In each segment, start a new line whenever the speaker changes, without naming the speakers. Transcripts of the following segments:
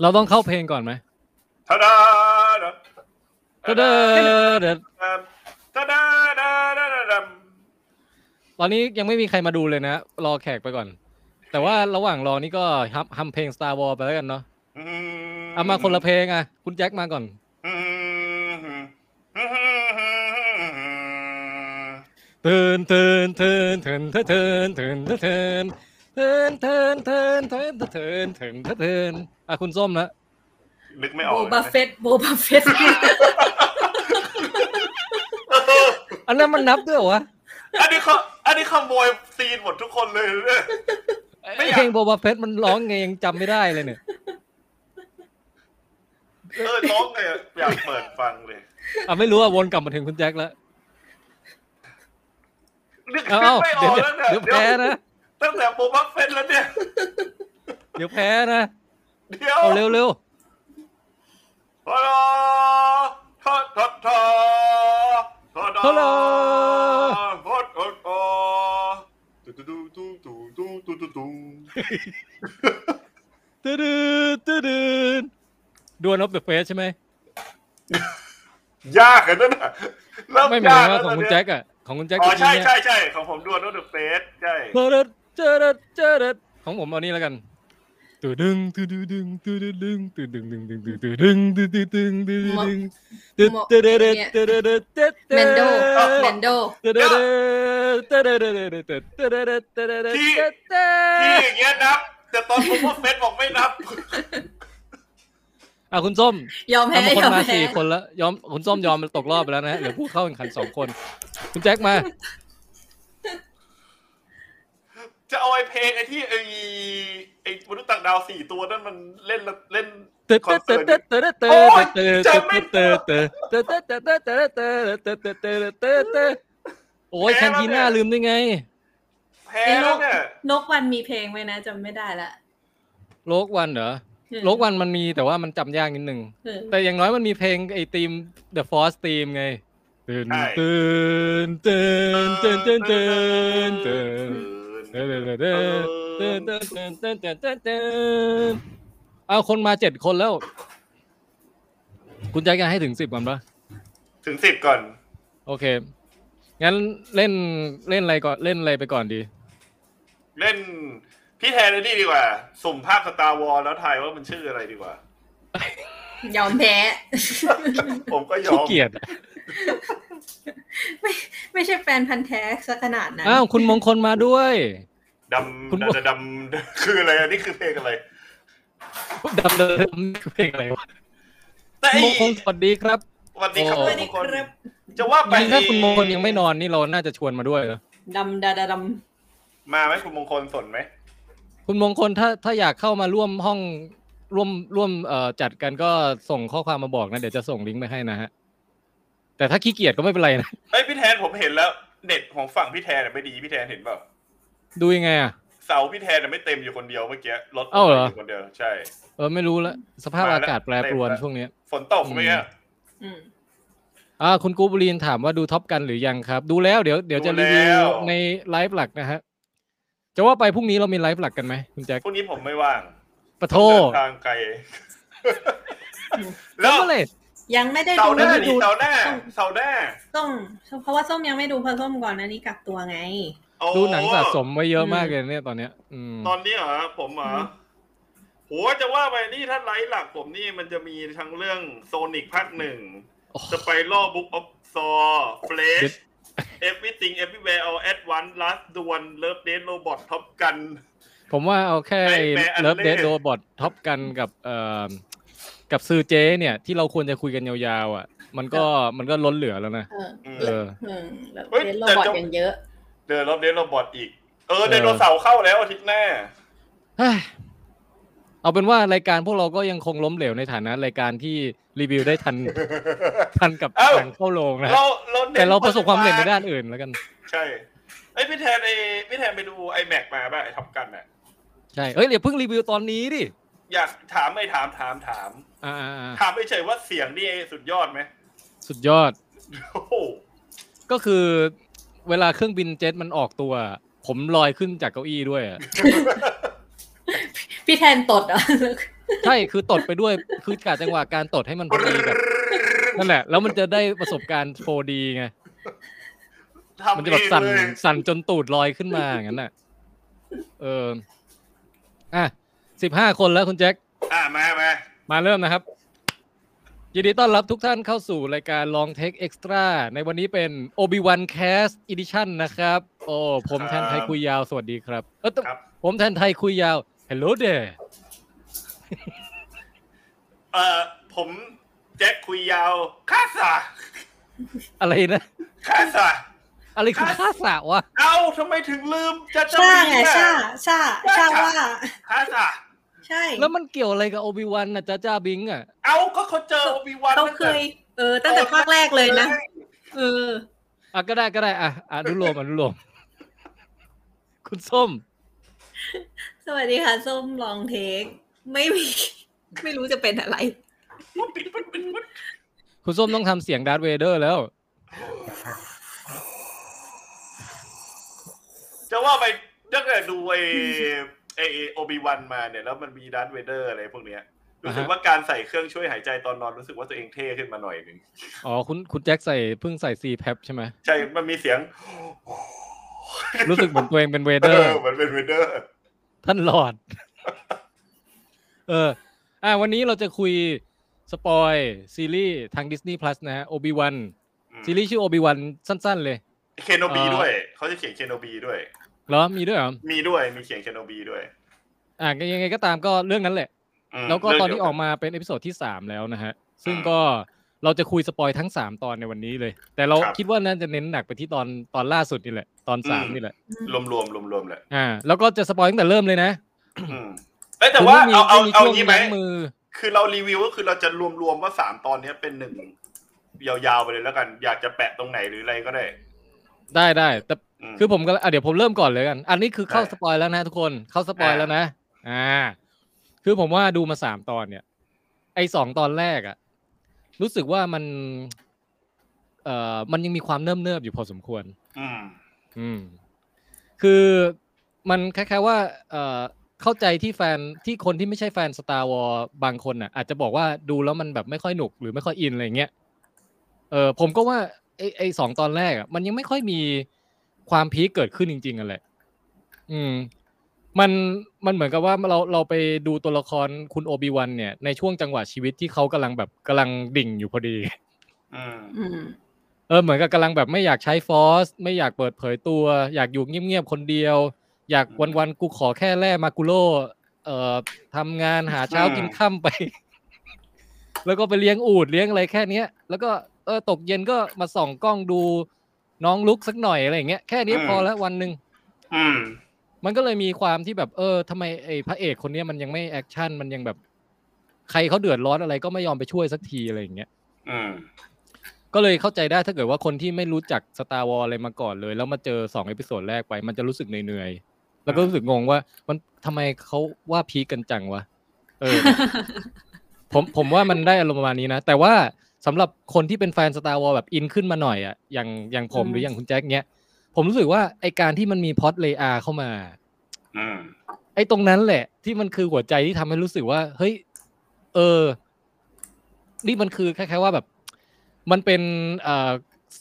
เราต้องเข้าเพลงก่อนไหม
ทาดาดา
เด้อเด้อเด้อ
ทาดาดาดาดา
ตอนนี้ยังไม่มีใครมาดูเลยนะ รอแขกไปก่อน แต่ว่าระหว่างรอนี่ก็ฮัมฮัมเพลง Star Wars ไปแล้วกันเนาะเอามาคนละเพลงอ่ะ คุณแจ็คมาก่อน เทินเทินเทินเทินเทินเทินเทินเทินเทินเทินเทินเทินเทินเทินอ่ะคุณส้มละ
นึกไม่อ
โบ
อก
บาเฟตโบบาเฟ ต
อันนั้นมันนับด้วยวะ
อันนี้เขาอันนี้ขโมยซีนหมดทุกคนเลยเนี่ย ไม่อยาก
เพลงโบบาเฟสมันร้องไงยังจำไม่ได้เลยเนี่ย
เออร้องเลยอะอยากเปิดฟังเลย
อ่ะไม่รู้อ่ะวนกลับมาถึงคุณแจ็คละ
นึก
เอ้า
ไม่อ
เดี๋ย
อ
ว
กแล้วเนี่ย
เดี๋ยวแพ้นะ
ตั้งแต่โบบัฟเฟนแล้วเนี่ย
เดี๋ยวแพ้นะ
เดี๋ยว
เอาเร็วเร็ว
ฮัลโหลทัดทัดทอ
ฮัลโหล
ฮัลโหลตุ๊ตุ๊ตุ๊ตุ๊ตุ๊ตุ๊ตุ๊ตุ๊
ตื่นตื่นดวลออฟเดอะเฟสใช่ไหม
ยากกันนั่นน่ะเริ่ม
ไม่เหมือน
ยาก
ว่า
แล้ว
ของคุณแจ็คอ่ะของคุณแจ็ค
อ๋อใช่
เนี่ย
ใช่ใช่ของผมดวลโนเดอะเฟสใช่
เจอเจอเจอของผมเอานี้แล้วกันตื่นดึงตื่นดึงตื่นดึงตื่นดึงตื่นดึงตื่นดึงตื่นดึงตื่นดึงตื่นดึงตื่นดึงตื่นดึงตื่นดึง
แม
ตื่นดึง
นโดแมนโด
ตื่นดึงตื่นดึงตื่นดึงตื่นดึงตื่นดึงตื่นดึง
ที่อย่างเงี้ยนับ แต่ตอนผมว่าเฟสบอกไม่นับ
อ่ะคุณส้ม
ยอมแพ้ยอ
ทำคน
ม
มา
แพ้
สี่คนแล้วยอมคุณส้มยอมตกรอบไปแล้วนะฮะเหลือผู้เข้าแข่งขันสองคน คุณแจ็คมา
จะเอาไอ้เพลงไอ้ที่ไอ้ไอ้มนุษย์ต่างดาวสี่ตัวนั่นมันเล่นเล่น
เตอ
คอน
เต
เสิ
อ
ร์ต
เตอเตอเตอเตอเตอเตอเตอเตอเตอเตอเตอเตอเตอเตอเตอเตอเตอเตอเตอโอ้ยแคนทีน่าลืมได้ไง
แพ้แล้วเนี่ย
นกวันมีเพลงไหมนะจำไม่ได้ละ
โลกวันเหรอ โลกวันมันมีแต่ว่ามันจำยากนิดนึง
เออ
แต่อย่างน้อยมันมีเพลงไอทีม The Force ทีมไงตื่นตื่นตื่นตื่นตื่นตื่นตื่น เดินเดินเดินเดินเดินเดินเดินเดินเดินเดินเอาคนมาเจ็ดคนแล้ว คุณแจ็คจะให้ถึงสิบก่อนปะ
ถึงสิบก่อน
โอเค งั้นเล่นเล่นอะไรก่อนเล่นอะไรไปก่อนดี
เล่นพี่แทนอันนี่ดีกว่า สุ่มภาพสตาร์วอลแล้วทายว่ามันชื่ออะไรดีกว่า
ยอมแพ้
ผมก็ยอ
ขี้
ม
เกียจ
ไม่ใช่แฟนพันธ์แท้ซะขนาดนั้น
อ้าวคุณมงคลมาด้วย
ด
คุณ
ำ
บอก
ดำดำคืออะไรอันนี้คือเพลงอะไร
ดำเนินเพลงอะไรวะ
แต่ไอ้
มงคลสวัสดีครับ
วันนี้ครับ
ส
คุ
วัส
ณม
ดี
ง
ค
คล
รับ
จะว่าไป
จริงๆถ้าคุณมงคลยังไม่นอนนี่เราน่าจะชวนมาด้วยเหรอ
ดำดาดาด
มาไหมคุณมงคลสนไหม
คุณมงคลถ้าถ้าอยากเข้ามาร่วมห้องร่วมร่วมเอ่อจัดกันก็ส่งข้อความมาบอกนะเดี๋ยวจะส่งลิงก์ไปให้นะฮะแต่ถ้าขี้เกียจก็ไม่เป็นไรนะ
ไอ้ยพี่แทนผมเห็นแล้ว เน็ตของฝั่งพี่แทนน่ะไม่ดีพี่แทนเห็นเปล่า
ดูยังไงอ่ะ
เสาพี่แทนน่ะไม่เต็มอยู่คนเดียวเมื่อกี้รถ
เอ้าเหรอ
ยู่คนเดียวใช่
เออไม่รู้ละสภาพ
มาแล้ว
อากาศแปรปรวน
เต็มละ
ช่วงเนี้ย
ฝนตกไหมอ่ะ
ำอืม
อ่าคุณกูบุรีนถามว่าดูท็อปกันหรือยังครับ ดูแล้วเดี๋ยวเดี๋ยวจะรีวิ
ดูแล้ว ว
ในไลฟ์หลักนะฮะจะว่าไปพรุ่งนี้เรามีไลฟ์หลักกันไหมคุณแจ็ค
พรุ่งนี้ผมไม่ว่าง
ปะโท
เดินทางไกล แล้ว
ก็เลย
ยังไม่ได้
เสา
ดู
หน้าดิเสาหน้าเสาหน้า
ส้มเพราะว่าส้มยังไม่ดูเพราะส้มก่อนอันนี้กักตัวไง
โอ้
ดูหนังสะสมไว้เยอะมากเลยเนี่ยตอนเนี้ย อืม
ตอนนี้เหรอผมเหรอ
อืม
โหจะว่าไปนี่ถ้าไลฟ์หลักผมนี่มันจะมีทั้งเรื่องโซนิกภาคหนึ่ง
โอ้โห
สไปโร่บุ๊กออฟซอเฟลช
Yes.
Everything Everywhere All at Once Last ดวนเลิฟเดนโรบอทท็อปกัน
ผมว่าเอาแค่
ไอ้แปะอัน
เลิฟเด
แร
d
ก
โ o บอ t ท็อปกันกับเอ่อกับซือเจเนี่ย ที่เราควรจะคุยกันยาวๆอ่ะ มันก็มันก็ล้นเหลือแล้วนะ
เออ
เออ
เออแบบ
เฮ้ย
เล่นโร
แต่
บอท
จะ
กันเยอะ
เดินรอบเดนโรบอทอีก เออ
เออ
ไดโนเสาร์เข้าแล้วอาทิตย์หน้า
เฮ้ย เอาเป็นว่ารายการพวกเราก็ยังคงล้มเหลวในฐานะรายการที่รีวิวได้ทัน ทันกับ
เอ้า
หนังเข้าโรงนะ
เราเราน้น
แต่เราประสบความสำเร็จในด้านอื่นแล้วกัน
ใช่ไอยพี่แทนไอพี่แทนไปดู iMac มาป่ะไอท็อปกันอ่ะ
ใช่ เอ้ยอย่าเพิ่งรีวิวตอนนี้ดิ
อยากถามไอถามถามถาม
อ่า
ถามเฉยๆว่าเสียงนี่สุดยอดไหม
ๆสุดยอด
โอ้โห
ก็คือเวลาเครื่องบินเจ็ตมันออกตัว ผมลอยขึ้นจากเก้าอี้ด้วยอะ
พี่แทนตด เหรอ
ใช่คือตดไปด้วยคือกะจังหวะการตดให้มันพอดีแบบนั่นแหละ แล้วมันจะได้ประสบการณ์ 4D ไงมัน
ทำ
จะ
เอ
แบบ
ง
สั่น
เลย
สั่นจนตูดลอยขึ้นมาอย่างนั้นน่ะเอออ่ะสิบห้าคนแล้วคุณแจ็ค
อ่ะมามา
มาเริ่มนะครับ ยินดีต้อนรับทุกท่านเข้าสู่รายการ Long Take Extra ในวันนี้เป็น Obi-Wan Cast Edition นะครับ โอ้ผมแทนไทยคุยยาว สวัสดีครับเออแต่
ครับ
ผมแทนไทยคุยยาว Hello there
เอ่อผมแจ็คคุยยาวคาสา
อะไรนะ
คาสา
อะไรคือค่าสระวะ
เอ้าทำไมถึงลืมจะจะ
ชา
มี
ไง
อ่ะ
ชาชาชาว่า
คาสา
ใช่
แล้วมันเกี่ยวอะไรกับ Obi-Wan น่ะจ้าจ้าบิงอ่ะ
เอ้าก็เขาเจอโอบิวัน
เขาเคย เออ ตั้งแต่ภาคแรกเลยนะ เออ
อ่ะก็ได้ก็ได้อ่ะอนุโลมอนุโลม คุณส้ม
สวัสดีค่ะ ส้มลองเทค ไม่มี ไม่รู้จะเป็นอะไร
คุณส้มต้องทำเสียงดาร์ h เวเดอร์แล้ว
จะว่าไปตั้งแต่ดูไอไอโอบิวันมาเนี่ยแล้วมันมีดันเวเดอร์อะไรพวกเนี้ยรู้สึกว่าการใส่เครื่องช่วยหายใจตอนนอนรู้สึกว่าตัวเองเท่ขึ้นมาหน่อยหนึ่ง
อ๋อคุณคุณแจ็คใส่เพิ่งใส่ซีแพใช่ไหม
ใช่ มันมีเสียง
รู้สึกเหมือนตัวเองเป็นเว
เอ
เดอร์
อ มันเป็นเวเดอร์
ท่านหลอด เออ อ่ะวันนี้เราจะคุยสปอยซีรีส์ทาง Disney Plus นะฮะ Obi-Wan ซีรีส์ชื่อ Obi-Wan สั้น ๆ เลย
เคนโนบีด้วย เขาจะเขียนเคนโนบีด้วย
เหรอ มีด้วยเหรอ
มีด้วย มีเขียนเคนโนบีด้วย
อ่ะยังไงก็ตามก็เรื่องนั้นแหละ
ม
แล้วก็ตอนที่ออก
เรื่งเดีย
มาเป็นเอพิโซดที่ 3 แล้วนะฮะ ซึ่ง
อืม
ก็เราจะคุยสปอยทั้ง 3 ตอนในวันนี้เลย แต่เรา
ครับ
คิดว่าน่าจะเน้นหนักไปที่ตอนตอนล่าสุดนี่แหละ ตอน
อืม
3 นี่แหละ
วกันรวมๆรวมๆแหละ
อ่า แล้วก็จะสปอยตั้งแต่เริ่มเลยนะ
อืมเอ้ยแต่ว่า
คื
เอาเอา
ไม่มี
เอา
ช่วง
งี้ไหม
ล้างมือ
คือเรารีวิวก็คือเราจะรวมๆว่าสามตอนเนี้ยเป็นหนึ่งยาวๆไปเลยแล้วกัน อยากจะแปะตรงไหนหรืออะไรก็ได้
ได้ได้แต่
ม
คือผมก็อ่ะเดี๋ยวผมเริ่มก่อนเลยกัน อันนี้คือเข้า
ได้
สปอยแล้วนะทุกคน เข้าสปอย
อ่า
แล้วนะ อ่า คือผมว่าดูมาสามตอนเนี่ย ไอสองตอนแรกอะรู้สึกว่ามัน เอ่อ มันยังมีความเนิบเนิบๆอยู่พอสมควร
ม
อืม คือมันคล้ายๆว่า เอ่อ เข้าใจที่แฟนที่คนที่ไม่ใช่แฟนสตาร์วอลบางคนน่ะ อาจจะบอกว่าดูแล้วมันแบบไม่ค่อยหนุกหรือไม่ค่อยอินอะไรเงี้ย เออผมก็ว่าไอไอสองตอนแรกอ่ะมันยังไม่ค่อยมีความพีคเกิดขึ้นจริงๆกันแหละ อืม มันมันเหมือนกับว่าเราเราไปดูตัวละครคุณโอบิวันเนี่ยในช่วงจังหวะชีวิตที่เขากำลังแบบกำลังดิ่งอยู่พอดี
อืม
อืม
เออเหมือนกับกำลังแบบไม่อยากใช้ฟอสไม่อยากเปิดเผยตัว อยากอยู่เงียบๆคนเดียว อยากวันๆกูขอแค่แร่มากุโร่เอ่อทำงานหาเช้ากินค่ำไป แล้วก็ไปเลี้ยงอูดเลี้ยงอะไรแค่เนี้ย แล้วก็เออตกเย็นก็มาส่องกล้องดูน้องลุกสักหน่อยอะไรอย่างเงี้ยแค่นี้พอแล้ววันหนึ่ง
อืม
มันก็เลยมีความที่แบบเออทำไมไอ้พระเอกคนเนี้ยมันยังไม่แอคชั่นมันยังแบบ ใครเขาเดือดร้อนอะไรก็ไม่ยอมไปช่วยสักทีอะไรอย่างเงี้ย
อืม
ก็เลยเข้าใจได้ถ้าเกิดว่าคนที่ไม่รู้จักสตาร์วอลอะไรมาก่อนเลย แล้วมาเจอสองเอพิโซดแรกไป มันจะรู้สึกเหนื่อยๆ แล้วก็รู้สึกงงว่า มันทำไมเขาว่าพีคกันจังวะเออ ผมผมว่ามันได้อารมณ์ประมาณนี้นะ แต่ว่าสำหรับคนที่เป็นแฟนสตาร์วอลแบบอินขึ้นมาหน่อยอะอย่างอย่างผม
อืม
หรืออย่างคุณแจ็คเนี้ย ผมรู้สึกว่าไอการที่มันมีพอดเลอาเข้ามา
อืม
ไอ้ตรงนั้นแหละ ที่มันคือหัวใจที่ทำให้รู้สึกว่า เฮ้ย เออ นี่มันคือคล้ายๆว่าแบบ มันเป็นเอ่อ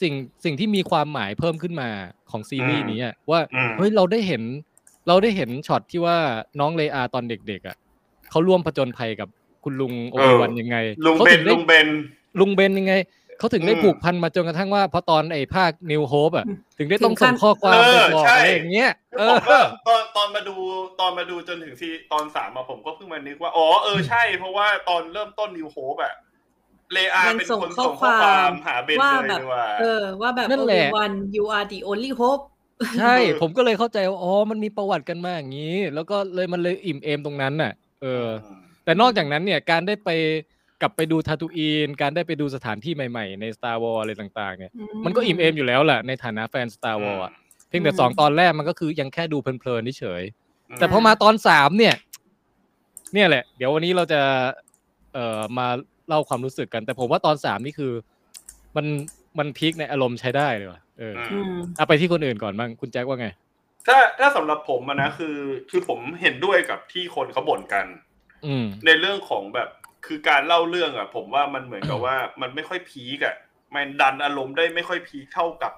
สิ่งสิ่งที่มีความหมายเพิ่มขึ้นมาของซีรีส์นี้อะว่า
อืม
เฮ้ยเราได้เห็น เราได้เห็นช็อตที่ว่าน้องเลอาตอนเด็กๆอ่ะเขาร่วมผจญภัยกับคุณลุงโอบิวันยังไง
ลุง
ขา
เบ
ถึ
น
ได้
ลุงเบน
ลุงเบนยังไงเขาถึงได้
อืม
ผูกพันมาจนกระทั่งว่าพอตอนไอ้ภาคนิวโฮปอ่ะ ถึงได้ต้องส่งข้อความไปบอกอะไรอย่างเงี้ยเอ
ผม
อ
ก็ตอนตอนมาดูตอนมาดูจนถึงที่ตอนสามมาผมก็เพิ่งมานึกว่า อ๋อเออใช่ เพราะว่าตอนเริ่มต้นนิวโฮปอะเลอา
มัน
เป็น
ส่ง
คน
ข้อ
ส่งข้อ
ค
คาว
วาม ม
หาเบน
ว่า
เลย
แบบ
นี่ว่า
เออ ว่าแบบ
นั่นแหละ
only one you are the only hope
ใช่
เออ
ผมก็เลยเข้าใจว่าอ๋อมันมีประวัติกันมาอย่างนี้ แล้วก็เลยมันเลยอิ่มเอมตรงนั้นน่ะ เออ แต่นอกจากนั้นเนี่ย การได้ไปกลับไปดูทาตูอีน การได้ไปดูสถานที่ใหม่ๆ ใน Star Wars อะไรต่างๆเนี่ย มันก็อิ่มเอมอยู่แล้วแหละในฐานะแฟน Star Wars อะเพียงแต่
อืม
สองตอนแรกมันก็คือยังแค่ดูเพลินๆเฉยๆแต่
อืม
พอมาตอนสามเนี่ย เนี่ยแหละ เดี๋ยววันนี้เราจะ เอ่อมาเล่าความรู้สึกกัน แต่ผมว่าตอนสามนี่คือ มันมันพีคในอารมณ์ใช้ได้เลยว่ะเออ
อืม
เอาไปที่คนอื่นก่อนบ้างคุณแจ็คว่าไง
ถ้าถ้าสำหรับผมอะนะคือคือผมเห็นด้วยกับที่คนเขาบ่นกัน
อืม
ในเรื่องของแบบคือการเล่าเรื่องอะผมว่ามันเหมือนกับว่ามันไม่ค่อยพีกอะมันดันอารมณ์ได้ไม่ค่อยพีคเท่ากับ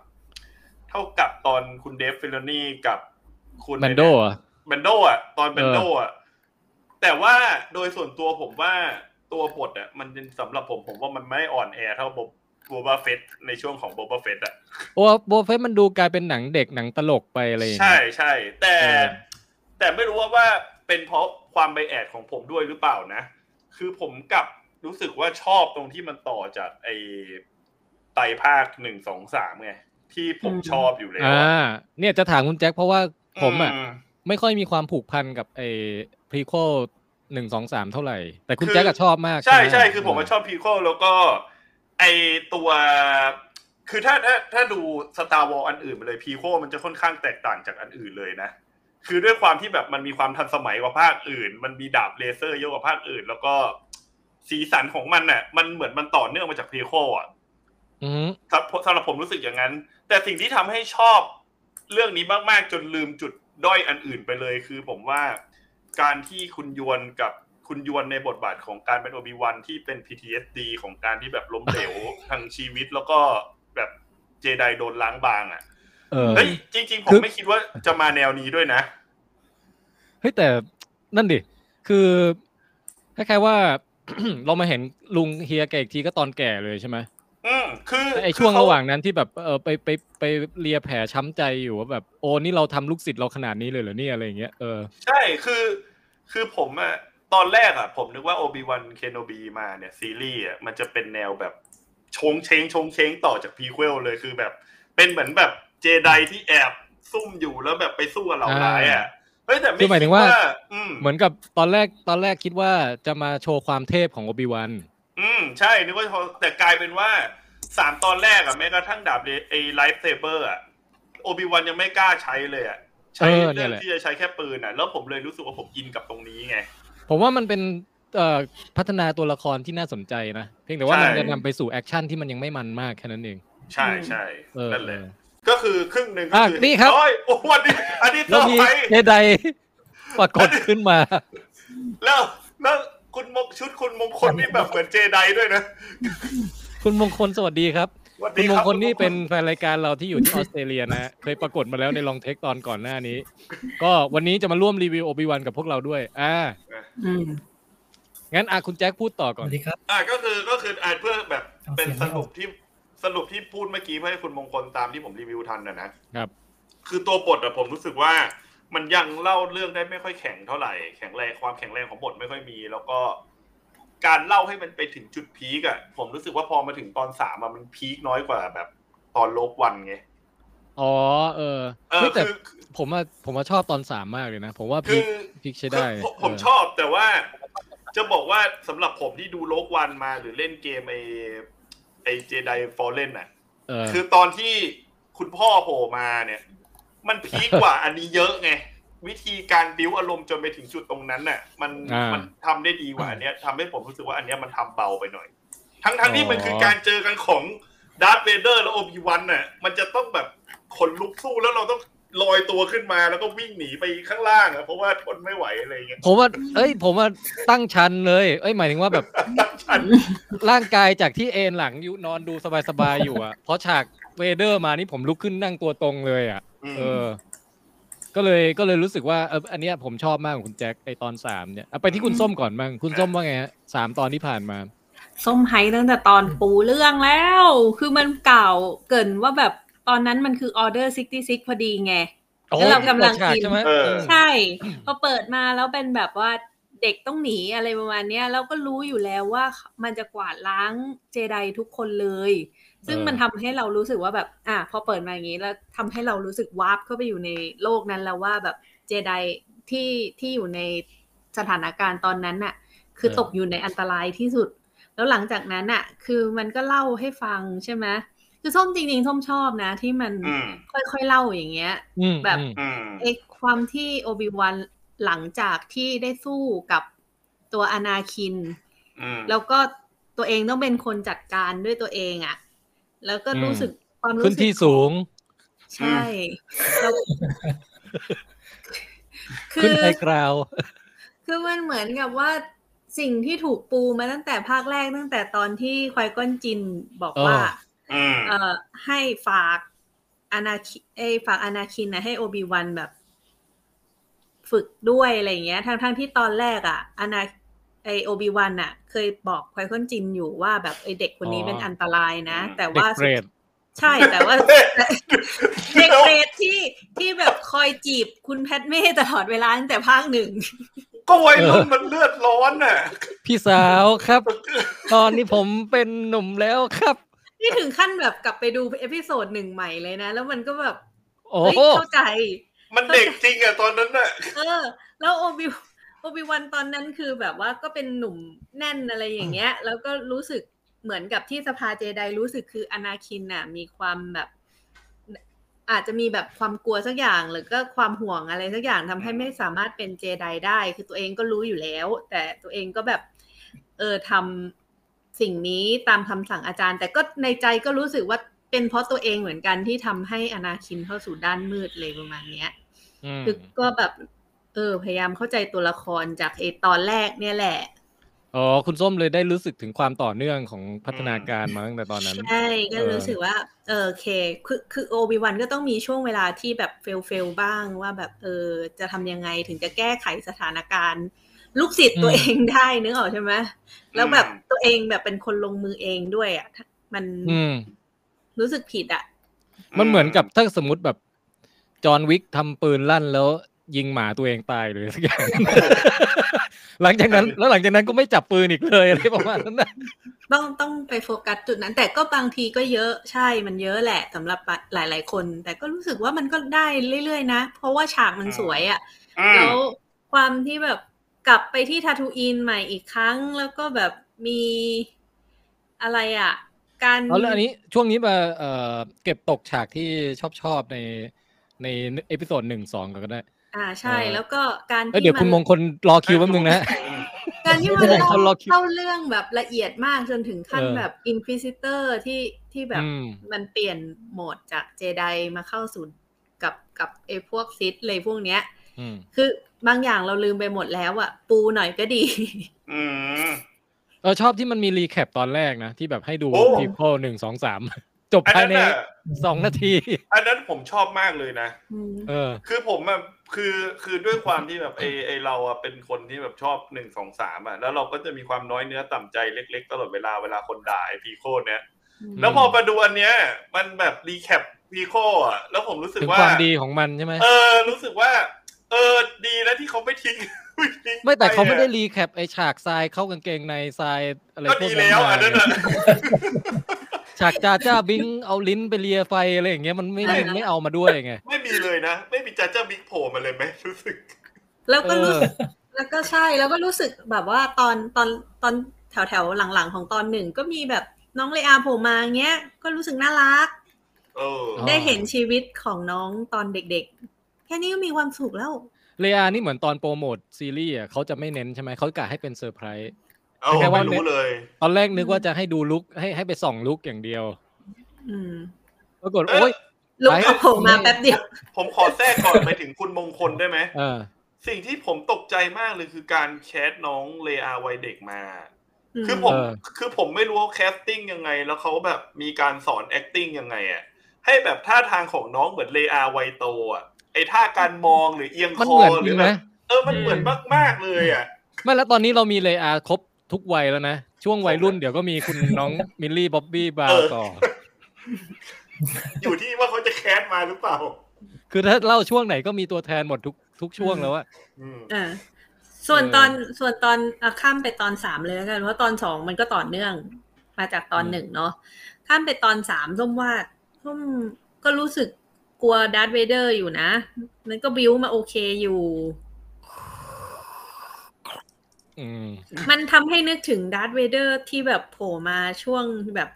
เท่ากับตอนคุณเดฟเฟลนี่กับคุณ
แมนโด
ไอ้เย
อ่ะ
แบนโดอ่ะตอนแบนโดอ่ะแต่ว่าโดยส่วนตัวผมว่าตัวบทอ่ะมันสำหรับผมผมว่ามันไม่อ่อนแอเท่าบบบบาเฟตในช่วงของบบาเฟตอ่ะ
โอ้โบเฟสมันดูกลายเป็นหนังเด็กหนังตลกไปอะไรอย่าง
ใช่
เงี้ย
ใช่แต่
เออ
แต่ไม่รู้ว่าว่าเป็นเพราะความไบแอดของผมด้วยหรือเปล่านะ คือผมกลับรู้สึกว่าชอบตรงที่มันต่อจากไอไตรภาคหนึ่งสองสามไงที่ผมชอบอยู่แล้ว
อ่า
อะ
เนี่ยจะถามคุณแจ็คเพราะว่าผมอ่ะ
ม
ไม่ค่อยมีความผูกพันกับไอ้พรีโคหนึ่งสองสามเท่าไหร่ แต่คุณ
คือ
แจ็คก็ชอบมาก
ใช่
ไห
ใช่คือผมว่าชอบพีโคแล้วก็ไอตัวคือถ้าถ้าถ้าดูสตาร์วอลอันอื่นไปเลยพีโคมันจะค่อนข้างแตกต่างจากอันอื่นเลยนะ คือด้วยความที่แบบมันมีความทันสมัยกว่าภาคอื่น มันมีดาบเลเซอร์เยอะกว่าภาคอื่น แล้วก็สีสันของมันน่ะมันเหมือนมันต่อเนื่องมาจากพีโคอ่ะ
อืม
สำสำหรับผมรู้สึกอย่างนั้น แต่สิ่งที่ทำให้ชอบเรื่องนี้มากๆจนลืมจุดด้อยอันอื่นไปเลย คือผมว่าการที่คุณยวนกับคุณยวนในบทบาทของการเป็นโอบิวันที่เป็น PTSD ของการที่แบบล้มเหลว ทางชีวิตแล้วก็แบบเจไดโดนล้างบางอ่ะ
เออ
เฮ้ยจริง ๆ ผม
คือ
ไม่คิดว่าจะมาแนวนี้ด้วยนะ
เฮ้ยแต่นั่นดิ คือคล้ายๆว่า เรามาเห็นลุงเฮียแกอีกทีก็ตอนแก่เลยใช่ไหม
อืมคือ
ไอ้ช่วง
คือเข
ระหว่างนั้นที่แบบเออไปไปไปเลียแผลช้ำใจอยู่ว่าแบบโอ้นี่เราทำลูกศิษย์เราขนาดนี้เลยเหรอเนี่ยอะไรอย่างเงี้ยเออ
ใช่คือคือผมอ่ะตอนแรกอ่ะ ผมนึกว่าโอบิวันเคนโนบีมาเนี่ย ซีรีส์อ่ะมันจะเป็นแนวแบบชงเชงชงเชงต่อจากพีเควลเลยคือแบบ เป็นเหมือนแบบเจไดที่แอบซุ่มอยู่แล้วแบบไปสู้กับเหล่าร้ายอ่ะเฮ้ยแต่ไม่
คือหมายถึงว่า
คิดอืม
เหมือนกับตอนแรกตอนแรกคิดว่าจะมาโชว์ความเทพของโอบิวัน
อืมใช่นึกว่าเขาแต่กลายเป็นว่าสามตอนแรกอะแม้กระทั่งดาบเดไอไลฟ์เซเบอร์อะโอบิวันยังไม่กล้าใช้เลยอะใช้
เออเนี่
เรื่อย ง
แหละ
ที่จะใช้แค่ปืนอะแล้วผมเลยรู้สึกว่าผมอินกับตรงนี้ไง
ผมว่ามันเป็นเอ่อพัฒนาตัวละครที่น่าสนใจนะ เพียงแต่ว่า
ใช่
มันจะนำไปสู่แอคชั่นที่มันยังไม่มันมากแค่นั้นเอง
ใช่ใช่
เออ
นั่นแหละ
เออ
ก็คือครึ่งหนึ่งก็
อ่ะ
คือ
นี่ครับ
โอ้ยโอ้วันนี้อันนี้
แล้ว
ต่อ
มี
ไป
เจไดปรากฏขึ้นมา
แล้วแล้วคุณมงชุดคุณมงคลนี่แบบเหมือนเจไดด้วยนะ
คุณมงคลสวัสดีครับ
สวัส
คุ
ดี
ณม
รั
ง
บ
คลนี่เป็นแฟนรายการเราที่อยู่ที่ออสเตรเลียนะ ฮะ เคยปรากฏมาแล้วในลองเทคตอนก่อนหน้านี้ ก็วันนี้จะมาร่วมรีวิวโอบิวันกับพวกเราด้วย อ่า
อืม
งั้นอ่ะคุณแจ็คพูดต่อก่อน
สวัสดีครับ
อ่ะก็คือก็คืออ่ะเพื่อแบบ
เอาเสียง
เป็นสรุป
ไม่ออก
ที่สรุปที่พูดเมื่อกี้เพื่อให้คุณมงคลตามที่ผมรีวิวทันนะนะ
ครับ
คือตัวบทอะผมรู้สึกว่ามันยังเล่าเรื่องได้ไม่ค่อยแข็งเท่าไหร่แข็งแรงความแข็งแรงของบทไม่ค่อยมี แล้วก็การเล่าให้มันไปถึงจุดพีกอะผมรู้สึกว่าพอมาถึงตอนสามอะมันพีคน้อยกว่าแบบ ตอนโลกวันไง
อ๋อ เออ
เออ
เฮ้ยแต่
คือ
ผมว่าผมว่าชอบตอนสามมากเลยนะ ผมว่าพ
คื
ลิ
อก
พลิกใช้
คือ
ได้
ผมผม
เออ
ชอบแต่ว่า จะบอกว่าสำหรับผมที่ดูโลกวันมาหรือเล่นเกมไอไอเจไดฟอลเลนอะ
เออ
คือตอนที่คุณพ่อโผล่มาเนี่ย มันพีคกว่า อันนี้เยอะไง วิธีการบิ้วอารมณ์จนไปถึงจุดตรงนั้นน่ะ มัน
อ่ามั
มันทำได้ดีกว่าอันเนี้ยทำให้ผมรู้สึกว่าอันเนี้ยมันทำเบาไปหน่อย ทั้งทั้งที่
อ๋อ
มันคือการเจอกันของดาร์ธเวเดอร์และโอบิวันน่ะ มันจะต้องแบบขนลุกสู้แล้วเราต้องลอยตัวขึ้นมาแล้วก็วิ่งหนีไปข้างล่างอะเพราะว่าทนไม่ไหวอะไรเงี้ย
ผมว่า เอ้ย ผมว่าตั้งชันเลย เอ้ย หมายถึงว่าแบบ
ฉัน
ร่างกายจากที่เอนหลังอยู่นอนดูสบายๆอยู่ อ่ะ เพราะฉากเวเดอร์มานี่ผมลุกขึ้นนั่งตัวตรงเลยอ่ะ เออ ก็เลยก็เลยรู้สึกว่าเอออันเนี้ยผมชอบมากของคุณแจ็คไอตอนสามเนี่ยเอาไปที่คุณส้มก่อนบ้างคุณส้มว่าไงฮะสามตอนที่ผ่านมา
ส้มไฮป์ตั้งแต่ตอนปูเรื่องแล้ว คือมันเก่าเกรินว่าแบบตอนนั้นมันคือออเดอร์66 พอดีไง
โอ้
แล้วเรากำลัง
ฉาก
กิน
ใช่ไหม
เออ
ใช่ พอเปิดมาแล้วเป็นแบบว่าเด็กต้องหนีอะไรประมาณเนี้ยแล้วก็รู้อยู่แล้วว่ามันจะกวาดล้างเจไดทุกคนเลย ซึ่งมันทำให้เรารู้สึกว่าแบบ อ่ะพอเปิดมาอย่างนี้แล้วทำให้เรารู้สึกวาร์ปเข้าไปอยู่ในโลกนั้นแล้วว่าแบบเจไดที่ที่อยู่ในสถานการณ์ตอนนั้นน่ะ คือตกอยู่ในอันตรายที่สุด แล้วหลังจากนั้นน่ะ คือมันก็เล่าให้ฟังใช่ไหมคือส้มจริงๆส้มชอบนะ ที่มัน
อืม
ค่อยๆเล่าอย่างเงี้ย
อืม
แบบ
อืม
อืม
ไอความที่โอบิวันหลังจากที่ได้สู้กับตัวอนาคิน
อืม
แล้วก็ตัวเองต้องเป็นคนจัดการด้วยตัวเองอะแล้วก็รู้สึกความรู้
ขึ้น
สึก
ที่สูง
ใช่แล้ว คื
ขึ้น
อ
ไอกราว
คือมันเหมือนกับว่าสิ่งที่ถูกปูมาตั้งแต่ภาคแรกตั้งแต่ตอนที่ควายก้อนจินบอกว่า
เออ
อืม
เอ่อให้ฝากอนาคิเอยฝากอนาคินนะให้โอบิวันแบบ ฝึกด้วยอะไรอย่างเงี้ยทั้งทั้งที่ตอนแรกอะอนาไอโอบิวันอะเคยบอกไคคอนจินอยู่ว่าแบบไอเด็กคนนี้
อ๋อ
เป็นอันตรายนะ
อืม
แต่
เด็
ว่าก
เกรด
ใช่แต่ว่า
เฮ้ย
เด็กเกรดที่ที่แบบคอยจีบคุณแพทเม่ตลอดเวลาตั้งแต่ภาคหนึ่ง
ก็วัยรุ่นมันเลือดร้อนน่ะ
พี่สาวครับ ตอนนี้ผมเป็นหนุ่มแล้วครับ
นี่ถึงขั้นแบบกลับไปดูเอพิโซดหนึ่งใหม่เลยนะ แล้วมันก็แบบ
โอ้
เฮ้ย
โห
เข้าใจ
มันเด็กจริงอะตอนนั้นน่ะ
เออแล้วโอบิโอบิวันตอนนั้นคือแบบว่าก็เป็นหนุ่มแน่นอะไรอย่างเงี้ย แล้วก็รู้สึกเหมือนกับที่สภาเจไดรู้สึกคืออนาคินน่ะ มีความแบบ อาจจะมีแบบความกลัวสักอย่างหรือก็ความห่วงอะไรสักอย่างทำให้ไม่สามารถเป็นเจไดได้ คือตัวเองก็รู้อยู่แล้ว แต่ตัวเองก็แบบ เออทำสิ่งนี้ตามคำสั่งอาจารย์ แต่ก็ในใจก็รู้สึกว่าเป็นเพราะตัวเองเหมือนกันที่ทำให้อนาคินเข้าสู่ด้านมืดเลยประมาณเนี้ย
อืม
คือก็แบบเออพยายามเข้าใจตัวละครจากไอตอนแรกเนี่ยแหละ
อ๋อคุณส้มเลยได้รู้สึกถึงความต่อเนื่องของพัฒนาการมาตั้งแต่ตอนนั้น
ใช่ก็รู้สึกว่า เออโอเค คือคือโอบิวันก็ต้องมีช่วงเวลาที่แบบเฟลเฟลบ้างว่าแบบเออจะทำยังไงถึงจะแก้ไขสถานการณ์ ลูกศิษย์ตัว
อืม
เองได้นึกออกใช่ไหมแล้วแบบตัวเองแบบเป็นคนลงมือเองด้วยอ่ะมัน
อืม
รู้สึกผิดอ่ะ
มันเหมือนกับถ้าสมมติแบบ จอห์นวิกทำปืนลั่นแล้วยิงหมาตัวเองตายหรือสักอย่าง หลังจากนั้น แล้วหลังจากนั้นก็ไม่จับปืนอีกเลยอะไรประมาณนั้นนะ
ต้องต้องไปโฟกัสจุดนั้น แต่ก็บางทีก็เยอะใช่มันเยอะแหละสำหรับหลาย ๆ คน แต่ก็รู้สึกว่ามันก็ได้เรื่อย ๆ นะ เพราะว่าฉากมันสวยอ่ะ
อืม
แล้วความที่แบบกลับไปที่ทาทูอินใหม่อีกครั้ง แล้วก็แบบมีอะไรอ่ะ การ
เอาแล้วอันนี้ช่วงนี้มาเอ่อเก็บตกฉากที่ชอบชอบๆในในเอพิโซดหนึ่งสองก็ได้
อ่าใช่
เอ่อ
แล้วก็การ
เอ้ย
ที่
เดี๋ยวคุณม
มัน
งคลรอคิวแป๊บนึงนะ
การที่มั
ไม่
น
เป็นไร
เล่า
เขารอคิว
เล่าเรื่องแบบละเอียดมากจนถึงขั้น
เออ
แบบอินฟิซิเตอร์ที่ที่แบบ
อืม
มันเปลี่ยนโหมดจากเจไดมาเข้าสู่กับกับไอ้พวกซิดเลยพวกเนี้ย
อืม
คือบางอย่างเราลืมไปหมดแล้วอะปูหน่อยก็ดี
อืม
เออชอบที่มันมีรีแคปตอนแรกนะ ที่แบบให้ดู
โอ้
ทีโพหนึ่งสองสาม จบ
อัน
ภาย
นั้น
ใน
น่ะ
สองนาที
อันนั้นผมชอบมากเลยนะ
อืม
เออ
คือผมอะคือคือด้วยความที่แบบไอไอเราอะเป็นคนที่แบบชอบหนึ่งสองสามอะแล้วเราก็จะมีความน้อยเนื้อต่ำใจเล็กๆ ตลอดเวลาเวลาคนด่าไอพีโคเนี้ยแล้วพอมาดูอันเนี้ย มันแบบรีแคปพีโคอะแล้วผมรู้สึก
ถึง
ว่า
ความดีของมันใช่ไหม
เออ รู้สึกว่า เออ ดีแล้วที่เขาไม่ทิ้ง ไม่ทิ้ง
ไม่แต่เขาไม่
ปอะ
ได้รีแคปไอฉากทรายเข้ากางเกงในทรายอะไร
ก็
พว
ดี
กนั้น
แล้ว
มา
อันนั้นอะ
ฉากจ้าจ้าบิง เอาลิ้นไปเลียไฟอะไรอย่างเงี้ยมันไม่มันไม่เอามาด้วยไง
ไม่มีเลยนะ ไม่มีจ้าจ้าบิ๊กโผล่มาเลยไหมรู้สึก
แล้วก็รู้
เออ
สึกแล้วก็ใช่แล้วก็รู้สึกแบบว่าตอนตอนตอนแถวแถวๆหลังๆของตอนหนึ่งก็มีแบบน้องเลอาโผล่มาเงี้ย ก็รู้สึกน่ารัก
เออ
อ๋อ
ได้เห็นชีวิตของน้องตอนเด็กๆ แค่นี้ก็มีความสุขแล้ว
เลอานี่เหมือนตอนโปรโมทซีรีส์อ่ะเขาจะไม่เน้นใช่ไหมเขากะให้เป็นเซอร์ไพรส์
เอา
แค่ว่า
ไม่
เน็ต
รู้เลย
ตอนแรกนึกว่าจะให้ดูลุกให้ให้ไปส่องลุกอย่างเดียว
อืม
ปรากฏ
เอ้ย
โอ๊ย
ลูก
ไป
ก็โผล่มาแป๊บเดียว
ผมขอแทรกก่อนไปถึงคุณมงคลได้ไหม
เออ
สิ่งที่ผมตกใจมากเลยคือการแคสน้องเลอาวัยเด็กมา
อืม
คือผม
เออ
คือผมไม่รู้ว่าแคสติ้งยังไง แล้วเขาแบบมีการสอน acting ยังไงอ่ะ ให้แบบท่าทางของน้องเหมือนเลอาวัยโตอ่ะ ไอท่าการมองหรือเอียง
มัน
ค
เห
อ
มือน
ห
จ
รื
ริ
อง แบบ
นะ
เออมันเหมือนมากๆเลยอ่ะ
ไม่แล้วตอนนี้เรามีเลอาครบทุกวัยแล้วนะ ช่วงวัยรุ่นเดี๋ยวก็มีคุณน้ อง มิลลี่บ๊อบบี้บราวน์ต่อ
อยู่ที่ว่าเขาจะแคสมาหรือเปล่า
คือถ้าเล่าช่วงไหนก็มีตัวแทนหมดทุกทุกช่วง แล้วอะ
อืม
อ่าส่วน
เออ
ตอนส่วนตอนอ่ะข้ามไปตอนสามเลยแล้วกันเพราะตอนสองมันก็ต่อเนื่องมาจากตอนหนึ่งเนาะข้ามไปตอนสามส้มว่าส้มก็รู้สึกกลัวดาร์ธเวเดอร์อยู่นะ มันก็บิวมาโอเคอยู่
อืม
มันทำให้นึกถึงดาร์ธเวเดอร์ที่แบบโผล่มาช่วงแบบ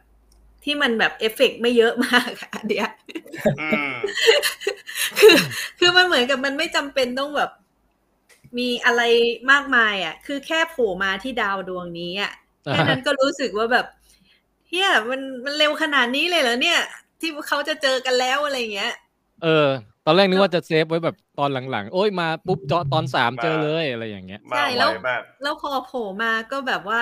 ที่มันแบบเอฟเฟกต์ไม่เยอะมากอะเดียว
อืม
คือคือมันเหมือนกับมันไม่จำเป็นต้องแบบ มีอะไรมากมายอ่ะ คือแค่โผล่มาที่ดาวดวงนี้อ่ะแค่นั้นก็รู้สึกว่าแบบเฮียมันมันเร็วขนาดนี้เลยเหรอเนี่ย ที่เขาจะเจอกันแล้วอะไรอย่างเงี้ย
เออ ตอนแรกนึกว่าจะเซฟไว้แบบตอนหลังๆ โอ้ยมาปุ๊บเจาะตอนสามเจอเลยอะไรอย่างเงี้ย
มา
ใช่
ไว
แล้ว
มาก
แล้วพอโผล่มาก็แบบว่า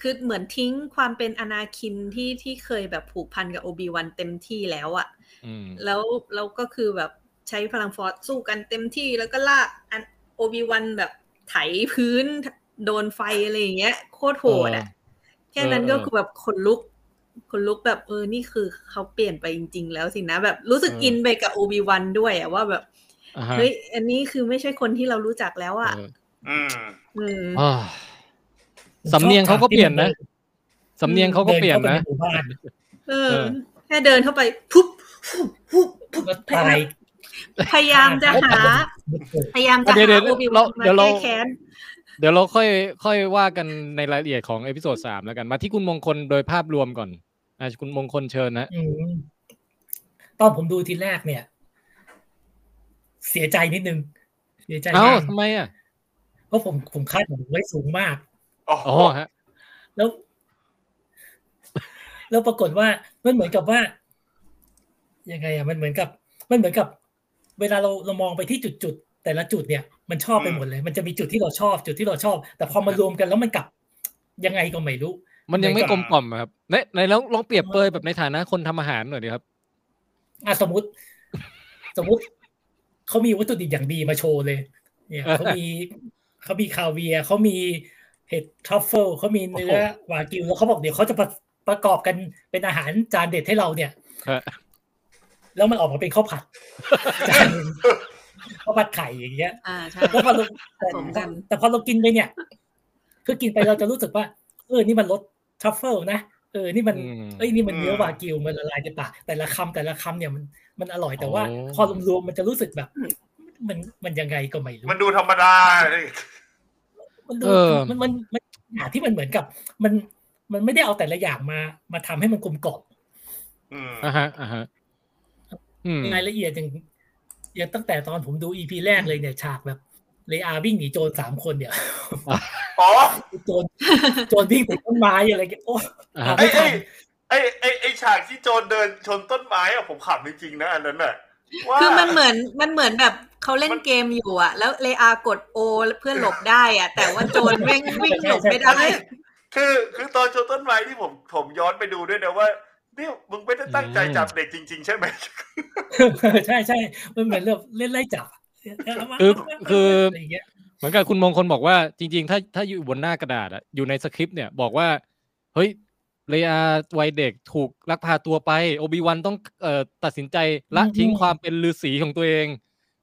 คือเหมือนทิ้งความเป็นอนาคินที่ที่เคยแบบผูกพันกับโอบีวันเต็มที่แล้วอะ
อืม
แล้วแล้วก็คือแบบใช้พลังฟอร์สสู้กันเต็มที่แล้วก็ลากอันโอบีวันแบบไถพื้นโดนไฟอะไรอย่างเงี้ยโคตรโหดอะ
เออ
แค่นั้น
เออเอ
ก็
อ
คือแบบขนลุกขนลุกแบบเออนี่คือเขาเปลี่ยนไปจริง ๆ แล้วสินะแบบรู้สึก
เอออิ
อินไปกับโอบีวันด้วยอะว่าแบบ
อ่าฮะ
เฮ้ยอันนี้คือไม่ใช่คนที่เรารู้จักแล้วอะ
เออ
อืม
อืม
อ่าสำเนียงเขาก็เปลี่ยนนะ สำเนียงเขาก็เปลี่ยนนะ
ดิข้าไปใหมู่บ้าน
เอ
เอ
อ
อ
แค่เดินเข้าไปปุ๊บปุ๊บปุ๊บปุ๊บ
ก็ตาย
พยายามจะหา พยายามจะ
เดี๋ยว
หา
เดี๋ยว
โอบิ
เรา
มา
เดี๋ยวเรา
แก้แค้น
เดี๋ยวเราค่อยค่อยว่ากันในรายละเอียดของเอพิโซดสามแล้วกันมาที่คุณมงคลโดยภาพรวมก่อนอ่ะคุณมงคลเชิญนะ
อืมตอนผมดูทีแรกเนี่ย เสียใจนิดนึง เสียใจ
เอ้าม
าก
ทำไมอ่ะ
เพราะผมผมคาดหวังไว้สูงมาก
อ๋อ
อ๋อฮะ
แล้ว แล้วปรากฏว่ามันเหมือนกับว่ายังไงอ่ะมันเหมือนกับ มันเหมือนกับ เวลาเราเรามองไปที่จุดจุดๆแต่ละจุดเนี่ย มันชอบไปหมดเลย มันจะมีจุดที่เราชอบ จุดที่เราชอบ แต่พอมารวมกันแล้วมันกลับ ยังไงก็ไม่รู้
มันยังไม่กลมกล่อมอะครับในในลองลองเปรียบเปรยแบบในฐานะคนทำอาหารหน่อยดีครับ
อ่ะสมมติ สมมติเขามีวัตถุดิบอย่างดีมาโชว์เลย เนี่ย
เออ
เขามีเขามีคาเวียร์เขามีเห็ดทรัฟเฟิลเขามีเนื้อ
โอ้โห
วากิวแล้วเขาบอกเดี๋ยวเขาจะประประกอบกันเป็นอาหารจานเด็ดให้เราเนี่ย
ฮะ
แล้วมันออกมาเป็นข้าวผัด จานหนึ่งข้าวผัดไข่อย่างเงี้ย
อ่าใช่
แล้วพอเราแต่
ผสมกัน
แต่พอเรากินไปเนี่ย คือกินไปเราจะรู้สึกว่า เออ นี่มันรสทรัฟเฟิลนะ เออ นี่มัน
อืม
เอ้ย นี่มันเนื้อวากิว มันละลายในปาก แต่ละคำแต่ละคำเนี่ยมัน มันอร่อย แต่ว่า
โอ้
พอรวมๆมันจะรู้สึกแบบ มัน มันยังไงก็ไม่รู้
มันดูธรรมดา
มันดู
เออ
มันมัน มันหาที่มันเหมือนกับ มัน มันไม่ได้เอาแต่ละอย่างมา มาทำให้มันกลมกล่อม
อืม
อ่าฮะอ่าฮะอืม
รายละเอียดอย่างอย่างตั้งแต่ตอนผมดูอีพีแรกเลยเนี่ย ฉากแบบ เลอาวิ่งหนีโจรสามคนเนี่ย
อ๋อ
โจร โจรวิ่งติดต้นไม้อะไรเงี้ย โอ้
อ่า
หา
ไอ้
ไม่ทัน
ไอ้ไอ้ไอ้ไอ้ฉากที่โจรเดินชนต้นไม้อะผมขำจริงๆนะอันนั้นน่ะว่า
คือมันเหมือนมันเหมือนแบบเขาเล่น
มัน
เกมอยู่อะแล้วเลอากดโอเพื่อหลบได้อะแต่ว่าโจรแม่งวิ่งหลบไม่ได้
คือคือตอนชนต้นไม้ที่ผมผมย้อนไปดูด้วยนะว่าเนี่ยมึงไม่ได้ตั้งใจจับเด็กจริง ๆ ใช่ไหม
ใช่ใช่มันเหมือนเรื่องเล่นไล่จับะ
คือคือ
ะไรย่างเงี้ย
เหมือนกับคุณมงคลบอกว่า จริง ๆ ถ้าถ้าอยู่บนหน้ากระดาษอะอยู่ในสคริปต์เนี่ยบอกว่า เฮ้ยเลอาวัยเด็กถูกลักพาตัวไป โอบิวันต้องเอ่อตัดสินใจละทิ้งความเป็นฤาษีของตัวเอง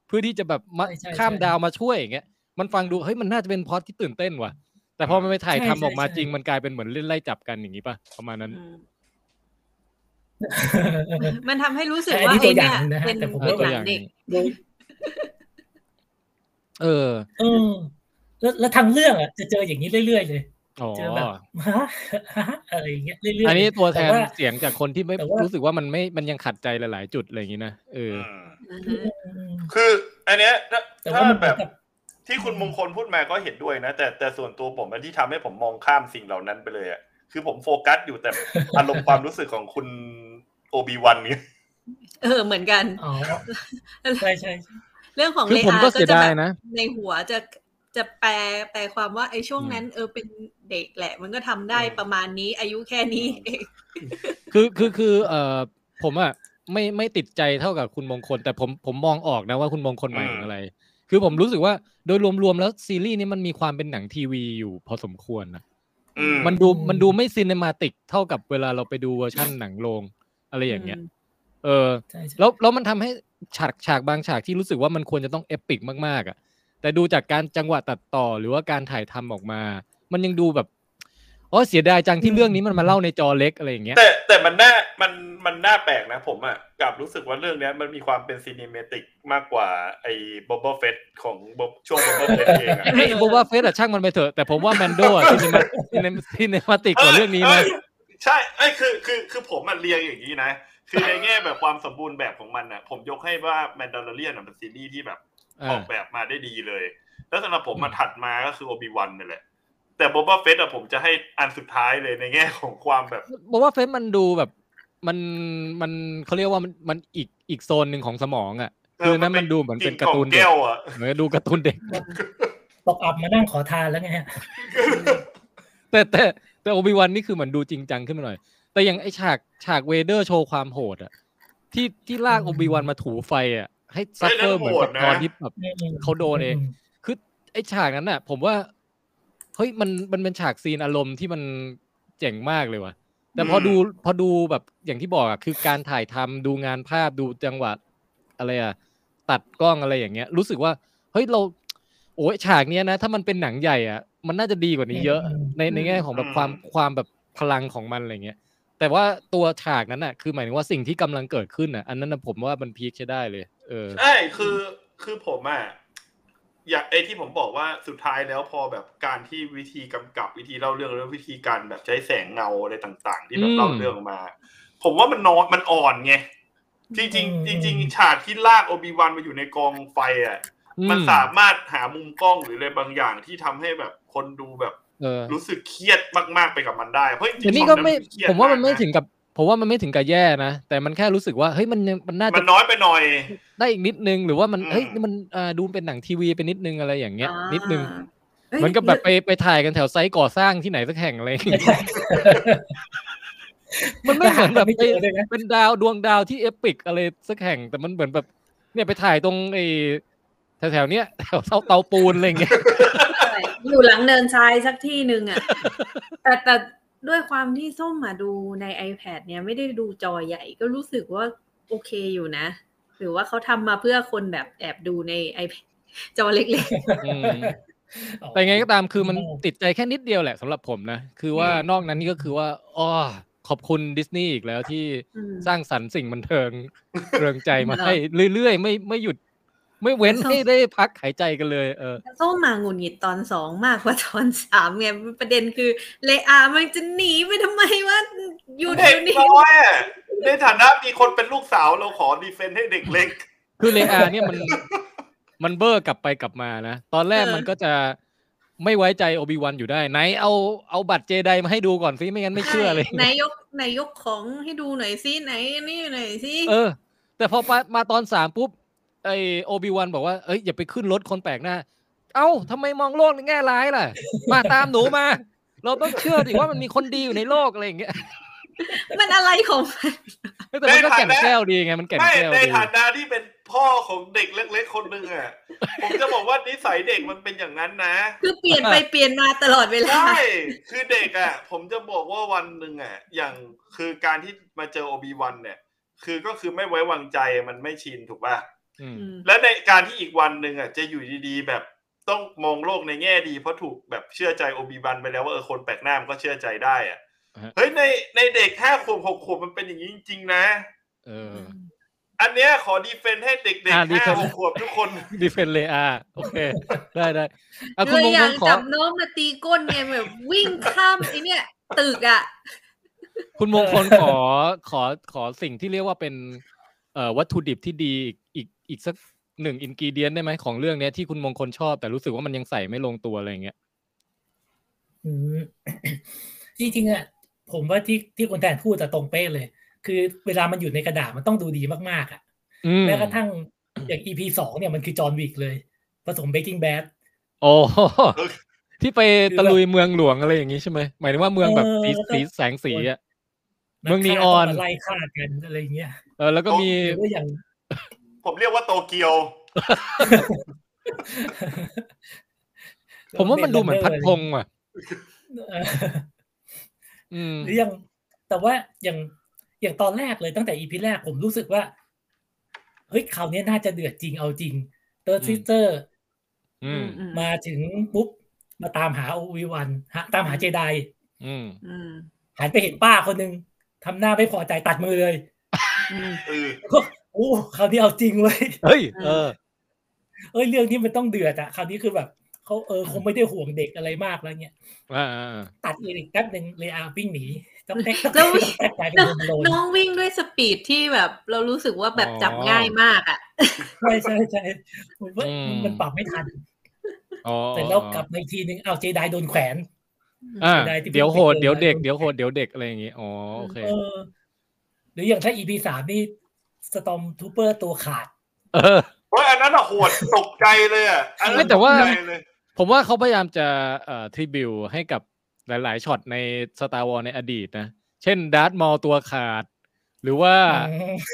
เพื่อที่จะแบบมาข้ามดาวมาช่วยอย่างเงี้ยมันฟังดูเฮ้ยมันน่าจะเป็นพล็อดที่ตื่นเต้นว่ะ แต่พอมันไปถ่ายทำออกมาจริงมันกลายเป็นเหมือนเล่นไล่จับกันอย่างนี้ป่ะประมาณนั้น
มันทำให้รู้สึก
แต่อัน
ว่า
นี้ตั
ไอ้
วอย่า
เนี่
ง
ย
นะฮะ
เป็น
แต่ผม
ป็
เป็น
ว่า
ตั
ห
ว
นั
อง ย่าง
เด็ก
เออ
เออแล้วแล้วทางเรื่องอ่ะจะเจออย่างนี้เรื่อยๆเลย
อ๋อ
เจอแบบฮะฮะอะไรอย่างเงี้ยเรื่อยๆ
อันนี้ตัวแทน
ต่า
เสียงจากคนที่ไม่
แต่ว่า
รู้สึกว่ามันไม่มันยังขัดใจหลาย ๆ จุดอะไรอย่างนี้นะเออ
คืออันเนี้ยถ้า
แต่ว่า
ถ้า
มันเหมื
แบ
อบ นกับ
ที่คุณมงคลพูดมาก็เห็นด้วยนะ แต่แต่ส่วนตัวผมอันที่ทำให้ผมมองข้ามสิ่งเหล่านั้นไปเลยอ่ะคือผมโฟกัสอยู่แต่ อารมณ์ความรู้สึกของคุณโอบีวันเนี่ย
เออเหมือนกัน
อ๋อใช่ใช่ใช่
เรื่องของ
คือ
เล
ผม
อา
ก็
ก็
เสีย
จะ
ดา
แบ
ย
บ
นะ
ในหัวจะจะแปลแปลความว่าไอ้ช่วงนั้น เออเป็นเด็กแหละ มันก็ทำได้ประมาณนี้ อายุแค่นี้เอง
คือคือคือเออผมอะไม่ไม่ติดใจเท่ากับคุณมงคล แต่ผมผมมองออกนะว่าคุณมงคลหมายถึงอะไร คือผมรู้สึกว่าโดยรวม ๆ แล้วซีรีส์นี้มันมีความเป็นหนังทีวีอยู่พอสมควรนะ
อืม
มันดู
อืม
มันดูไม่ซีเนมาติกเท่ากับเวลาเราไปดูเวอร์ชั่นหนังโรงอะไรอย่างเงี้ย เออ
ใช่ใช่
แล้วแล้วมันทำให้ฉากฉากบางฉากที่รู้สึกว่ามันควรจะต้องเอปิกมากๆ อ่ะ แต่ดูจากการจังหวะตัดต่อหรือว่าการถ่ายทำออกมา มันยังดูแบบอ๋อเสียดายจังที่เรื่องนี้มันมาเล่าในจอเล็กอะไร อย่างเงี้ย
แต่แต่มันน่ามันมันน่าแปลกนะผมอะกลับรู้สึกว่าเรื่องเนี้ยมันมีความเป็นซีนิเมติกมากกว่าไอ้บ๊อบเฟสของ Bob ช่วงบ๊อบเฟสเองอะ
ไอ้บอกว่าเฟสอะช่างมันไปเถอะ แต่ผมว่าแมนโดอะที่ในที่ในที่ใน มาติกกว่าเรื่องนี้นะ
ยใช่ไอ้ยคือคือคือผมมันเรียงอย่างนี้นะ คือในแง่แบบความสมบูรณ์แบบของมันอะผมยกให้ว่าแมนดาร์เรียนเป็นซีรีส์ที่แบบ ออกแบบมาได้ดีเลย แล้วสำหรับผมมาถัดมาก็คือโอบิวันนี่นแหละ แต่บ๊อบเฟสอะผมจะให้อันสุดท้ายเลยในแง่ของความแบบ
บอกว่าเฟสมันดูแบบ มันมันเขาเรียกว่ามันมันอีกอีกโซนหนึ่งของสมองอะ คือนั้นมันดูเหมือนเป็นการ์ตูน
ง
เด็
แก้
ก
วอ่ะ
เหมือนดูการ์ตูนเด็ก
ตกอับมานั่งขอทานแล้วไงฮะ
แต่แต่แต่โอบิวันนี่คือเหมือนดูจริงจังขึ้นมาหน่อย แต่อย่างไอฉากฉากเวเดอร์โชว์ความโหดอะที่ที่ลากโอบิวันมาถูไฟอะให้ซัฟเฟอร์เหมือนกับตอนที่แบบ
อืม
เขาโดนเอง คือไอฉากนั้นน่ะ ผมว่าเฮ้ยมันมันเป็นฉากซีนอารมณ์ที่มันเจ๋งมากเลยว่ะ แต่พอดูพอดูแบบอย่างที่บอกอะคือการถ่ายทำดูงานภาพดูจังหวะอะไรอะตัดกล้องอะไรอย่างเงี้ย รู้สึกว่าเฮ้ยเรา โอ้ยฉากเนี้ยนะ ถ้ามันเป็นหนังใหญ่อะมันน่าจะดีกว่านี้เยอะ ในในแง่ของแบบความความแบบพลังของมันอะไรเงี้ย แต่ว่าตัวฉากนั้นน่ะ คือหมายถึงว่าสิ่งที่กำลังเกิดขึ้นน่ะอันนั้นน่ะผมว่ามันพีคใช้ได้เลย เออ
ใช่คือคือผมอ่ะอยากไอ้ที่ผมบอกว่าสุดท้ายแล้วพอแบบการที่วิธีกำกับวิธีเล่าเรื่องแล้ววิธีการแบบใช้แสงเงาอะไรต่าง ๆ ที่แบ
อื
บ
ม
เล่าเรื่องออกมา ผมว่ามันนอนมันอ่อนไงจริงๆจริงๆฉากที่ลากโอบิวันมาอยู่ในกองไฟอ่ะ มันสามารถหามุมกล้องหรืออะไรบางอย่างที่ทำให้แบบคนดูแบบ
เออ
รู้สึกเครียดมากๆไปกับมันได้เพราะจริงๆ
แต่นี่ก็ไม่
ตอเครียด
ผมว่ามันไม่
กะ
ถึงกับผมว่ามันไม่ถึงกับแย่นะ แต่มันแค่รู้สึกว่าเฮ้ยมันยังมันน่า
มั
จะ
นน้อยไปหน่อย
ได้อีกนิดนึงหรือว่ามัน
อืม
เฮ้ยนี่มันอ่าดูเป็นหนังทีวีไปนิดนึงอะไรอย่างเงี้ย
อ่า
นิดนึง
เอ้ย
เหมันก็แบบไปไปถ่ายกันแถวไซต์ก่อสร้างที่ไหนสักแห่งอะไรอย่างเงี้ย มันไม่เหมือนแบบ
ไม่
ไป
เจอเลยนะ
เป็นดาวดวงดาวที่เอปิกอะไรสักแห่ง แต่มันเหมือนแบบ เนี่ยไปถ่ายตรงไอ้แถวๆเนี้ยแถวเสาเตาปูนอะไรอย่างเงี้ย
อยู่หลังเนินทรายสักที่หนึ่งอ่ะ แต่แต่ด้วยความที่ส้มมาดูใน iPad เนี่ยไม่ได้ดูจอใหญ่ก็รู้สึกว่าโอเคอยู่นะ หรือว่าเขาทำมาเพื่อคนแบบแอบดูใน iPad จอเล็ก
อืม แต่ไงก็ตามคือมันติดใจแค่นิดเดียวแหละสำหรับผมนะ คือว่านอกนั้นนี่ก็คือว่าอ๋อขอบคุณดิสนีย์อีกแล้วที่
ๆอืม
สร้างสรรค์สิ่งบันเทิ ง เริงใจมาให้เรื่อยๆ ไม่ไม่หยุด ไม่เว้น
แล้ว
ให้ได้พักหายใจกันเลย เออ
ส้มมาหงุดหงิดตอนสองมากกว่าตอนสามไงประเด็นคือเลอามันจะหนีไปทำไมวะอยู่
เด็
เดี๋
ก
ยวนี้
น้อยอะในฐานะมีคนเป็นลูกสาวเราขอดีเฟนต์ให้เด็กเล็ก
คือเลอาเนี่ย มันมันเบอร์กลับไปกลับมานะ ตอนแรกมันก็จะไม่ไว้ใจโอบิวันอยู่ได้ ไหนเอาเอาบัตรเจไดมาให้ดูก่อนสิไม่งั้นไม่เชื่อเลย
ไหนยกไหนยกของให้ดูหน่อยสิไหนนี่หน่อยสิ
เออ แต่พอมามาตอนสามปุ๊บไอโอบิวันบอกว่าเอ้ยอย่าไปขึ้นรถคนแปลกหน้า เอ้าทำไมมองโลกในแง่ร้ายล่ะ มาตามหนูมา เราต้องเชื่อดิว่ามันมีคนดีอยู่ในโลกอะไรอย่างเงี้ย
มันอะไรของมัน
แต่มันก็แก่นแก้วดีไงมันแก่น
ไม่
แก้ว
ใน
ดี
ฐานะที่เป็นพ่อของเด็กเล็กๆคนหนึ่งอ่ะ ผมจะบอกว่านิสัยเด็กมันเป็นอย่างนั้นนะ
คือเปลี่ยนไปเปลี่ยนมาตลอดเวลา
ใช่คือเด็กอ่ะ ผมจะบอกว่าวันหนึ่งอ่ะ อย่างคือการที่มาเจอโอบีวันเนี่ย คือก็คือไม่ไว้วางใจมันไม่ชินถูกป่ะ
อืม
อืม
และในการที่อีกวันหนึ่งอ่ะจะอยู่ดีๆ แบบต้องมองโลกในแง่ดี เพราะถูกแบบเชื่อใจโอบีบันไปแล้วว่าเออคนแปลกหน้ามันก็เชื่อใจได้อ่ะเฮ้ยในในเด็กห้าขวบหกขวบมันเป็นอย่างนี้จริงๆนะ
เออ
อันเนี้ยขอดีเฟนต์ให้เด็กๆ
อ่า
ห้า
defend
หกขวบทุกคน
ดีเฟนเลอาโอเค ได้ได้อ่ะ
เล
คุณ
ย
มง
อ
ค
ยาก
ลขอ
จับน้องมาตีก้นไงแบบวิ่งข้ามไอเนี่ย ตึกอ่ะ
คุณมงคลขอขอขอสิ่งที่เรียกว่าเป็นเอ่อวัตถุดิบที่ดีอีกอีกอีกสักหนึ่งอินกีเดียนได้ไหมของเรื่องเนี้ยที่คุณมงคลชอบ แต่รู้สึกว่ามันยังใส่ไม่ลงตัวอะไรอย่างเงี้ย
อืมจริงๆอ่ะผมว่าที่ที่คนแทนพูดจะตรงเป๊ะเลย คือเวลามันอยู่ในกระดาษมันต้องดูดีมากๆอ่ะ
อืม
แม้กระทั่งอย่าง EP สองเนี่ยมันคือจอห์นวิกเลย ผสมเบ k กิ้งแบด
โอ้โหที่ไปตะลุยเมืองหลวงอะไรอย่างงี้ใช่ไหมหมายถึงว่าเมืองแบบสี
เออแล้วก็
สีแสงสีอ่ะ
นั
เมืองนีออน
ฆ่าต้มาไล่ฆ่ากันอะไรอย่างเงี้ย
เออแล้วก็มี
หรือว่าอย่าง
ผมเรียกว่าโตเกียว
ผมว่ามันดูเหมือนพัดพงว่ะ
เออ
อืม
หรือยังแต่ว่าอย่างอย่างตอนแรกเลยตั้งแต่อีพีแรกผมรู้สึกว่า เฮ้ยคราวนี้น่าจะเดือดจริงเอาจริงเตอ
อื
ร์
ม
ซิสเตอร์
อืม
อืม
มาถึงปุ๊บ มาตามหาโอวิวันฮะตามหาเจได
อืม
อืม
หันไปเห็นป้าคนหนึ่งทำหน้าไม่พอใจตัดมือเลย
อืม
เออ
โอ้คราวนี้เอาจริงเว้ย
เฮ้ย
เอ
เอ
อ
อ
เอ้ยเรื่องนี้มันต้องเดือดอะคราวนี้คือแบบเขาเออคงไม่ได้ห่วงเด็กอะไรมากแล้วเนี่ย
อ่าอ่าอ่า
ตัดเลยอีกแป๊บหนึ่งเลยอาวิ่งหนี ต้องแตก
แล้
ต้
ว
อง
วิ่ง
แตกกลายเป็น
น้อง
คนโลน
น้องวิ่งด้วยสปีดที่แบบ เรารู้สึกว่าแบบจับง่ายมากอ่ะ
ใช่ใช่ใช่ผมว่ามันปรับไม่ทัน
อ๋อ
เสร็จแล้วกลับมาอีกทีนึงเอาวเจไดโดนแขวน
อ่า
ได้ที่
เดี๋ยวโหดเดี๋ยวเด็กเดี๋ยวโหดเดี๋ยวเด็กอะไรอย่างงี้อ๋อโอเค
เออ หรืออย่างถ้าอีพีสามนี่สตอมทูเปอร์ตัวขาด
เออ
เพราะอันนั้นอะโหดตกใจเลยอะอันนั้น
ไม่แต่ว่า
กใจเลย
ผมว่าเขาพยายามจะเอ่อทริบิวให้กับหลาย ๆ ช็อตใน Star Wars ในอดีตนะ เช่นดาร์ธมอลตัวขาด หรือว่า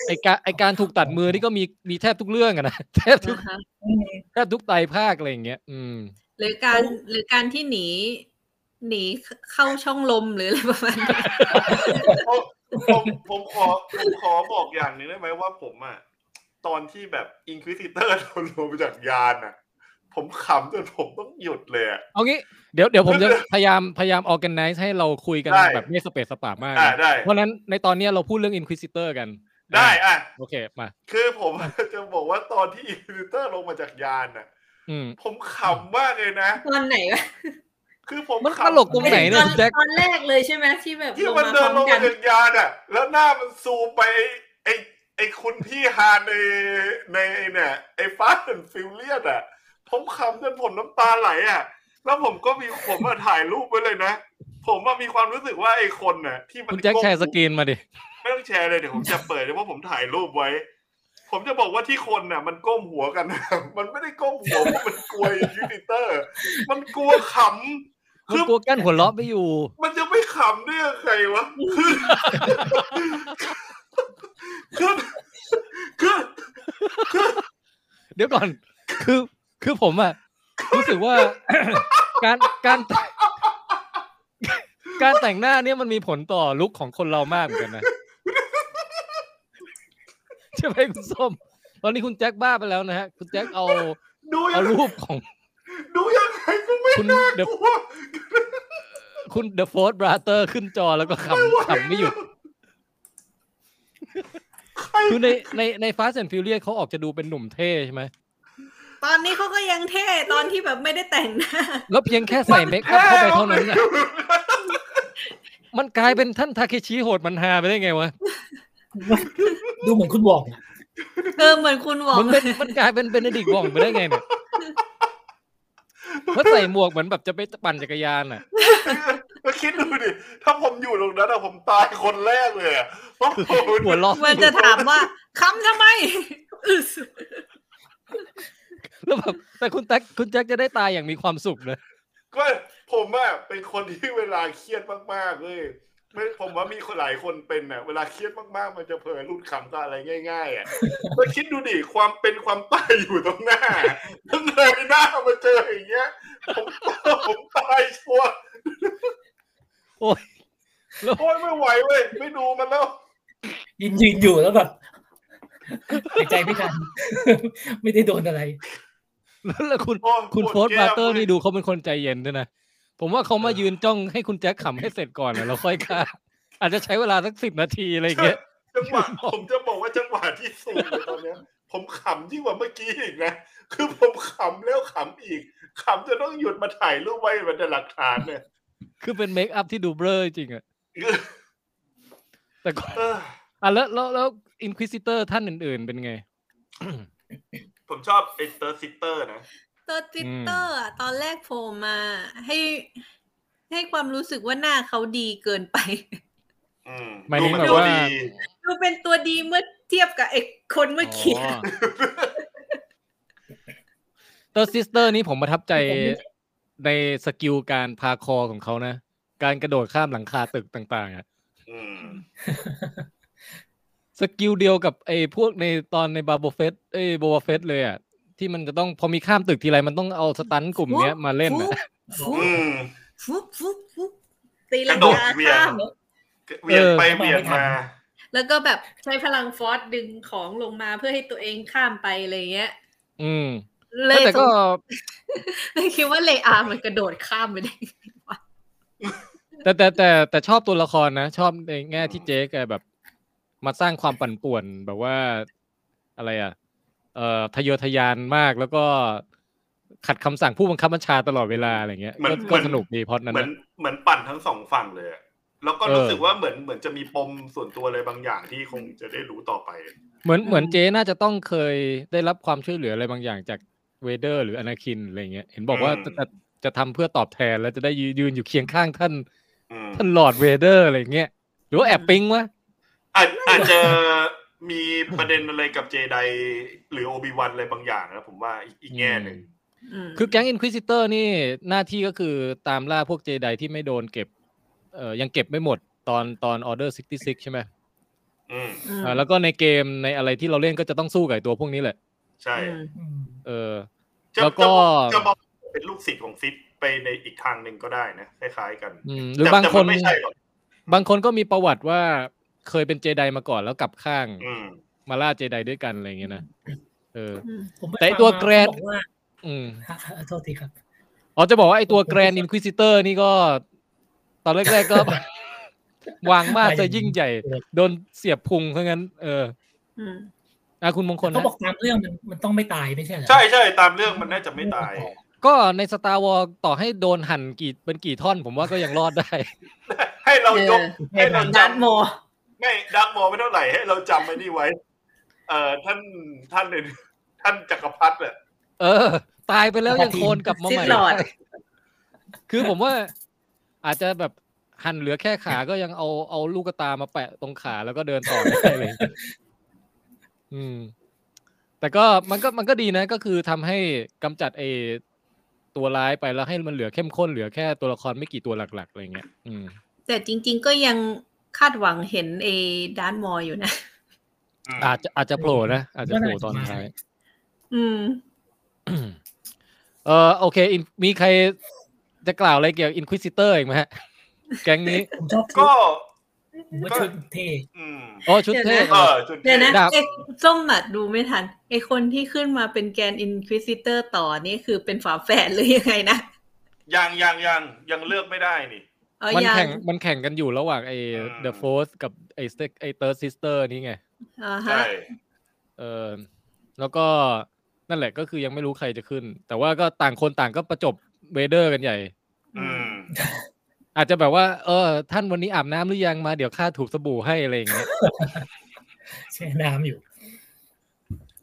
ไอการไอการถูกตัดมือนี่ก็มีมีแทบทุกเรื่องอะนะ แทบทุก
นะคะ
แทบทุกไตรภาคอะไรอย่างเงี้ย อืม
หรือการหรือการที่หนี หนีเข้าช่องลมหรืออะไรประมาณ นี้
ผมผมผมขอผมขอบอกอย่างหนึ่งได้ไหมว่าผมอะตอนที่แบบอินควิซิเตอร์โดนรวมจากยานอะผมขำจนผมต้องหยุดเลยอะ
เอางี้เดี๋ยวเดี๋ยวผมจะพยายามพยายามออแกไนซ์ให้เราคุยกัน
ได้
แบบไม่สเปซสปามาก
อ่า
นะ
ได้
เพราะฉะนั้นในตอนเนี้ยเราพูดเรื่อง Inquisitor กัน
ได้อ่ะ
โอเคมา
คือผม จะบอกว่าตอนที่อินควิซิเตอร์ลงมาจากยานอะ
อืม
ผมขำมากเลยนะ
ตอนไหนวะ
คือผม
มัน
ขำ
ตลกตรงไหนเนี่ย
ตอน
แจ็ค
ตอนแรกเลยใช่ไหมที่แบบ
ที่
ลง
มัน
มาพ
เดิ
ร้อน ม
ลง
กั
มาน จากยานอ่ะ แล้วหน้ามันซูมไปไอ้ไอ้ไอ้คุณพี่ฮานในในเนี่ยไอ้ฟาสต์นฟิลเลียดอ่ะ ผมขำจนผมน้ำตาไหลอ่ะ แล้วผมก็มีผมมาถ่ายรูปไว้เลยนะ ผมว่ามีความรู้สึกว่าไอ้คนน่ะ ที่มัน
คุณแจ็ค
ก้ม
แชร์สกรีนมาดิ
ไม่ต้องแชร์เลยเดี๋ยวผมจะเปิดเลยว่าผมถ่ายรูปไว้ ผมจะบอกว่าที่คนน่ะ มันก้มหัวกัน นะ มันไม่ได้ก้มหัวเพราะมันกลัวยูนิเตอร์ มันกลัวขำ
คุณ
คือ
กลัวกั้นหัวเราะไม่อยู่
มันจะไม่ขำได้ยังไงวะ คือ คือคือ
เดี๋ยวก่อน คือ คือผมอะรู้สึกว่า การ การ การแต่งหน้าเนี่ยมันมีผลต่อลุคของคนเรามากเหมือนกันนะ ใช่ไหมคุณส้ม ตอนนี้คุณแจ็คบ้าไปแล้วนะฮะ คุณแจ็คเอา
ดูยั
เอา
ง
รูปของ
ดูยังไงก็ไม่
คุณเด
ก
อะ
ลัว
คุณเดอะโฟร์บราเตอร์ขึ้นจอแล้วก็ขำขำไม่หยุด
ใคร
คือใน ใน ในฟาสแอนฟิวเลียเขาออกจะดูเป็นหนุ่มเท่ใช่ไหม
ตอนนี้เขาก็ยังเท่ตอนที่แบบไม่ได้แต่งหน้า
แล้วเพียงแค่ใส่เมค อัพเข้าไปเท่านั้นน่ะ
แพ้
มันกลายเป็นท่านทาเคชิโหดมันฮาไปได้ไงวะ
ดูเหมือนคุณบอกอะ
เออเหมือนคุณบอก
มันเป็นมันกลายเป็นเบนเดดิกต์ว่องไปได้ไงเนี่ยเพราะใส่หมวกเหมือนแบบจะไปปั่นจักรยานอ่ะ
แล้วคิดดูดิ ถ้าผมอยู่ตรงนั้นอะผมตายคนแรกเลยอะ เพราะผม
หัว ล้อ
มันจะถามว่าคำทำไม อึศ
แล้วแบบแต่คุณแจ็คคุณแจ็คจะได้ตายอย่างมีความสุขเลย
ก็ผมอะเป็นคนที่เวลาเครียดมากๆเลยไม่ผมว่ามีคนหลายคนเป็นอะเวลาเครียดมากๆ มันจะเผลอรุดขำกับอะไรง่ายๆอะ ก็คิดดูดิความเป็นความตายอยู่ตรงหน้าต้องเงยหน้ามาเจออย่างเงี้ย ผมผมตายชัวร์
แล้ว
โอ้ยไม่ไหวเว้ยไม่ดูมันแล้ว
ยืนยืนอยู่แล้วแบบหายใจไม่ทัน ไม่ได้โดนอะไร
แล้วแล้วคุณ
โอ้ย
คุณ
ปวด
โฟร์ด
แก้
บาว เตอร์นี่ดูเขาเป็นคนใจเย็นด้วยนะ ผมว่าเขามายืนจ้องให้คุณแจ็คขำให้เสร็จก่อนนะแล้วค่อยฆ่า อาจจะใช้เวลาสักสิบนาทีอะไรอย่างเงี้ย
จังหวะผมจะบอกว่าจังหวะที่สูงเลยตอนเนี้ย ผมขำยิ่งกว่าเมื่อกี้อีกนะคือผมขำแล้วขำอีกขำจนต้องหยุดมาถ่ายรูปไว้เป็นหลักฐานเนี่ย
คือเป็นเมคอัพที่ดูเบลอจริงๆอ่ ะแต่ก็
เออ
อ่ะแล้วแล้วแล้วอินควิซิเตอร์ท่านอื่น ๆ เป็นไง
ผมชอบไอ้เตอร์ซิเตอร์นะ
ตัวทวิตเตอร์อะตอนแรกโผล่มา ให้ ให้ความรู้สึกว่าหน้าเขาดีเกินไป
อืม
หมายถึงแบบ
ดู
ว่า
ดี
ดูเป็นตัวดีเมื่อเทียบกับไอ้คนเมื่อกี้
อ๋อเตอร์ซิสเตอร์นี่ผมประทับใจในสกิลการพาคอของเขานะ การกระโดดข้ามหลังคาตึกต่างๆอะ
อืม
สกิลเดียวกับไอ้พวกในตอนในบาโบเฟสเอ้โบวเฟสเลยอ่ะ ที่มันจะต้องพอมีข้ามตึกทีไรมันต้องเอาสตันกลุ่มเนี้ยมาเล่น
ฟุ
อะ
บฟุบ
อืม
ฟุบฟุบฟุบตีลัง
กระโดด
กา
เวียน
ข้าม
เวียนไปเวียนมา
แล้วก็แบบใช้พลังฟอร์สดึงของลงมาเพื่อให้ตัวเองข้ามไปอะไรเงี้ย
อืม
เล
เอ้ย
ย
แต่ก็
เลยคิดว่าเลอามันกระโดดข้ามไปได้
แต่แต่แต่แต่ชอบตัวละครนะ ชอบในแง่ที่เจ๊แกแบบ มาสร้างความปั่นป่วนแบบว่าอะไรอ่ะ เอ่อทะเยอทะยานมากแล้วก็ขัดคำสั่งผู้บังคับบัญชาตลอดเวลาอะไรเงี้ย
เหมือน
ก็
เหมื
ก็
อน
สนุกดีพล็อดนั้น
เหมือน
นะ
เหมือนปั่นทั้งสองฝั่งเลยอะแล้วก็
เออ
รู้สึกว่าเหมือนเหมือนจะมีปมส่วนตัวอะไรบางอย่างที่คงจะได้รู้ต่อไป
เหมือนเหมือนเจ๊น่าจะต้องเคยได้รับความช่วยเหลืออะไรบางอย่างจากเวเดอร์ หรืออนาคินอะไรเงี้ยเห็นบอกว่า
อืม
จะจะจะทำเพื่อตอบแทนแล้วจะได้ยืนอยู่เคียงข้างท่าน
อืม
ท่านลอร์ดเวเดอร์อะไรเงี้ยหรือว่าแอบปิ๊งวะ
อาจอาจจะ มีประเด็นอะไรกับเจไดหรือโอบิวันอะไรบางอย่างนะผมว่าอีกอีกแง่หนึ่ง
อืม
คือแก๊งอินควิ i ิเตอร์นี่หน้าที่ก็คือตามล่าพวกเจไดที่ไม่โดนเก็บเอ่อยังเก็บไม่หมดตอนตอนออเดอร์66 ใช่ไหม
อืม
อืม
อ่าแล้วก็ในเกมในอะไรที่เราเล่นก็จะต้องสู้กับไอ้ตัวพวกนี้แหละ
ใช่
อืม
อืม
เออ
จะ
แล้วก็
จะบอกจะบอกเป็นลูกศิษย์ของซิดไปในอีกทางหนึ่งก็ได้นะคล้ายๆกัน
อืมหรือ
แต่
บาง
แต่
ค
มัน ไม่ใช่หรอก
บางคนก็มีประวัติว่าเคยเป็นเจไดมาก่อนแล้วกลับข้าง
อืม
มาล่าเจไดด้วยกันอะไรอย่างเงี้ยนะเออ
ผมไป
แต่ไอ้ตัว
ฟังมา
แกรน
เขาบอกว่า
อืม
ฮะฮะโทษทีครับ
อ๋อจะบอกว่าไอตัวแกรนอินควิ i ิเตอร์นี่ก็ ตอนแรกๆก็ วางมากจะยิ่งใหญ่ โดนเสียบพุงเพราะงั้น เออ
อืม
อ่ะคุณมงคล
เขา
นะ
บอกตามเรื่องมันมันต้องไม่ตายไม่ใช่เหรอ
ใช่ใช่ตามเรื่องมันน่าจะไม่ตาย
ก็ในสตาร์วอลต่อให้โดนหั่นกี่เป็นกี่ท่อน ผมว่าก็ยังรอดได้
ให้เรายก
เออ
ให้เรา
ดัด
จำ
โม
ไม่ดักมอไม่เท่าไหร่ให้เราจำไว้นี่ไว้ เอ่อท่านท่านหนึ่งท่านจักรพรรดิอะ
เออ ตายไปแล้วยังโคลนกลับมาใหม่
ซิดหลอด
คือผมว่า อาจจะแบบหั่นเหลือแค่ขาก็ยังเอาเอาลูกกระตามาแปะตรงขาแล้วก็เดินต่อได้เลย อืม แต่ก็มันก็มันก็ดีนะก็คือทำให้กำจัดไอตัวร้ายไปแล้วให้มันเหลือเข้มข้นเหลือแค่ตัวละครไม่กี่ตัวหลักๆอะไรเงี้ยอืม
แต่จริง ๆ ก็ยังคาดหวังเห็นเอดันมออยู่นะ
อืม
อาจจะอาจจะโผล่นะอาจจะโผล่ตอนท้าย
อืม
เออโอเค in- มีใครจะกล่าวอะไรเกี่ยวกับอินควิ i ิเตอร์อีกไหม ฮะ แก๊งนี้
ผมชอบชุด
ก็
ผมว่าชุดเท่
อืม
อ๋อชุดเทพ
เดี๋ยวนะ
เอ
เหร
เดี๋ยวนะ
อดา
อจุด
บ
เอ็กส้มหมัดดูไม่ทันไอคนที่ขึ้นมาเป็นแกนอินควิซิเตอร์ต่อนี่คือเป็นฝาแฝดหรือยังไงนะ
ยังยังยังยังเลือกไม่ได้นี่
เอ๋อ
มัน
ยัง
แข่งมันแข่งกันอยู่ระหว่างไอ้
อืม
The Force กับไอ้ Stack- ไอ้ Third Sister นี่ไง
อ่าฮะ
ใช่
เออแล้วก็นั่นแหละก็คือยังไม่รู้ใครจะขึ้น แต่ว่าก็ต่างคนต่างก็ประจบเวเดอร์กันใหญ่
อืม
อาจจะแบบว่า เออ ท่านวันนี้อาบน้ำหรือยังมาเดี๋ยวข้าถูกสบู่ให้อะไรอย่างเงี้ย
แช่น้ำอยู่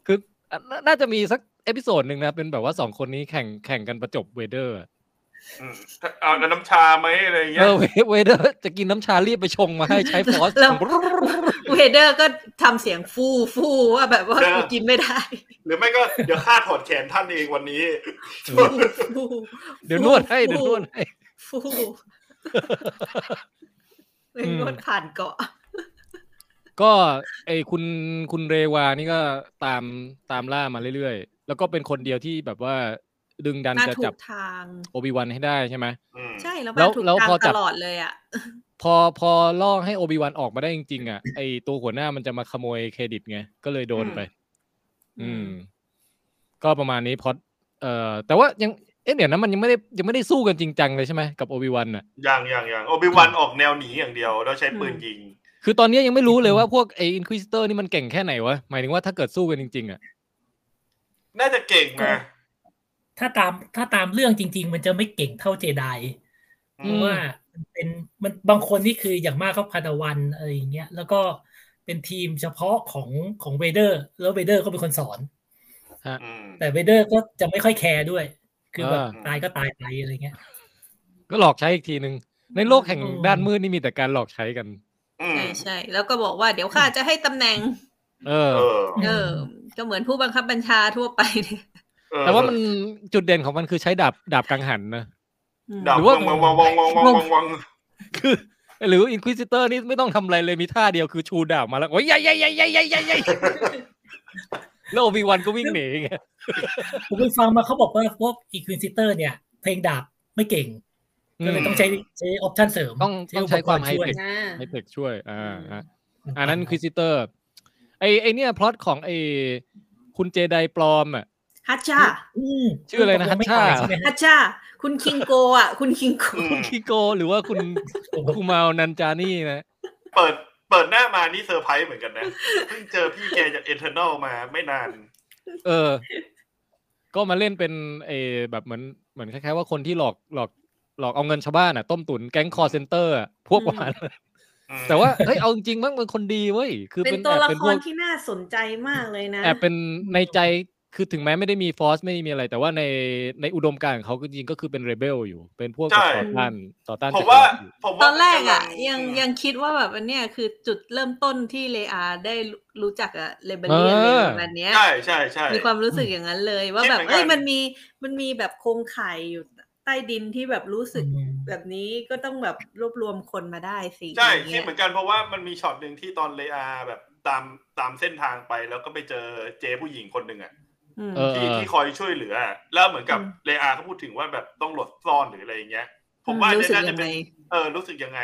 คืออ่ะน่าน่าจะมีสักเอพิโซดหนึ่งนะ เป็นแบบว่าสองคนนี้แข่งแข่งกันประจบเวเดอร์อะ
อืมเอาน้ำชาไหมอะไรอย่าง เงี้
เอย อเวเวเดอร์จะกินน้ำชารีบไปชงมาให้ใช้ฟอส
แล้วเวเดอร์ก็ทำเสียงฟู่ฟู่ว่าแบบว่ากูกินไม่ได้
หรือไม่ก็เดี๋ยวข้าถอดแขนท่านเองวันนี้
ฟู่
เดี๋ยวนวดให้เดี๋ยวนวดให้
ฟู่เป็นนวดผ่านเกาะ
ก็ไอคุณคุณเรวานี่ก็ตามตามล่ามาเรื่อยๆ แล้วก็เป็นคนเดียวที่แบบว่าดึงดัน
มา
จะ
ถู
จับ
กทาง
โอบิวันให้ได้ใช่ไหม
อืม
ใช่แล้ว
แล้
มาว ถูก
แล้ว
ทาง
พอจั
ต
บ
ลอดเลยอ่ะ
พอพอล่อให้โอบิวันออกมาได้จริงๆอ่ะไอตัวหัวหน้ามันจะมาขโมยเครดิตไงก็เลยโดนไป
อื
อื
ม
ม ก็ประมาณนี้พอเอ่อแต่ว่ายังเอ๊ะเดี๋ยวนะมันยังไม่ได้ยังไม่ได้สู้กันจริงจังเลยใช่ไหมกับโอบิวันอ่ะ
ยังยังยังโอบิวันออกแนวหนีอย่างเดียว แล้วใช้ปืนยิง
คือตอนนี้ยังไม่รู้เลยว่าพวกไออินควิสเตอร์นี่มันเก่งแค่ไหนวะหมายถึงว่าถ้าเกิดสู้กันจริงๆอ่ะ
น่าจะเก่งนะ
ถ้าตามถ้าตามเรื่องจริง ๆ มันจะไม่เก่งเท่าเจได
อื
เพ
ม
ราะว่ามันเป็นมันบางคนนี่คืออย่างมากก็พาดาวันอะไรอย่างเงี้ยแล้วก็เป็นทีมเฉพาะของของเวเดอร์ แล้วเวเดอร์ก็เป็นคนสอน
อืม
แต่เวเดอร์ก็จะไม่ค่อยแคร์ด้วย คือแบบ
อ่า
ตายก็ตายไปอะไรเงี้ย
ก็หลอกใช้อีกทีหนึ่งในโลกแห่ง
อืม
ด้านมืดนี่มีแต่การหลอกใช้กัน
อืม
ใช่ใช่แล้วก็บอกว่าเดี๋ยวข้าจะให้ตำแหน่ง
เออ
เออ
เออ ก็เหมือนผู้บังคับบัญชาทั่วไปเนี่ย
เออ
แต่ว่ามันจุดเด่นของมันคือใช้ดาบดาบกังหันนะ
อืม
ดับ
หรือ
วั
ว่า
งวังวังวังวังวังวังวัง
คือ หรืออินควิ i ิเตอร์นี่ไม่ต้องทำอะไรเลยมีท่าเดียวคือชูดาบมาแล้วโอ้ยใหญ่ใหญ่ใหญ่ใหญ่ใหญ่ใหญ่ใหญ่แล้วมีวันก็วิ่งหนีไง
ผมไปฟังมาเขาบอกว่าพวกอีควินซิเตอร์เนี่ย เพลงดาบไม่เก่งก็เลยต้องใช้ใช้ออปชันเสริม
ต้องต้องใช้ความไฮ
ช่วย
เทค
อ่า
ไฮเทคช่วย อ่า
อืม
อ่ะอันนั้นควิ i ิเตอร์ไอไอเนี่ยพล็อตของไอคุณเจไดปลอมอ่ะ
ฮัชชา
อืม
ชื่ออะไรนะ
ยั
ฮัช
ม่
ชา
ตยใช่ไหมฮะ
ฮัชชาคุณคิงโกอ่ะ คุณคิงโก
อืม
คิโกหรือว่าคุณคุมาวนันจานี่นะ
เปิดเปิดหน้ามานี่เซอร์ไพรส์เหมือนกันนะเพิ่งเจอพี่แกจากเอเทอร์นอลมาไม่นาน
เออ ก็มาเล่นเป็นเออแบบเหมือนเหมือนคล้ายๆว่าคนที่หลอกหลอกหลอกเอาเงินชาวบ้านอ่ะ ต้มตุ๋นแก๊งคอเซนเตอร์พวก
อืม
หวาน
อืม
แต่ว่าเฮ้ยเอาจริงๆมั้งเป็นคนดีเว้ย คือ
เป็น
เป็น
ตัว
แอบ
ละ
เป็น
ค
พว
ร
ก
ที่น่าสนใจมากเลยนะ
แอบเป็นในใจ คือถึงแม้ไม่ได้มีฟอสไม่ได้มีอะไร แต่ว่าในในอุดมการณ์ของเขาก็จริงๆก็คือเป็นเรเบลอยู่ เป็นพวก
ใช่
ต่อต้านต่อต้าน
ผมว่า
จักรวรรดิอยู่
ผม
ต
ว่า
อนแรกอ่ะ
ำลั
ยังยังคิดว่าแบบอันเนี้ยคือจุดเริ่มต้นที่เลอาได้รู้จักอะเลเบล
เออ
เลีย
อ
นอะไรประมาณเนี้ย
ใช่ใช่ใช่
มีความรู้สึกอย่างนั้นเลย ว่า
คิด
แบบ
เหมือนกัน
เอ้ยมันมีมันมีแบบโครงข่ายอยู่ใต้ดินที่แบบรู้สึก
อืม
แบบนี้ก็ต้องแบบรวบรวมคนมาได้สิ
ใช่
อย่า
คิด
งเงี้ย
เหมือนกันเพราะว่ามันมีช็อตหนึ่งที่ตอนเลอาแบบตามตามเส้นทางไปแล้วก็ไปเจอเจผู้หญิงคนหนึ่งอ่ะ
อืม
เออ
ที่ที่คอยช่วยเหลืออะแล้วเหมือนกับ
อืม
เลอาเขาพูดถึงว่าแบบต้องหลบซ่อนหรืออะไรอย่างเงี้ย ผมว่า
รู้สึก
น่า
ยั
จะ
ง
เป็
ไง
น เออรู้สึกยังไง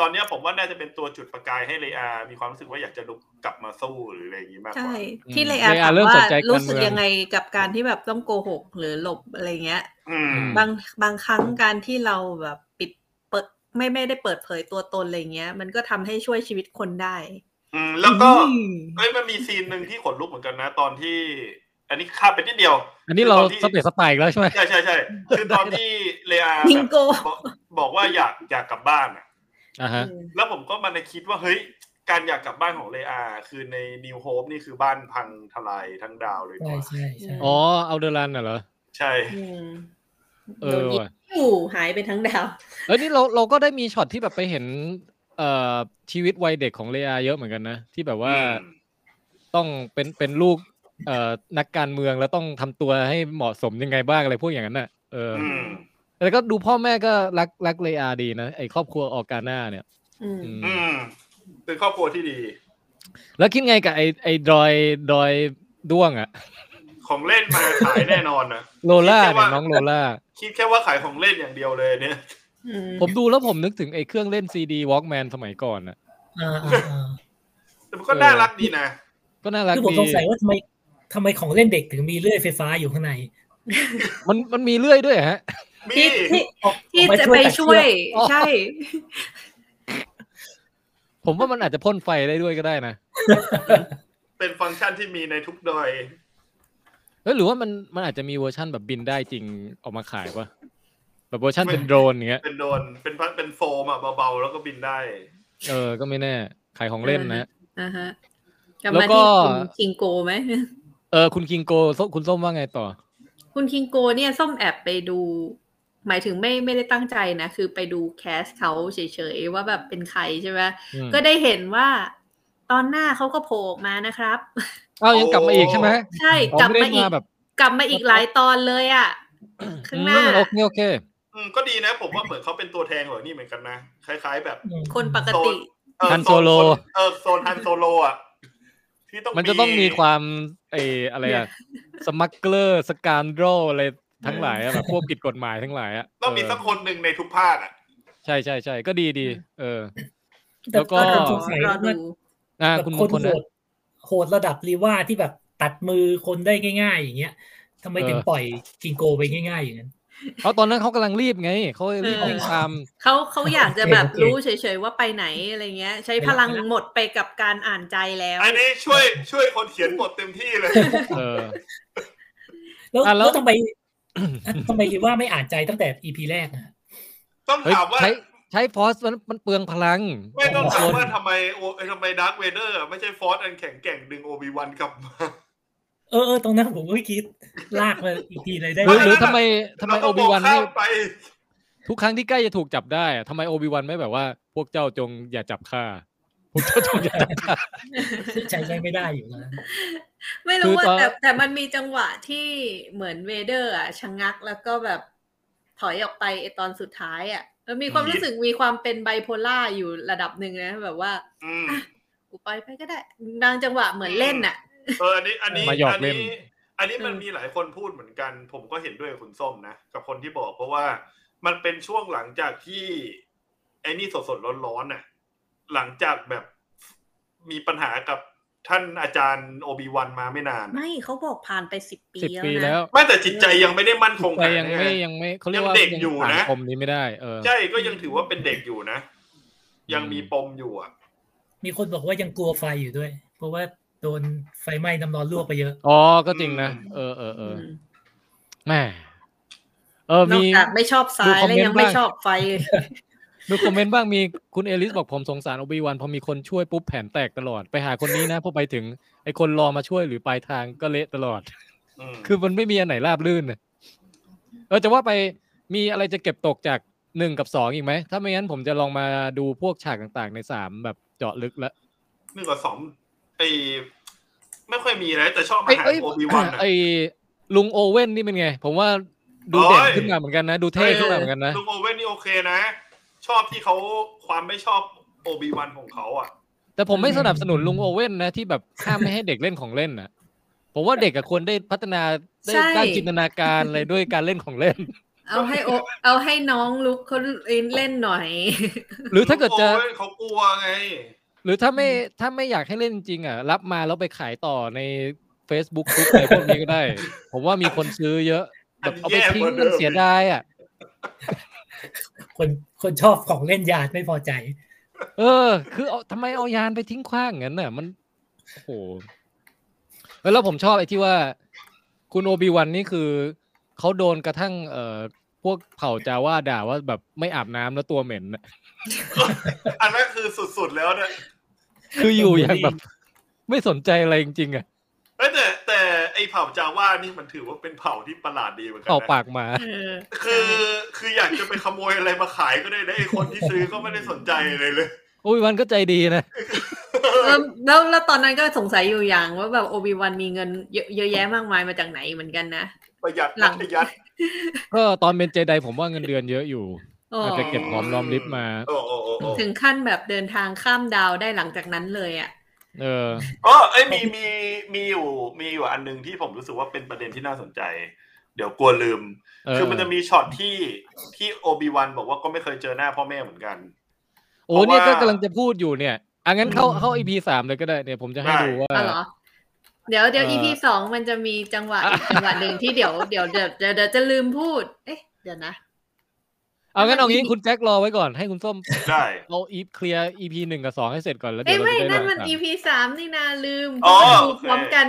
ตอนเนี้ยผมว่าน่าจะเป็นตัวจุดประกายให้เลอา มีความรู้สึกว่าอยากจะลุกกลับมาสู้หรืออะไรอย่างนี้มากก
ใช่
ว่า
ที่
อืม
เลอา
เลอา
ถาม
เริ่มส
ว่าน
ใจการ
รู้สึก
เมือง
ยังไงกับการที่แบบต้องโกหกหรือหลบอะไรเงี้ย
อืม
อืม
บางบางครั้งการที่เราแบบปิดเปิดไม่ไม่ได้เปิดเผยตัวตนอะไรเงี้ย มันก็ทำให้ช่วยชีวิตคนได้
อืม แล้วก็
อืม
เอ้ยมันมีซีนหนึ่งที่ขนลุกเหมือนกันนะ ตอนที่ อันนี้ข้ามไปนิดเดียว
อันนี้เรา
คือตอนที่
สเปซสไตล์อีกแล้วใช่ไหม
ใช่ใช่ใช่คือตอนที่เลอา
บิง
แบบ
โก
บอกบอกว่าอยากอยากกลับบ้านอ่ะ
อ่าฮะ
แล้วผมก็มาในคิดว่าเฮ้ย การอยากกลับบ้านของเลอา คือในนิวโฮปนี่คือบ้านพังทลายทั้งดาวเลยดีก
ใช่
ว่า
ใช่ใช่
อ๋อ เอาเดอรันน่ะเหรอ
ใช่
อืม
เอ
โด
อน
ยิง
ว่ะ
อยู่หายไปทั้งดาว
เอ้ยนี่เราเราก็ได้มีช็อตที่แบบไปเห็น เอ่อชีวิตวัยเด็กของเลอาเยอะเหมือนกันนะ ที่แบบว่า
อืม
ต้องเป็นเป็นลูก เอ่อนักการเมืองแล้วต้องทำตัวให้เหมาะสมยังไงบ้างอะไรพวกอย่างนั้นน่ะเอออ
อืม
แล้วก็ดูพ่อแม่ก็รักรักเลอาดีนะไอครอบครัวออกาน่าเนี่ย
อืม
อืม
อืมเป็นครอบครัวที่ดี
แล้วคิดไงกับไอไอดรอยดรอยด้วงอะ
ของเล่นมาขายแน่นอนนะ
โลล่า
คิดแค่
เนี่ย
ว่า
น้องโลล่า
คิดแค่ว่าขายของเล่นอย่างเดียวเลยเนี่ย
อืม
ผมดูแล้วผมนึกถึงไอเครื่องเล่นซีดีวอล์กแมนสมัยก่อนน่ะ
อ่าอ่าอ่า
แต่มันก็น่ารักดีนะ
ก็น่ารัก
คือผม
ดี
สงสัยว่าทำไมทำไมของเล่นเด็กถึงมีเลื่อยไฟฟ้าอยู่ข้างใน
มันมันมีเลื่อยด้วยเหรอฮะ
มี
ที่ที่
เอา
ที่
เอาว้
จะไป
ตัดเชื
ช่วย
อก
อ๋อ
ใช่
ผมว่ามันอาจจะพ่นไฟได้ด้วยก็ได้นะ
เป็นฟังก์ชันที่มีในทุกดอย
เอ้ยหรือว่ามันมันอาจจะมีเวอร์ชั่นแบบบินได้จริงออกมาขายปะแบบเวอร์ชัน
ไม่
เป็นโดรนอย่างเงี้ย
เป็นโดน เป็นพัดเป็นโฟมอ่ะเบาๆ แล้วก็บินได้
เออก็ไม่แน่ ขายของเล่นนะ
อ่าฮะกลับ
แล้ว
มา
ก็
ที่คุณคิงโกไหม
เออคุณคิงโกส้มคุณส้มว่าไงต่อ
คุณคิงโกเนี่ยส้มแอบไปดู หมายถึงไม่ไม่ได้ตั้งใจนะ คือไปดูแคสเขาเฉยๆ ว่าแบบเป็นใครใช่ไหม
อืม
ก็ได้เห็นว่าตอนหน้าเขาก็โผล่ออกมานะครับ
อ้าวยังกลับมาอีกใช่ไหม
ใช่
อ๋อก
ลับ
ไม่
มา
ได้
อีก
มาแบบ
กลับมาอีกหลายตอนเลยอ่ะ ข้างหน้า
อืมโอเคโอเค
อืมก็ดีนะ ผมว่าเหมือนเขาเป็นตัวแทนของนี่เหมือนกันนะ คล้ายๆ แบบ
อืม
คนปกติ
เออ
Han
โซน
Solo
เออโซนฮันโซโลอ่ะที่ต้อง
มันจะต้องมีความไออะไรอะสมักเกอร์สการโดอะไรทั้งหลายอะแบบพวกผิดกฎหมายทั้งหลายอะ
ต้องมี
เออ
สักคนหนึ่งในทุกภาคอ่ะ
ใช่ใช่ใช่ก็ดีดีเออ
แต่
แล้วก็
ก็
รอ
สงสัย
รอ
ว่า
ดู
อ่า
แบบ
คุณม
ค
ง
น
คล
โห
นะ
ดโหดระดับรีว่าที่แบบตัดมือคนได้ง่าย ๆ อย่างเงี้ยทำไม
เออ
ถึงปล่อยกิงโกไปง่าย ๆ อย่างนั้น
เอาตอนนั้นเขากำลังรีบไงเขารีบวิ่งตาม
เขาเขาอยากจะแบบ
โอเค
รู้เฉยๆว่าไปไหนอะไรเงี้ย ใช้พลังหมดไปกับการอ่านใจแล้ว
อันนี้ช่วยช่วยคนเขียนบทเต็มที่เลย
เออ
แล้ว
อ่ะแล้ว
แล้วทำไมทำไมรีว่าไม่อ่านใจตั้งแต่ EP แรกนะ
ต้อง
เฮ้ย
ถามว่า
ใช้ใช้ฟอสมันมันเปลืองพลัง
ไม่ต้องถามว่า
โ
ทำไมโอเอ้ยทำไมดาร์คเวเดอร์ไม่ใช่ฟอร์สอันแข็งแกร่งดึงโอบิวันกลับมา
เออเออตรงนั้นผมก็คิดลากมาอีกทีเลยได้
ห
ไห
รื
ม
อหรือ
ไม่ต้อง
ทำไมทำไมโอ
เราก็
บิวัน
มอง
ไม่
ข้ามไป
ทุกครั้งที่ใกล้จะถูกจับได้อะทำไมโอบิวันไม่แบบว่า พวกเจ้าจงอย่าจับข้าพวกเจ้าจงอย่าจับข้า
ใช้ไม่ได้อยู่นะ
ไม่รู้
คื
ว่า
อตอน
แต่แต่มันมีจังหวะที่เหมือนเวเดอร์อะชะงักแล้วก็แบบถอยออกไปไอตอนสุดท้ายอะแล้วมีความ
อืม
รู้สึกมีความเป็นไบโพล่าอยู่ระดับหนึ่งนะ แบบว่า
อืม
กูไปไปก็ได้บางจังหวะเหมือนเล่นอะ
เอออันนี้อันนี้
มาหยอก
อัน
เล่น
นี้อันนี้มันมีหลายคนพูดเหมือนกัน ผมก็เห็นด้วยกับคุณส้มนะ กับคนที่บอกเพราะว่ามันเป็นช่วงหลังจากที่ ไอ้นี่สดๆร้อนๆน่ะ หลังจากแบบมีปัญหากับท่านอาจารย์โอบิวันมาไม่นาน
ไม่เขาบอกผ่านไปสิบปี
สิบ
แล้ว
ปี
นะ
แล้ว
ไม่แต่จิตใจยังไม่ได้มั่นคง
แต่
ข
ยั
นาด
ง
นั้น
ไม่
นะ
ยังไม่เขาเรียกว่า
ยังเด็กอยู่
ผ่า
นะ
คมนี้ไม่ได้ เออ
ใช่ก็ยังถือว่าเป็นเด็กอยู่นะ ยังมีปมอยู่อ่ะ
มีคนบอกว่ายังกลัวไฟอยู่ด้วย เพราะว่าโดนไฟไหม้น้ำร้อนลวกไปเยอะ
อ๋อก็จริงนะเออเออเออ
ม
แหม่เออน
อ
มี
กจากไม่ชอบซ้า
ดู
ย
คอมเมนต์
แล้วยังไม่
บ้าง
ชอบไฟ
ดูคอมเมนต์บ้างมีคุณเอลิสบอกผมสงสารโอบิวันพอมีคนช่วยปุ๊บแผนแตกตลอดไปหาคนนี้นะพอไปถึงไอคนรอมาช่วยหรือปลายทางก็เละตลอด
ม
คือมันไม่มีอันไหนราบลื่นเลยเออจะว่าไปมีอะไรจะเก็บตกจากหนึ่งกับสองอีกไหม ถ้าไม่งั้นผมจะลองมาดูพวกฉากต่างๆ ในสามแบบเจาะลึกละ
หนึ่งกับสองไอไม่ค่อยมีเลยแต่ชอบมา
ไอ้
หา
ไอ้ย
โอบิวันอะ
ไอ้ลุงโอเว่นนี่เป็นไง ผมว่าดู
โอ้ย
เด่นขึ้นมาเหมือนกันนะ ดูเท่ขึ้นมาเหมือนกันนะ
ลุงโอเว่นนี่โอเคนะ ชอบที่เขาความไม่ชอบโอบิวันของเขาอ่ะ
แต่ผมไม่สนับสนุนลุงโอเว่นนะที่แบบห้ามไม่ให้เด็กเล่นของเล่นนะผมว่าเด็กกับควรได้พัฒนาได้
ใช่
ด้านจินตนาการอะไรด้วยการเล่นของเล่น
เอาให้โอเอาให้น้องลุกเขาเล่นหน่อย
หรือถ้าเกิดจะ
โอ้ยเขากลัวไง
หรือถ้าไม่ถ้าไม่อยากให้เล่นจริงๆอ่ะ รับมาแล้วไปขายต่อใน Facebook กรุ๊ปอะไรพวกนี้ก็ ได้ ผมว่ามีคนซื้อเยอะแบบเอาไปทิ้ง
อันแย่กว่าเดิ
มัน
ม
เสียดายอ่ะ
คนคนชอบของเล่นยาดไม่พอใจ
เออ คือเอาทำไมเอายานไปทิ้งขว้างงั้นน่ะ มันโอ้โหแล้วแล้วผมชอบไอ้ที่ว่า คุณโอบิวันนี่คือเขาโดนกระทั่ง เอ่อพวกเผ่าจาว่าด่าว่าแบบไม่อาบน้ำแล้วตัวเหม็นน่ะ
อันนั้นคือสุดๆแล้วเนี่ย
คืออยู่อย่างแบบ ไม่สนใจอะไรจริงๆอ่ะ
เอ้ยแต่แต่ไอเผ่าจาว่านี่มันถือว่าเป็นเผ่าที่ประหลาดดีเหมือน
เป่า
กัะ
ปากหมา
เออ
คือคืออยากจะไปขโมยอะไรมาขายก็ได้นะไอคนที่ซื้อก็ไม่ได้สนใจอะไรเลย
โอบิวันก็ใจดีนะ
เออแล้วแล้วตอนนั้นก็สงสัยอยู่อย่างว่าแบบโอบิวันมีเงินเยอะเยอะแยะมากมายมาจากไหนเหมือนกันนะ
ประหยัด
หลัง
ประหยัด
ก็ตอนเป็นเจไดผมว่าเงินเดือนเยอะอยู่
อ๋อ
อาจจะเก็บหอมรอมริบมา
โอ้โอ้โอ้โอ้
ถึงขั้นแบบเดินทางข้ามดาวได้หลังจากนั้นเลยอ่ะ
เออ
อ๋อไอยมีมีมีอยู่มีอยู่อันหนึงที่ผมรู้สึกว่าเป็นประเด็นที่น่าสนใจ เดี๋ยวกลัวลืม
เออ
คือมันจะมีช็อตที่ที่โอบิวันบอกว่าก็ไม่เคยเจอหน้าพ่อแม่เหมือนกัน
โอ้
เพราะ
เนี่ยก็
ว่า
กำลังจะพูดอยู่เนี่ยอ่ะงั้นเข้าเข้า EP สามเลยก็ได้เนี่ยผมจะให้ดูว่า
อ๋อเหรอ เดี๋ยวเดี๋ยว
เอ่อ
EP สองมันจะมีจังหวะอีกจังหวะหนึ่งที่เดี๋ยวเดี๋ยวเดี๋ยวเดี๋ยวเดี๋ยวจะลืมพูด เอ๊ะ เดี๋ยวนะ
เอางั้นเอางี้คุณแจ็ครอไว้ก่อนให้คุณส้ม
ได้
เอาอีฟเคลียร์ EP หนึ่งกับสองให้เสร็จก่อนแล้วเดี๋
เอ้
ย
ยวไม่
เราจะได้
นั่นมัน
ลองตาม
EP สามนี่นาลืม
อ๋อ
เพราะมันดู
โอเค
พร้อมกัน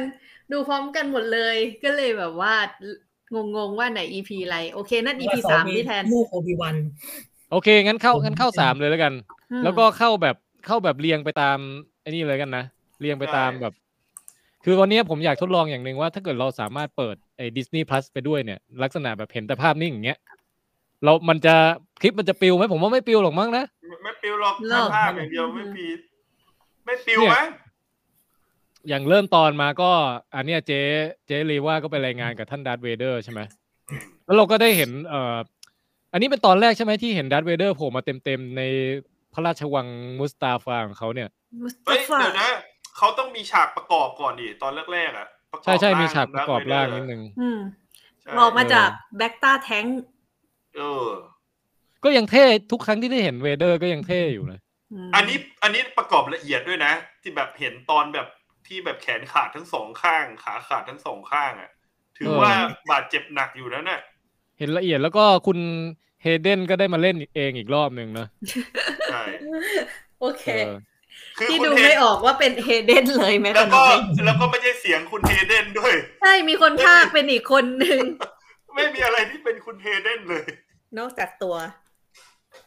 ดูพร้อมกันหมดเลย ก็เลยแบบว่า งงงๆว่าไหน EP อะไร โอเค นั่น EP สามที่แทน
ลูกโอบิวัน
โอเคงั้นเข้างั้นเข้าสามเลยแล้วกัน
อืม
แล้วก็เข้าแบบเข้าแบบเรียงไปตามไอ้นี่เลยกันนะเรียงไปตาม
ได้
แบบ คือวันเนี้ยผมอยากทดลองอย่างหนึ่งว่า ถ้าเกิดเราสามารถเปิดไอ้ดิสนีย์พลัสไปด้วยเนี่ย ลักษณะแบบเห็นแต่ภาพนิ่งอย่างเงี้ยเรา มันจะคลิปมันจะปิวไหมผมว่าไม่ปิวหรอกมั้งนะ
ไม่ไม่ปิวหรอกแค่ภาพอย่างเดียวไม่ปีไม่ปิวมั้ง
อย่างเริ่มตอนมาก็อันเนี้ยเจ๊เจ๊ลีว่าก็ไปรายงานกับท่านดาร์ธเวเดอร์ใช่ไหมแล้วเราก็ได้เห็นเอ่ออันนี้เป็นตอนแรกใช่ไหมที่เห็นดาร์ธเวเดอร์โผล่มาเต็มๆในพระราชวังมุสตาฟาของเขาเนี่ย
มุสตา
เฮ้ย
ฟา
เดี๋ยวนะเขาต้องมีฉากประกอบก่อนดิตอนแรกๆอ่ะประกอบ
ใช่ใช่
ร่ง
มีฉากประกอบร่างนิดนึง
อืม
ใช่
ออกมาจากแบคตาแท้ง
เออ
ก็ยังเท่ทุกครั้งที่ได้เห็นเวเดอร์ก็ยังเท่อยู่เลย
อันนี้อันนี้ประกอบละเอียดด้วยนะ ที่แบบเห็นตอนแบบที่แบบแขนขาดทั้งสองข้าง ขาขาดทั้งสองข้างอ่ะ ถือ
เออ
ว่าบาดเจ็บหนักอยู่นะเนี่ย
เห็นละเอียดแล้วก็คุณเฮเดนก็ได้มาเล่นเองอีกรอบหนึ่งเนอะ
ใช่
โอเค
เออ
คือ
ที่
คุณ
ดู
เฮ
ไม่ออกว่าเป็นเฮเดนเลยแม้
แล้
แต่
วก็
น้อย
แล้วก็ไม่ใช่เสียงคุณเฮเดนด้วย
ใช่ มีคนภาคเป็นอีกคนหนึ่ง
ไม่มีอะไรที่เป็นคุณเฮเดนเลย
นอกจากตัว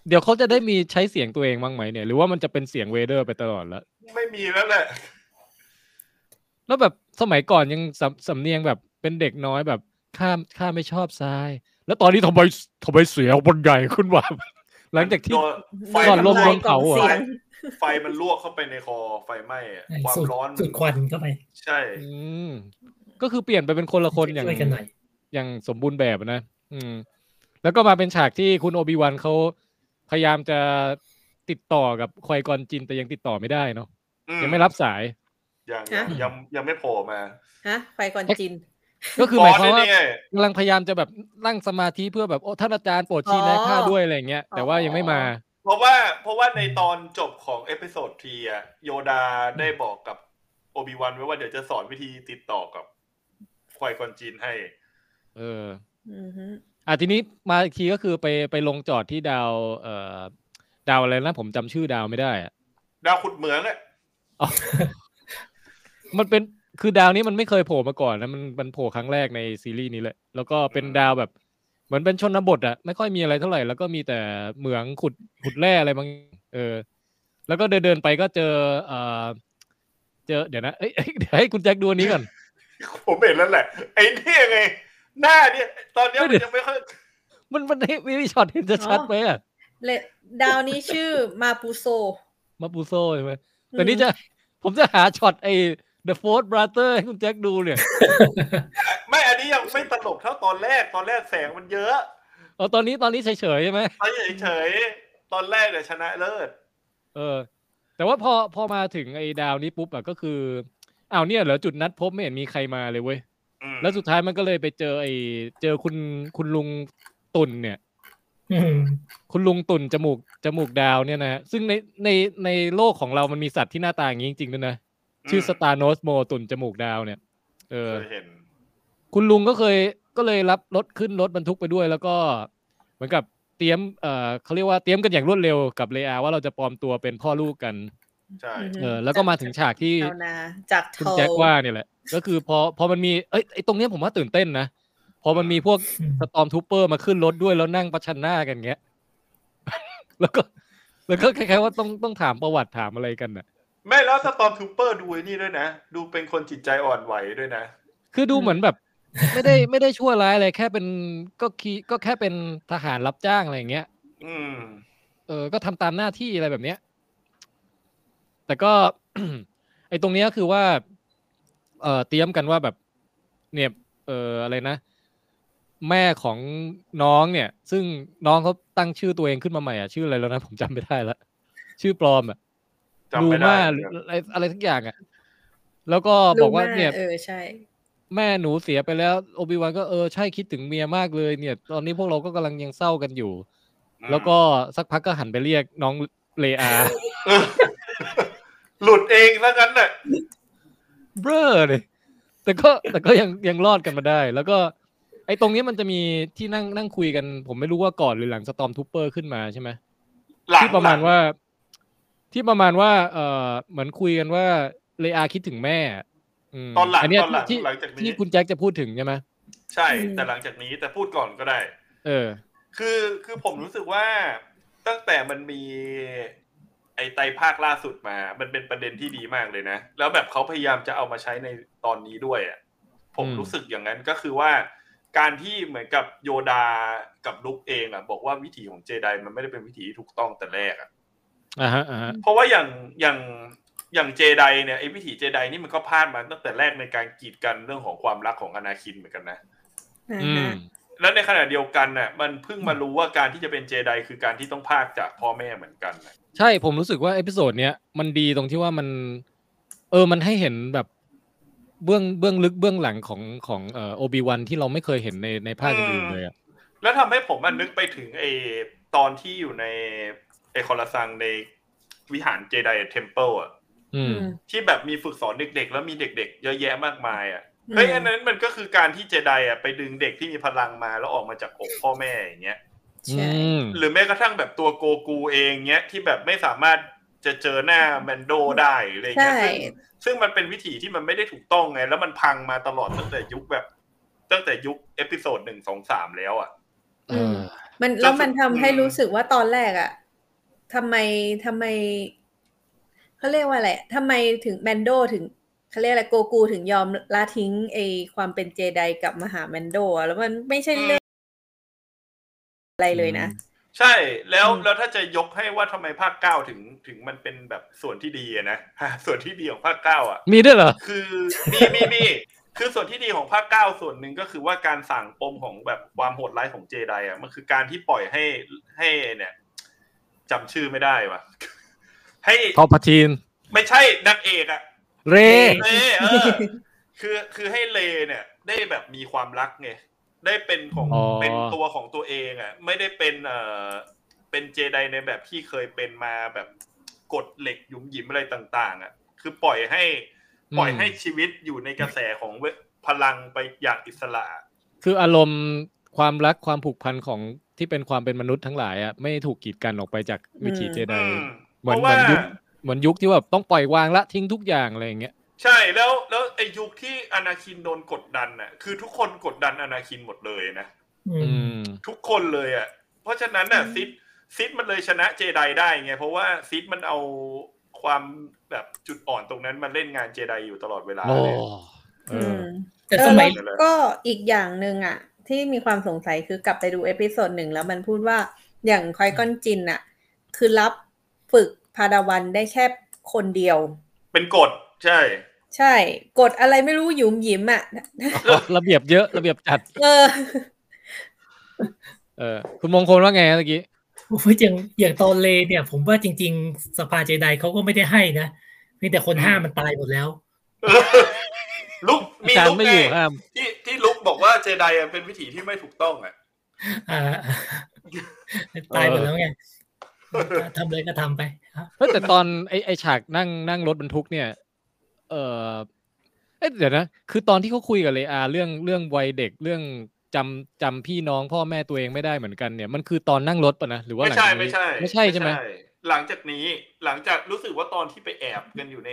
เดี๋ยวเขาจะได้มีใช้เสียงตัวเองบ้างไหมเนี่ย หรือว่ามันจะเป็นเสียงเวเดอร์ไปตลอดละ
ไม่มีแล้วแหละ
แล้วแบบสมัยก่อนยังสำสำเนียงแบบเป็นเด็กน้อยแบบข้ามข้าไม่ชอบทราย แล้วตอนนี้ทำไมทำไมเสียงมันใหญ่ขึ้นวะ หลังจากที่
โดนไฟ
ก่อนลม
มั
โด
ลวน ก
เผาเหรอ
ไฟไฟมันลวกเข้าไปในคอไฟไหม้อะความ
สูด
ร้อน
สูดควันเข้าไป
ใช่
อืมก็คือเปลี่ยนไปเป็นคนละคนอย่าง
ช่วยกันหน่อย
อย่างสมบูรณ์แบบอะนะ อืม แล้วก็มาเป็นฉากที่คุณโอบิวันเขาพยายามจะติดต่อกับควายกอนจินแต่ยังติดต่อไม่ได้เนาะ
อื
ยังไม่รับสาย
ยัง
ฮะ
ยังยังไม่โผล่มา
ฮะไปก่อนจิน
ก็คือหมายความ
ฟ
ว่า
สเนี่ย
กำลังพยายามจะแบบนั่งสมาธิเพื่อแบบโอ้ท่านอาจารย์โปรดชี้แนะข้าด้วยอะไรอย่างเงี้ยแต่ว่ายังไม่มา
เพราะว่าเพราะว่าในตอนจบของเอพิโซดทีอะโยดาได้บอกกับโอบิวันไว้ว่าเดี๋ยวจะสอนวิธีติดต่อกับควายกอนจีนให้
เออ
อือฮึ
อ่ะทีนี้มาอีกทีก็คือไปไปลงจอดที่ดาว เอ่อ ดาวอะไรนะผมจำชื่อดาวไม่ได้อะ
ดาวขุดเหมืองอะ
มันเป็นคือดาวนี้มันไม่เคยโผล่มาก่อนนะมันมันโผล่ครั้งแรกในซีรีส์นี้เลย แล้วก็เป็นดาวแบบ เหมือนเป็นชนบทอะไม่ค่อยมีอะไรเท่าไหร่แล้วก็มีแต่เหมืองขุดขุดแร่อะไรบางเออ แล้วก็เดินเดินไปก็เจอเออเจอเดี๋ยวนะเอ้ยเอ้ยเดี๋ยวให้คุณแจ็คดูอันนี้ก่อน
ผมเห็นแล้วแหละ ไอ้เนี่ยไง หน้าเนี่ย ตอนเนี้ยมันยังไม่ค่อย
มันมันให้มีช็อตเห็นจะชัดไหมอะ
เลดาวนี้ชื่อมาปูโซ
มาปูโซ่ใช่ไหมแต่นี่จะผมจะหาช็อตไอ้ The Fourth Brother ให้คุณแจ็คดูเนี่ย
ไม่อันนี้ยังไม่ตลกเท่าตอนแรก ตอนแรกแสงมันเยอะ
เอาตอนนี้ตอนนี้เฉยๆใช่ไหม
ตอนเฉยๆตอนแรกเนี่ยชนะเลิศ
เออ แต่ว่าพอพอมาถึงไอ้ดาวนี้ปุ๊บอะก็คืออ้าวเนี่ยเหรอจุดนัดพบไม่เห็นมีใครมาเลยเว้ย
อืม
แล้วสุดท้ายมันก็เลยไปเจอไอ้เจอคุณคุณลุงตุ่นเนี่ย
อืม
คุณลุงตุ่นจมูกจมูกดาวเนี่ยนะฮะซึ่งในในในโลกของเรามันมีสัตว์ที่หน้าตาอย่างนี้จริงๆด้วยนะ ชื่อสตาร์โนสโมตุ่นจมูกดาวเนี่ย เออ
เคยเห็น
คุณลุงก็เคยก็เลยรับรถขึ้นรถบรรทุกไปด้วย แล้วก็เหมือนกับเตรียมเอ่อเขาเรียกว่าเตรียมกันอย่างรวดเร็วกับเลอาว่าเราจะปลอมตัวเป็นพ่อลูกกัน
ใช่
เออแล้วก็มาถึงฉากที่
ชาวนาจาก
คุณ
เทา
แจ็คว่าเนี่ยแหละ ก็คือพอพอมันมีเอ้ยไอ้ตรงเนี้ยผมว่าตื่นเต้นนะ พอมันมีพวกสตอมทูเปอร์มาขึ้นรถด้วยแล้วนั่งประชันหน้ากันเงี้ย แล้วก็แล้วก็คล้ายๆว่าต้องต้องถามประวัติถามอะไรกันน่ะ
ไม่แล้วสตอมทูเปอร์ดูไอ้นี่ด้วยนะ ดูเป็นคนจิตใจอ่อนไหวด้วยนะ
คือดูเหมือนแบบ ไม่ได้ไม่ได้ชั่วร้ายอะไรแค่เป็นก็คีก็แค่เป็นทหารรับจ้างอะไรอย่างเงี้ย
อืม
เออ ก็ทำตามหน้าที่อะไรแบบเนี้ย แต่ก็ ไอ้ตรงเนี้ยคือว่า เออเตรียมกันว่าแบบ เนี่ย เอออะไรนะ แม่ของน้องเนี่ย ซึ่งน้องเขาตั้งชื่อตัวเองขึ้นมาใหม่อ่ะ ชื่ออะไรแล้วนะ ผมจำไม่ได้ละ ชื่อปลอมอ่ะ
จำ
ลู
ไม่ได้
มาหรืออะไรอะไรทักอย่างอ่ะ แล้วก็บอกว่า
ลูม
เนี่ย
เออใช่
แม่หนูเสียไปแล้ว โอบิวันก็เออใช่คิดถึงเมียมากเลยเนี่ย ตอนนี้พวกเราก็กำลังยังเศร้ากันอยู่ แล้วก็สักพักก็หันไปเรียกน้องเลอา
เออหลุดเองแล้วกันน่ะ
เบ้อเลยแต่ก็แต่ก็ยังยังรอดกันมาได้ แล้วก็ ไอ้ตรงนี้มันจะมีที่นั่งนั่งคุยกัน ผมไม่รู้ว่าก่อนหรือหลังสตอมทูเปอร์ขึ้นมาใช่ไหม
หลัง
ที่ประมาณว่า ที่ประมาณว่า เออเหมือนคุยกันว่าเลอาคิดถึงแม่ม
ตอนหลัง
เนี้ย
ตอนหลัง
ที่
หลังจากนี้
ที่คุณแจ็คจะพูดถึงใช่ไหม
ใช่ แต่หลังจากนี้แต่พูดก่อนก็ได้
เออ
คือคือผมรู้สึกว่าตั้งแต่มันมี ไอไตรภาคล่าสุดมา มันเป็นประเด็นที่ดีมากเลยนะ แล้วแบบเขาพยายามจะเอามาใช้ในตอนนี้ด้วยอะผม
อืม
รู้สึกอย่างนั้นก็คือว่า การที่เหมือนกับโยดากับลุกเองอะบอกว่าวิถีของเจไดมันไม่ได้เป็นวิถีที่ถูกต้องแต่แรกอะ
อ่าฮะอ่าฮะ
เพราะว่าอย่างอย่างอย่างเจไดเนี่ยไอ้วิถีเจไดนี่มันก็พลาดมาตั้งแต่แรกในการกีดกันเรื่องของความรักของอนาคินเหมือนกันนะ
นะ
อืม
ฮะ
แล้วในขณะเดียวกันน่ะมันเพิ่งมารู้ว่าการที่จะเป็นเจไดคือการที่ต้องพากจากพ่อแม่เหมือนกันน่ะ
ใช่ ผมรู้สึกว่าเอพิโซดเนี้ยมันดีตรงที่ว่ามัน เออมันให้เห็นแบบเบื้องเบื้องลึกเบื้องหลังของของเอ่อโอบิวันที่เราไม่เคยเห็นในในภาคอื่นๆเลยอะ
แล้วทำให้ผมมันนึกไปถึงไอ้ตอนที่อยู่ในไอ้คอลซังในวิหารเจไดเทมเพิลอ่ะ
อืม
ที่แบบมีฝึกสอนเด็กๆ แล้วมีเด็ก ๆ เยอะแยะมากมายอ่ะเฮ้ยอันนั้นมันก็คือการที่เจไดอ่ะไปดึงเด็กที่มีพลังมาแล้วออกมาจากอกพ่อแม่อย่างเงี้ย
อื
ใช่
ม
หรือแม้กระทั่งแบบตัวโกกูเองเนี้ยที่แบบไม่สามารถจะเจอหน้าแมนโดได้อะไร
ใช่
เงี้ยซึ่งซึ่งมันเป็นวิถีที่มันไม่ได้ถูกต้องไง แล้วมันพังมาตลอดตั้งแต่ยุคแบบ ตั้งแต่ยุคเอพิโซดหนึ่งสองสามแล้วอ่ะ
เออ
มันแล้วมัน
อื
ทำ
ม
ให้รู้สึกว่าตอนแรกอะทำไมทำไมเขาเรียกว่าอะไรทำไมถึงแมนโดถึงเขาเรียกอะไรโกกูถึงยอมละทิ้งไอความเป็นเจไดกลับมาหาแมนโดอะแล้วมันไม่ใช่เรื่องอะไรเลยนะ
ใช่แล้ว
อืม
แล้วถ้าจะยกให้ว่าทำไมภาคเก้าถึงถึงมันเป็นแบบส่วนที่ดีอะนะ ส่วนที่ดีของภาคเก้าอ่ะ
มีด้วยเหรอ
คือมีมีมีคือส่วนที่ดีของภาคเก้าส่วนหนึ่งก็คือว่าการสั่งปมของแบบความโหดร้ายของเจไดอ่ะมันคือการที่ปล่อยให้ให้เนี่ยจำชื่อไม่ได้ว่ะ ให้
ทอปพาทีน
ไม่ใช่นางเอกอ่ะ
เร
เลเออ คือคือให้เลเนี่ย ได้แบบมีความรักไงได้เป็นของ
อ๋อ
เป็นตัวของตัวเองอ่ะ ไม่ได้เป็นเอ่อเป็นเจไดในแบบที่เคยเป็นมาแบบกดเหล็กหยุมหยิมอะไรต่าง ๆ อ่ะ คือปล่อยให้ ปล่อยให้ชีวิตอยู่ในกระแสของเวพลังไปอย่างอิสระ
คืออารมณ์ความรักความผูกพันของที่เป็นความเป็นมนุษย์ทั้งหลายอะไม่ถูกกีดกันออกไปจากวิถีเจได
อืม
เห
เพ
มือนเหมื
ราะว่า
อนยุคเหมือนยุคที่แบบต้องปล่อยวางละทิ้งทุกอย่างอะไรอย่างเงี้ย
ใช่แล้วแล้วไอยุคที่อนาคินโดนกดดันน่ะคือทุกคนกดดันอนาคินหมดเลยนะ
อื
อื
ม
ม
ทุกคนเลยอ่ะ เพราะฉะนั้นน่ะซิดซิดมันเลยชนะเจไดได้ไง เพราะว่าซิดมันเอาความแบบจุดอ่อนตรงนั้นมาเล่นงานเจไดอยู่ตลอดเวลา
โอ้
เลย
เอ
อื
อ
ม
แต่
เอ
ส
อ
มัย
แล้วก็อีกอย่างหนึ่งอ่ะ ที่มีความสงสัยคือกลับไปดูเอพิโซดหนึ่งแล้วมันพูดว่าอย่างคอยกอนจินอ่ะ คือรับฝึกพาดาวันได้แค่คนเดียว
เป็นกฎใช่
ใช่ กดอะไรไม่รู้หยุมหยิมอ่ะ
ระเบียบเยอะระเบียบจัด
เออ
เออคุณมงคลว่าไงเมื่อกี้
โอ้ยอย่างอย่างตอนเลเนี่ย ผมว่าจริง ๆ สภาเจไดเขาก็ไม่ได้ให้นะเพียงแต่คนห้ามมันตายหมดแล้ว
ลุก
อา
มี
จาร
ลุ
ย์
ก
ไม่
ไง
อยู่ห้าม
ที่ที่ลุกบอกว่าเจไดอะเป็นวิถีที่ไม่ถูกต้องอ่ะ
อ่า ตายหมดแล้วไงทำอะไรก็ทำไปฮะ
เฮ้ยแต่ตอนไอไอฉากนั่งนั่งรถบรรทุกเนี่ย เออเอ้ยเดี๋ยวนะ คือตอนที่เขาคุยกับเลอาเรื่องเรื่องวัยเด็กเรื่องจำจำพี่น้องพ่อแม่ตัวเองไม่ได้เหมือนกันเนี่ยมันคือตอนนั่งรถปะนะหรือว่า
ไม่
หลังจา
ใช่
กนี้
ไม่ใช่
ไม่ใช่ใช่ไหม
หลังจากนี้หลังจากรู้สึกว่าตอนที่ไปแอบกันอยู่ใน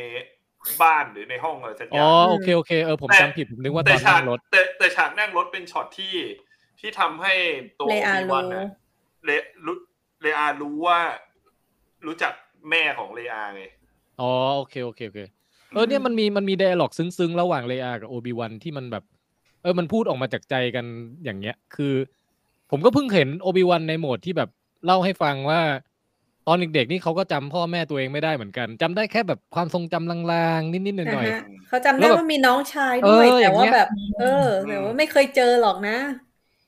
บ้านหรือในห้องอะไรสักอ
อ๋อย่าง โอเคโอเคเออผม
แต่
จำผิดผมนึกว่าต
แต่
อน
ฉาก
นั่งรถ
แต่แต่ฉากนั่งรถเป็นช็อตที่ที่ทำให้ตัว
เลอา
วี
รู้
วันนะเลรู้เลอารู้ว่า รู้จักแม่ของเลอาไง
อ๋อโอเคโอเคโอเคเออเนี่ยมันมีมันมีไดอะล็อกซึ้งๆ ระหว่างเลอากับโอบิวันที่มันแบบ เออมันพูดออกมาจากใจกันอย่างเงี้ย คือ ผมก็เพิ่งเห็นโอบิวันในโหมดที่แบบเล่าให้ฟังว่า ตอนเด็กๆนี่เขาก็จำพ่อแม่ตัวเองไม่ได้เหมือนกันจำได้แค่แบบความทรงจำลางๆ นิดๆหน่อย
อ่าฮะเขาจำ
แล้
ได้
วแบบ
ว่ามีน้องชายด้วย
เอออ
แต่
ย่างเงี้
ว่าย แบบ เออแต่ว่าไม่เคยเจอหรอกนะ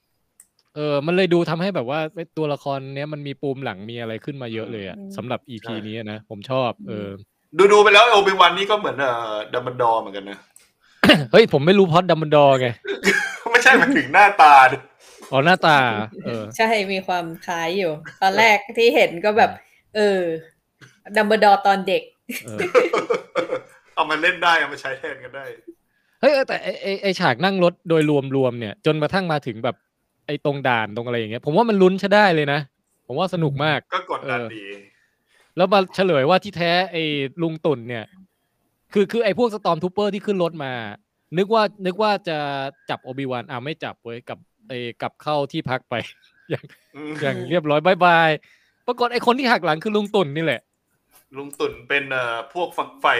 ๆเออ มันเลยดูทำให้แบบว่าเอ้ยตัวละครเนี้ยมันมีปูมหลังมีอะไรขึ้นมาเยอะเลยอะ
อืม
สำหรับอีพีนี้อะนะผมชอบ เออ
ดูดูไปแล้วโอบิวันนี่ก็เหมือนเอ่อดัมเบิลดอร์เหมือนกันนะ
เฮ้ยผมไม่รู้พล็อดดัมเบิลดอร์ไง
ไม่ใช่หมันถึงหน้าตาดิ
อ๋อหน้าตา เออ
ใช่มีความคล้ายอยู่ ตอนแรกที่เห็นก็แบบ เออ ดัมเบิลดอร์ตอนเด็ก
เออ
เอามาเล่นได้เอามาใช้แทนกันได้
เฮ้ยเออแต่ไอไอไอฉากนั่งรถโดยรวมๆเนี่ย จนกระทั่งมาถึงแบบไอตรงด่านตรงอะไรอย่างเงี้ยผมว่ามันลุ้นใช้ได้เลยนะ ผมว่าสนุกมาก
ก็กดดัน
เออ
ดี
แล้วมาเฉลยว่าที่แท้ไอลุงตุ่นเนี่ย คือคือไอพวกสตอมทูเปอร์ที่ขึ้นรถมา นึกว่านึกว่าจะจับโอบิวันอ่าไม่จับเว้ยกลับไอกลับเข้าที่พักไป
อืม
อย่างเรียบร้อยบายบายปรากฏไอคนที่หักหลังคือลุงตุ่นนี่แหละ
ลุงตุ่นเป็นเอ่อพวกฝักใฝ่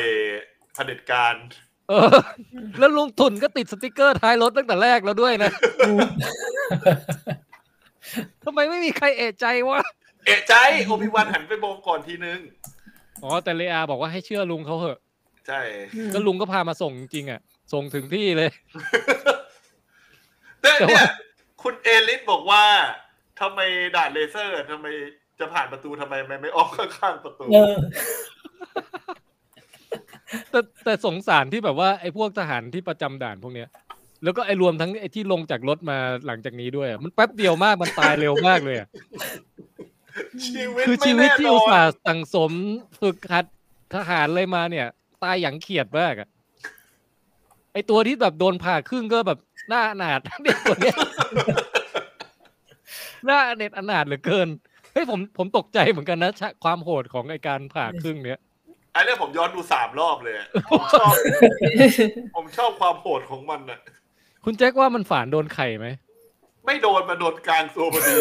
เผด็จการ
เออ แล้วลุงตุ่นก็ติดสติกเกอร์ท้ายรถตั้งแต่แรกแล้วด้วยนะทำไมไม่มีใครเอะใจวะ
เอะใจโอบิวันหันไปมองก่อนทีนึง
อ๋อแต่เลอาบอกว่าให้เชื่อลุงเขาเหอะ
ใช่
ก็ลุงก็พามาส่งจริงๆอ่ะ ส่งถึงที่เลย
แต่
แต่
เนี่
ว่า
ยคุณเอลิสบอกว่าทำไมด่านเลเซอร์ทำไมจะผ่านประตูทำไมมันไม่ออกข้างๆประตู
เออ
แต่แต่สงสารที่แบบว่าไอ้พวกทหารที่ประจำด่านพวกเนี้ย แล้วก็ไอ้รวมทั้งไอ้ที่ลงจากรถมาหลังจากนี้ด้วยอะมันแป๊บเดียวมากมันตายเร็วมากเลยอะ
ชีวิต
คือ
ไม่
ชีวิต
แน่
ที่
น
อุต
อน
ส่าห์สั่งสมฝึกหัดทหารเลยมาเนี่ย ตายอย่างเขียดมากอ่ะไอ้ตัวที่แบบโดนผ่าครึ่งก็แบบหน้าอนาถ เด็กตัวเนี้ยหน้าเน็ตอนาถเหลือเกินเฮ้ยผมผมตกใจเหมือนกันนะฉะความโหดของไอการผ่าครึ่งเนี้ย
ไอ้เรื่องผมย้อนดูสามรอบเลยอะผมชอบ ผมชอบความโหดของมันน่ะ
คุณแจ็คว่ามันฝานโดนไข่ไหม
ไม่โดนมาโดนกลางตัวพอดี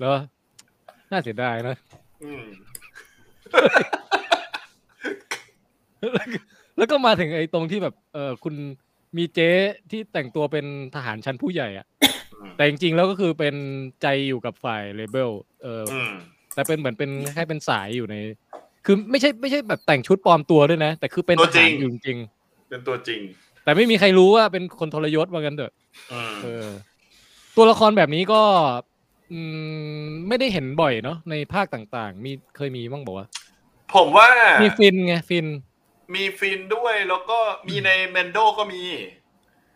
เหรอ น่าเสียดายนะ
อืม
แล้วก็มาถึงไอ้ตรงที่แบบเออคุณมีเจ๊ที่แต่งตัวเป็นทหารชั้นผู้ใหญ่อะแต่จริงๆแล้วก็คือเป็นใจอยู่กับฝ่ายเลเบลเออ
อืม
แต่เป็นเหมือนเป็นแค่เป็นสายอยู่ใน คือไม่ใช่ไม่ใช่แบบแต่งชุดปลอมตัวด้วยนะ แต่คือเป็นทหารอยู่จริง
เป็นตัวจริง
ๆแต่ไม่มีใครรู้ว่าเป็นคนทรยศว่ากันเถอะ
อืม
เออตัวละครแบบนี้ก็อืมไม่ได้เห็นบ่อยเนาะในภาคต่างๆ มีเคยมีบ้างบอกว่าว
ผมว่า
ะมีฟินไงฟิน
มีฟินด้วยแล้วก็มีในเมนโดก็มี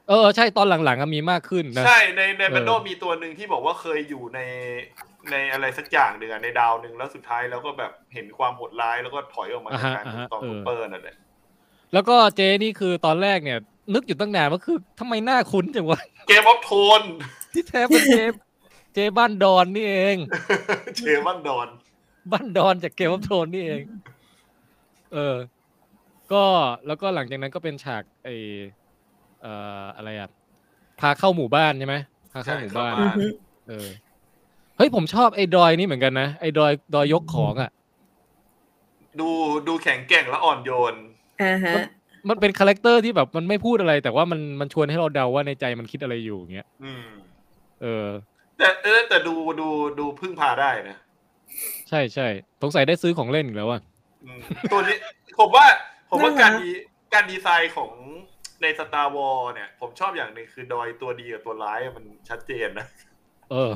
เออใช่ตอนหลังๆอะมีมากขึ้นนะ
ใช่ในใน
เออ
แบนโดมีตัวหนึ่งที่บอกว่าเคยอยู่ในในอะไรสักอย่างหนึ่งอะในดาวหนึ่งแล้วสุดท้ายแล้วก็แบบเห็นความโหดร้ายแล้วก็ถอยออกมาจากการถูกตอมคูเปอร์นั่นแหละ
แล้วก็เจนี่คือตอนแรกเนี่ย นึกอยู่ตั้งนานว่าคือทำไมหน้าคุ้นจังวะ
เกมออฟโทน
ที่แท้เป็นเจเจบ้านดอนนี่เอง
เชวันดอน
บ้านดอนจากเกมวัฟโทนนี่เอง เออ ก็แล้วก็หลังจากนั้นก็เป็นฉากไอเอ่ออะไรอ่ะพาเข้าหมู่บ้านใช่ไหมพาเข้าหมู่บ้าน
อือฮึ
เออเฮ้ยผมชอบไอ้ดอยนี่เหมือนกันนะไอ้ดอยดอยยกของอ่ะ
ดูดูแข็งแกร่งและอ่อนโยน
อ่าฮะ
มันเป็นคาแรคเตอร์ที่แบบมันไม่พูดอะไร แต่ว่ามันมันชวนให้เราเดาว่าในใจมันคิดอะไรอยู่อย่างเงี้ย
อืม
เออ
แต่เออแต่ดูดูดูพึ่งพาได้นะ
ใช่ใช่สงสัยได้ซื้อของเล่นอีกแล้วอ่ะ
อืมตัวนี้ ผมว่า ผมว่า
น่า
กา
รัก
รดีการดีไซน์ของในสตาร์วอลเนี่ย ผมชอบอย่างหนึ่งคือดอยตัวดีกับตัวร้ายอะมันชัดเจนนะ
เออ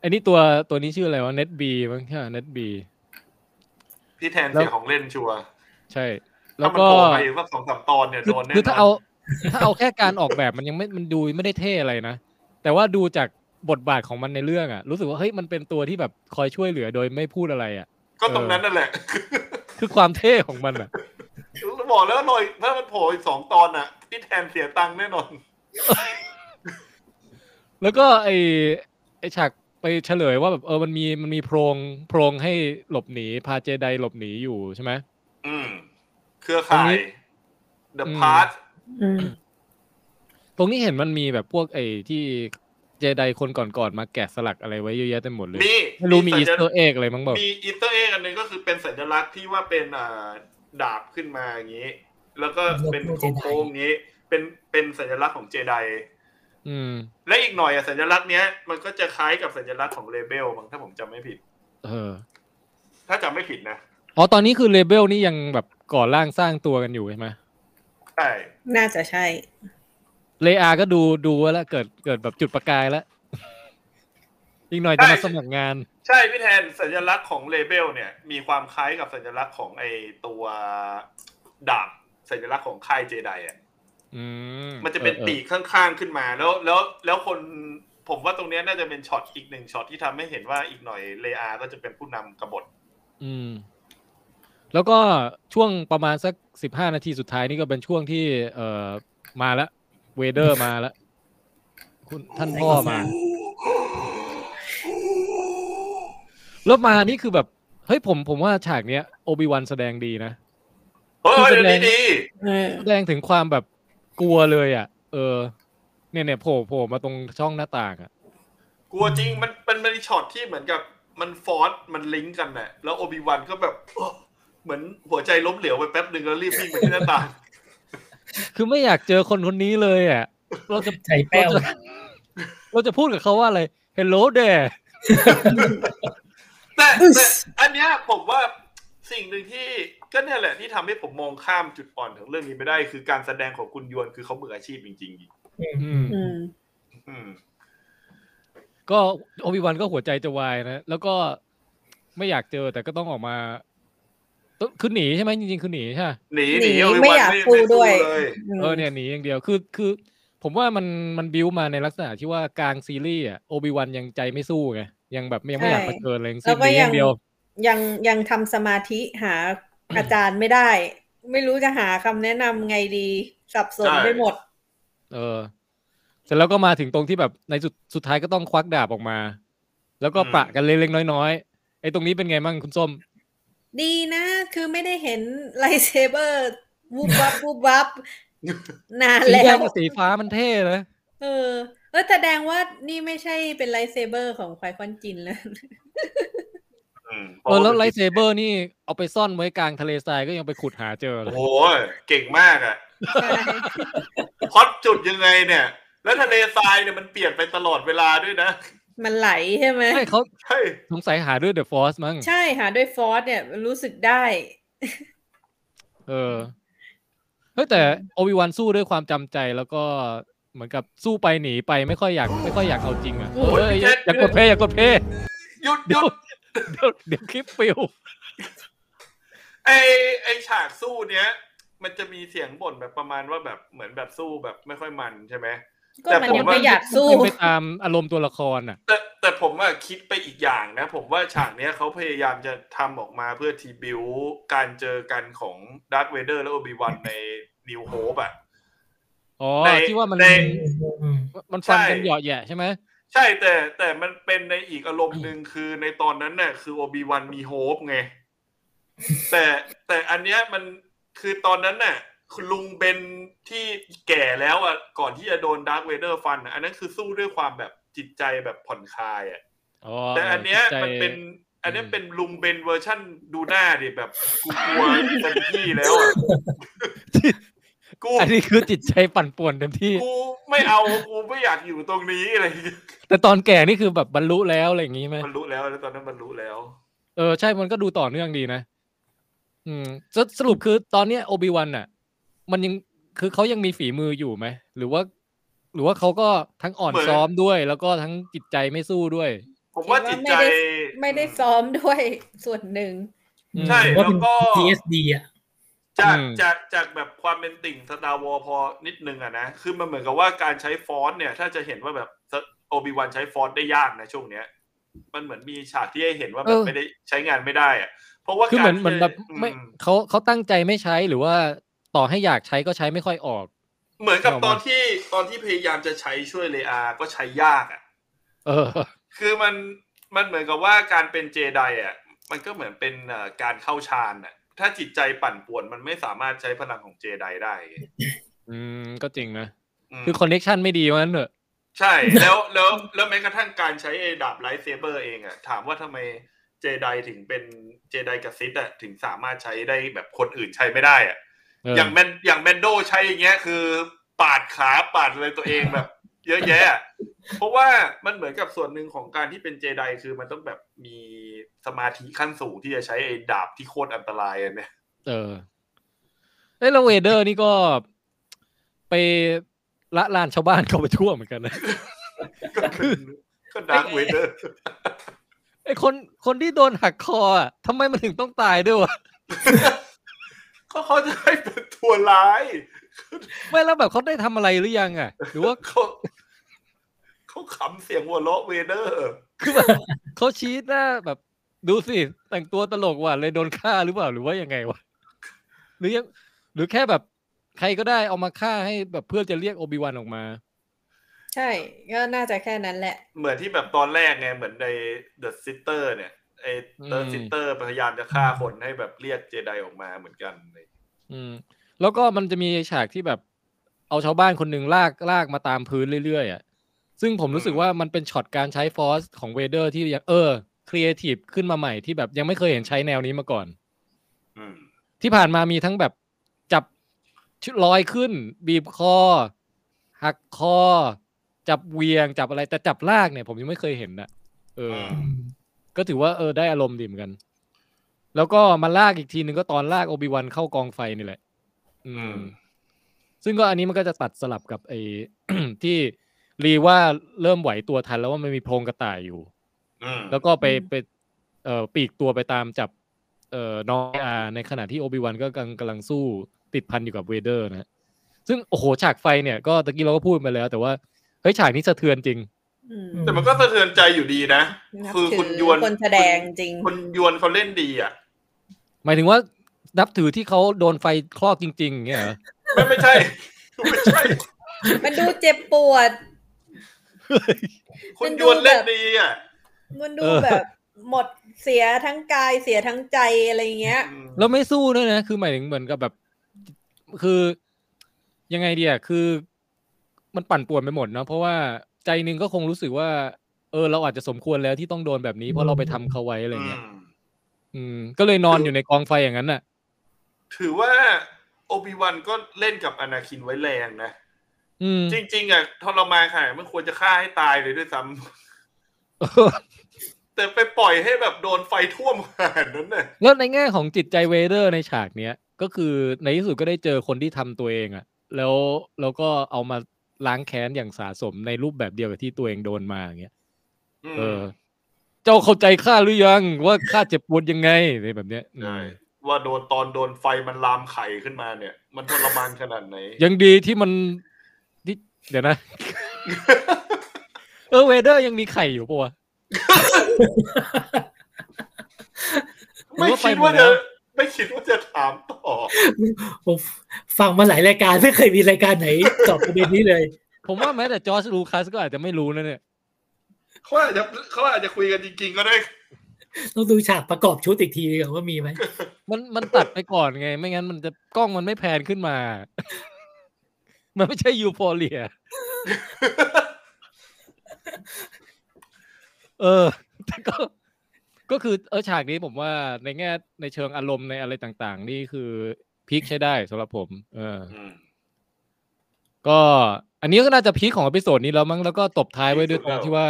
ไอันนี้ตัวตัวนี้ชื่ออะไรวะ Net B มั้งใช่ Net B
พี่แทนเสียของเล่นชัวร์
ใช่ แล้
ถ้าว มัน
ก็
โผล่ไปสักสองสามตอนเนี่ย
คือ
โดนแน่
คือถ้าน เอา
อน
ถ้าเอาแค่การออกแบบมันยังไม่มันดูไม่ได้เท่อะไรนะ แต่ว่าดูจากบทบาทของมันในเรื่องอะรู้สึกว่าเฮ้ยมันเป็นตัวที่แบบคอยช่วยเหลือโดยไม่พูดอะไรอะ
ก็ตรงนั้นนั่นแหละ
คือความเท่ของมันอะ
บอกแล้วลอยถ้ามันโผล่อีกสองตอนอ่ะ พี่แทนเสียตังค์แน่นอน
แล้วก็ไอไอฉากไปเฉลยว่าแบบเออมันมีมันมีโพรงโพรงให้หลบหนีพาเจไดหลบหนีอยู่ใช่ไหม
อืม เครือข่า
ตรงนี้
ย The
อืม
Part
อืม
ตรงนี้เห็นมันมีแบบพวกไอที่เจไดคนก่อนๆมาแกะสลักอะไรไว้เยอะแยะเต็มหมดเลย
มี
ไม่รู้มี
สั
อี
ญ
ส
ลักษ
เตอ
ณ์
ร์เอกอะไรมั้งบอก
มีอีสเตอร์เอ็กอันหนึงก็คือเป็นสัญลักษณ์ที่ว่าเป็นอ่าดาบขึ้นมาอย่างนี้ แล้วก็เป็นโค้งๆอย่างนี้ เป็นเป็นสัญลักษณ์ของเจได
อืม
และอีกหน่อยอะสัญลักษณ์เนี้ยมันก็จะคล้ายกับสัญลักษณ์ของเลเบลมั้งถ้าผมจำไม่ผิด
เออ
ถ้าจำไม่ผิดนะ
อ๋อ ตอนนี้คือเลเบลนี่ยังแบบก่อร่างสร้างตัวกันอยู่ใช่ไหม
ใช่
น่าจะใช่
เลอาก็ดูดูไว้แล้วเกิดเกิดแบบจุดประกายแล้ว อีกหน่อยจะมาสมัครงาน
ใช่พี่แทนสัญลักษณ์ของเลเบลเนี่ย มีความคล้ายกับสัญลักษณ์ของไอตัวดาบสัญลักษณ์ของค่ายเจไดอ่ะ
อืม
มันจะเป็น
ออออ
ปีกข้างๆขึ้นมาแล้วแล้วแล้วคนผมว่าตรงเนี้ยน่าจะเป็นช็อตอีกหนึ่งช็อตที่ทำให้เห็นว่าอีกหน่อยเลอาก็จะเป็นผู้นำกบฏ
อืม แล้วก็ช่วงประมาณสักสิบห้านาทีสุดท้ายนี่ก็เป็นช่วงที่ เอ่อมาแล้วเวเดอร์มาแล้วคุณท่านพ่อมา แล้วมานี่คือแบบเฮ้ยผมผมว่าฉากเนี้ยโอบิวันแสดงดีนะ
เฮ้ย
คือ
เดี๋ยว
แสดง
นี้ดี
เออ
แสดงถึงความแบบกลัวเลยอ่ะ เออ เนี่ยเนี่ยโผล่โผล่มาตรงช่องหน้าต่างอ่ะ
กลัวจริงมันมันเป็นช็อตที่เหมือนกับมันฟอนต์มันลิงก์กันน่ะแล้วโอบิวันก็แบบเอ้อเหมือนหัวใจล้มเหลวไปแป๊บหนึ่งแล้วรีบวิ่งไปที่หน้าต่าง
คือไม่อยากเจอคนคนนี้เลยอ่ะ เราจะ
ใส่แป้ว
เราจะเราจะพูดกับเขาว่าอะไร Hello there
แต่
อุ๊ย
แต่อันเนี้ยผมว่าสิ่งหนึ่งที่ก็เนี่ยแหละที่ทำให้ผมมองข้ามจุดอ่อนของเรื่องนี้ไปได้ คือการแสดงของคุณยวนคือเขามืออาชีพจริง
อืม
อืม
ๆ อืม
ก็โอบิวันก็หัวใจจะวายนะ แล้วก็ไม่อยากเจอแต่ก็ต้องออกมาต้องคือหนีใช่ไหมจริงๆ คือหนีใช่ปะ
หนี
ห
ห
นี
นีเวัน
ไม่อยาก
ไม่
สู้ด้วย
ไม่สู้เล
เออเนี่ยหนีอย่างเดียวคือคือ ผมว่ามันมันบิวมาในลักษณะที่ว่ากลางซีรีส์อ่ะโอบิวันยังใจไม่สู้ไงยังแบบยังไม่อยาก
ใช่
เผชิญอะไรทั้ง
แล้
สิ้น
ว
ห
ก็
นีอ
ยั
ย่าง งเดียว
ยังยังทำสมาธิหาอาจารย์ไม่ได้ ไม่รู้จะหาคำแนะนำไงดีสับสนไปหมด
เออเสร็จแล้วก็มาถึงตรงที่แบบในสุดสุดท้ายก็ต้องควักดาบออกมา แล้วก็ประกันเล็กๆน้อยๆไอ้ตรงนี้เป็นไงมั่งคุณส้ม
ดีนะคือไม่ได้เห็นไลท์เซเบอร์วูบวับวู บวับนาน
สี
แล้
แดง
ว
กับสีฟ้ามันเท่นะ
เออเออแสดงว่านี่ไม่ใช่เป็นไลท์เซเบอร์ของควายควันจิน แล้ว
ม
เออแล้วไลท์เซเบอร์นี่เอาไปซ่อนไว้กลางทะเลทรายก็ยังไปขุดหาเจอเล
โอ้
ย
โหเก่งมากอ่ะพล็อดจุดยังไงเนี่ย แล้วทะเลทรายเนี่ยมันเปลี่ยนไปตลอดเวลาด้วยนะ
มันไหลใช่ไหม
ใช่เขา
ใช่
สงสัยหาด้วยเดอะฟอสมั้ง
ใช่หาด้วยฟอสเนี่ยรู้สึกได้
เออเฮ้ยแต่โอวิวันสู้ด้วยความจำใจแล้วก็เหมือนกับสู้ไปหนีไปไม่ค่อยอยากไม่ค่อยอยากเอาจริงอ่ะเออเอออย่าอย่ากดเพย์อย่ากดเพย์
หยุดห
เดี๋ย
ยุ
ว
ด
เดี๋ยวเดี๋ยวคลิปปิว
ไอไอฉากสู้เนี้ย มันจะมีเสียงบ่นแบบประมาณว่าแบบเหมือนแบบสู้แบบไม่ค่อยมันใช่ไหม
ก็
แต่
มัน
ผม
ยัง
ว่า
ไม่อยากสู้
เป็นไปตามอารมณ์ตัวละครน่ะ
แต่แต่ผมว่าคิดไปอีกอย่างนะ ผมว่าฉากเนี้ยเขาพยายามจะทำออกมาเพื่อทีบิวการเจอกันของดาร์ธเวเดอร์และโอบิวันในนิวโฮปอ่ะ
อ๋อ
ใน
ที่ว่ามัน
ใน
อืม
มันฟัน
ใช่
กันเหยาะแหยะใช่ไหม
ใช่แต่แต่มันเป็นในอีกอารมณ์หนึ่งคือในตอนนั้นน่ะคือโอบีวันมีโฮปไง แต่แต่อันเนี้ยมันคือตอนนั้นน่ะคุณลุงเบนที่แก่แล้วอ่ะก่อนที่จะโดนดาร์ v เวเดอร์ฟันน่ะอันนั้นคือสู้ด้วยความแบบจิตใจแบบผ่อนคลายอ่ะ
อ๋อ
แต่อันเนี้ย
ใจ
มันเป็น อันเนี้ยเป็นลุงเบนเวอร์ชั่นดูหน้าดิแบบกูกลัวเต็มที่แล้วอ่ะ
ใจ
กู
อันนี้คือจิตใจปั่นป่วนเต็มที่
กูไม่เอากูไม่อยากอยู่ตรงนี้อะไรอย่างเงี้ย
แต่ตอนแก่นี่คือแบบบรรลุแล้วอะไรอย่างงี้ไหม
บรรลุแล้วแล้วตอนนั้นบรรลุแล้ว
เออใช่มันก็ดูต่อเนื่องดีนะ อืมสสรุปคือตอนเนี้ยโอบิวันอ่ะ มันยังคือเขายังมีฝีมืออยู่ไหมหรือว่า หรือว่าเขาก็ทั้งอ่อนซ้อมด้วย แล้วก็ทั้งจิตใจไม่สู้ด้วย
ผมว่าจิตใจ
ไม่ได้ซ้อมด้วยส่วนหนึ่ง
ใช่
ผมว่าเป็น
แล้วก็
PTSD อ่ะ
จาก
อืม
จากจากแบบความเป็นติ่งสตาร์วอพอนิดนึงอะนะ คือมันเหมือนกับว่าการใช้ฟอนต์เนี่ย ถ้าจะเห็นว่าแบบโอบิวันใช้ฟอนต์ได้ยากนะช่วงเนี้ย มันเหมือนมีฉากที่ให้เห็นว่าแบบ
เออ
ไม่ได้ใช้งานไม่ได้อะเพราะว่า
คือเหมือนเห
การที่
มือนแบบ
อื
ไม่เขาเขาตั้งใจไม่ใช้หรือว่าต่อให้อยากใช้ก็ใช้ไม่ค่อยออก
เหมือนกับ
เอามา
ตอนที่ตอนที่พยายามจะใช้ช่วยเลอาก็ใช้ยากอะ
เออ
คือมันมันเหมือนกับว่าการเป็นเจไดอ่ะมันก็เหมือนเป็นเอ่อการเข้าฌานอ่ะถ้าจิตใจปั่นป่วนมันไม่สามารถใช้พลังของเจไดได้
อืมก็จริงนะ
ม
คือคอนเน็ชันไม่ดีวะนั้นเถอะ
ใช่แล้วแล้วแล้วแม้กระทั่งการใช้ไอ้ดาบไลท์เซเบอร์เองอ่ะถามว่าทำไมเจไดถึงเป็นเจไดกับซิดอ่ะถึงสามารถใช้ได้แบบคนอื่นใช้ไม่ได้อ่ะ
เออ
อ
อย่าง
แมนอย่างแมนโดใช้อย่างเงี้ยคือปาดขาปาดอะไรตัวเองแบบ เยอะแยะอะเพราะว่ามันเหมือนกับส่วนหนึ่งของการที่เป็นเจไดคือมันต้องแบบมีสมาธิขั้นสูงที่จะใช้ไอ้ดาบที่โคตรอันตรายอันเนี่ย
เออเอ้ยแล้วเวเดอร์นี่ก็ไปละลานชาวบ้านเขาไปทั่วเหมือนกันนะ
ก็คือก็ดาร์กเวเดอร์
ไอคนคนที่โดนหักคออะทำไมมันถึงต้องตายด้วยวะ
ก็เขาจะให้เป็นตัวร้าย
ไม่แล้วแบบเขาได้ทำอะไรหรือยังอ่ะ หรือว่า
เขา เขาขำเสียงหัวเราะเวเดอร์
คือแบบเขาชี้หน้าแบบ ดูสิ แต่งตัวตลกว่ะเลยโดนฆ่าหรือเปล่าหรือว่ายังไงวะ หรือยังหรือแค่แบบใครก็ได้เอามาฆ่าให้แบบเพื่อจะเรียกโอบิวันออกมา
ใช่ ก็น่าจะแค่นั้นแหละ
เหมือนที่แบบตอนแรกไงเหมือนในเดอะซิสเตอร์ เนี่ยไอ้เดอะ
อืม
ซิสเตอร์พยายามจะฆ่าคนให้แบบเรียกเจไดออกมาเหมือนกันเลย
อืมแล้วก็มันจะมีฉากที่แบบ เอาชาวบ้านคนหนึ่งลากลากมาตามพื้นเรื่อยๆอ่ะซึ่งผมรู้สึกว่ามันเป็นช็อตการใช้ฟอสของเวเดอร์ที่ยังเออครีเอทีฟขึ้นมาใหม่ที่แบบยังไม่เคยเห็นใช้แนวนี้มาก่อน
อืม
ที่ผ่านมามีทั้งแบบจับชุดลอยขึ้น บีบคอ หักคอ จับเหวียงจับอะไรแต่จับลากเนี่ย ผมยังไม่เคยเห็นนะเอออ
ม
ก็ถือว่าเออได้อารมณ์ดีเหมือนกัน แล้วก็มาลากอีกทีหนึ่งก็ตอนลากโอบิวันเข้ากองไฟนี่แหละ อื
อื
ม
ม
ซึ่งก็อันนี้มันก็จะตัดสลับกับไอ้ ที่รีว่าเริ่มไหวตัวทันแล้วว่ามันมีโพรงกระต่ายอยู่
อืม
แล้วก็ไปไปเอ่อปีกตัวไปตามจับ เอ่อน้องอาในขณะที่โอบิวันก็กำลังกำลังสู้ติดพันอยู่กับเวเดอร์นะฮะซึ่งโอ้โหฉากไฟเนี่ยก็ตะกี้เราก็พูดไปแล้ว แต่ว่าเฮ้ยฉากนี้สะเทือนจริง
อืม
แต่มันก็สะเทือนใจอยู่ดีนะ คือคุณยวน
คนแสดงจริง
คุณยวนเขาเล่นดีอ่ะ
หมายถึงว่านับถือที่เขาโดนไฟคลอกจริงๆอย่างเงี้ยเหรอ
ไม่ไม่ใช่ ไม่ใช่
มันดูเจ็บปวด
คุณยวนเล่นดีอ่ะ
มันดู
เออ
แบบหมดเสียทั้งกายเสียทั้งใจอะไรอย่างเงี้ย
อืม
แล้วไม่สู้ด้วยนะ คือหมายถึงเหมือนกับแบบ คือยังไงเดียคือ มันปั่นป่วนไปหมดเนาะ เพราะว่าใจหนึงก็คงรู้สึกว่า เออ เราอาจจะสมควรแล้วที่ต้องโดนแบบนี้เพราะเราไปทำเขาไว้อะไรเงี้ย
ม
อืม ก็เลยนอน อยู่ในกองไฟอย่างนั้นน่ะ
ถือว่าโอบิวันก็เล่นกับอนาคินไว้แรงนะ
อืม
จริง ๆอ่ะทรมานค่ะ มันควรจะฆ่าให้ตายเลยด้วยซ้ำ แต่ไปปล่อยให้แบบโดนไฟท่วมขนาดนั้นน่ะ
แล้วในแง่ของจิตใจเวเดอร์ในฉากเนี้ย ก็คือในที่สุดก็ได้เจอคนที่ทำตัวเองอะแล้วแล้วก็เอามาล้างแค้นอย่างสาสมในรูปแบบเดียวกับที่ตัวเองโดนมาอย่างเงี้ย
ม
เออ เจ้าเข้าใจข้าหรือยังว่าข้าเจ็บปวดยังไงอะไรแบบเนี้ยอืม
ใช่ว่าโดนตอนโดนไฟมันลามไข่ขึ้นมาเนี่ย มันทรมานขนาดไหน
ยังดีที่มันที่เดี๋ ยวนะ เออเวเดอร์ยังมีไข่อยู่ปะวะ หรือ
ไม่
ว่าไฟ
คิด
หม
ว่า
ด
จะ
แล้ว
ไม่คิดว่าจะถามต่อ
ผมฟังมาหลายรายการไม่เคยมีรายการไหน เจอบประเด็นนี้เลย
ผมว่าแม้แต่จอร์จลูคัสก็อาจจะไม่รู้นะเนี่ย
เขาอาจจะเขาอาจจะคุยกันจริงๆก็ได้
ต้องดูฉากประกอบชุดอีกทีดีกว่าว่ามีไหม
มันมันตัดไปก่อนไง ไม่งั้นมันจะกล้องมันไม่แพนขึ้นมา มันไม่ใช่ยูโฟเรีย เออ แต่ก็ ก็คือเออฉากนี้ผมว่าในแง่ในเชิงอารมณ์ในอะไรต่าง ๆ นี่คือ พีคใช้ได้สำหรับผม เออ
อืม
ก็อันนี้ก็น่าจะพีคของอพิโซดนี้แล้วมั้งแล้วก็ตบท้ายไว้ด้วยตรงที่ว่า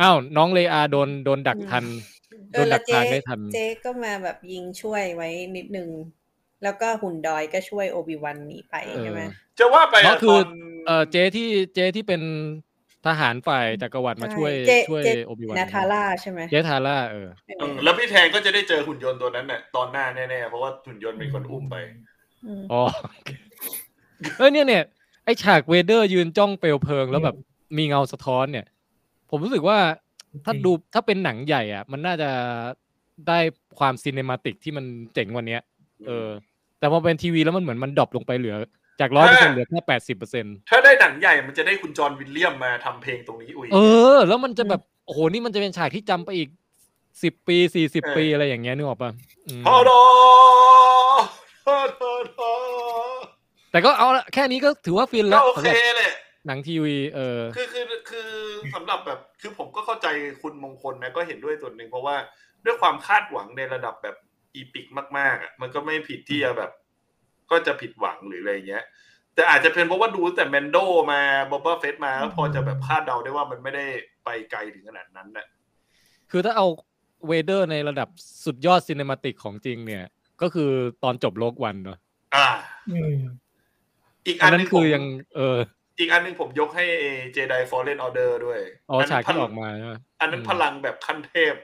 อ้าวน้องเลอาโดนโดนดัก ทัน
เอ
โด
อน แล้ว
ดัก
เจ๊
ทางได้ทัน
เจ๊ก็มาแบบยิงช่วยไว้นิดนึง แล้วก็หุ่นดอยก็ช่วยโอบิวันหนีไปใช่ไหม
จะว่าไป
ก็คือ
ตน
เออเจที่เจที่เป็นทหารฝ่ายจักรวรรดิมาช่วย
เจ๊
ช่วย
เจ๊
โอบิวัน
นาทาร่าใช่ไหม
เจทาร่าเออ
เออแล้วพี่แทนก็จะได้เจอหุ่นยนต์ตัวนั้นน่ะตอนหน้าแน่ๆ เพราะว่าหุ่นยนต์เป็นคนอุ้มไป
อืม
อ๋อ เอ้ยเนี่ยเนี่ยไอฉากเวเดอร์ยืนจ้องเปลวเพลิงแล้วแบบมีเงาสะท้อนเนี่ย ผมรู้สึกว่าถ้าดูถ้าเป็นหนังใหญ่อ่ะ มันน่าจะได้ความซีเนมาติกที่มันเจ๋งกวันเนี้ย เออ แต่พอเป็นทีวีแล้วมันเหมือนมันดรอปลงไปเหลือ จากร้อยเปอร์เซ็นต์เหลือแค่แปดสิบเปอร์เซ็นต์
ถ้าได้หนังใหญ่มันจะได้คุณจอห์นวิลเลียมมาทำเพลงตรงนี้อุ้ย
เออ แล้วมันจะแบบโอ้โหนี่มันจะเป็นฉากที่จำไปอีกสิบปีสี่สิบปีอะไรอย่างเงี้ยนึกออกปะอืม
พอดอพอดอพอ
แต่ก็เอาละแค่นี้ก็ถือว่าฟิน
ก็
แล้ว
โอ
สำห
เค
รับ
เลย
หนังทีวีเออ
คือคือคือสำหรับแบบคือผมก็เข้าใจคุณมงคลนะก็เห็นด้วยส่วนหนึ่งเพราะว่าด้วยความคาดหวังในระดับแบบอีพิกมากๆอ่ะมันก็ไม่ผิดที่จะแบบ ก็จะผิดหวังหรืออะไรเงี้ย แต่อาจจะเป็นเพราะว่าดูตั้งแต่แมนโดมาบอบบ้าเฟสมาก็พอจะแบบคาดเดาได้ว่ามันไม่ได้ไปไกลถึงขนาดนั้นนะ
คือถ้าเอาเวเดอร์ในระดับสุดยอดซีเนมาติกของจริงเนี่ย ก็คือตอนจบโลกวันเนาะ
อ่า
อืม
อีก
อั
อั
น
นห
นั้น
นึงผ
คือ
ม
ยังเออ
อีกอันหนึงผมยกให้เจไดฟอร์เรนออเดอร์ด้วย
เอาฉาก
พ
ที่
ลั
อง อกมาใช่ไหม
อันนั้นพลังแบบขั้นเทพ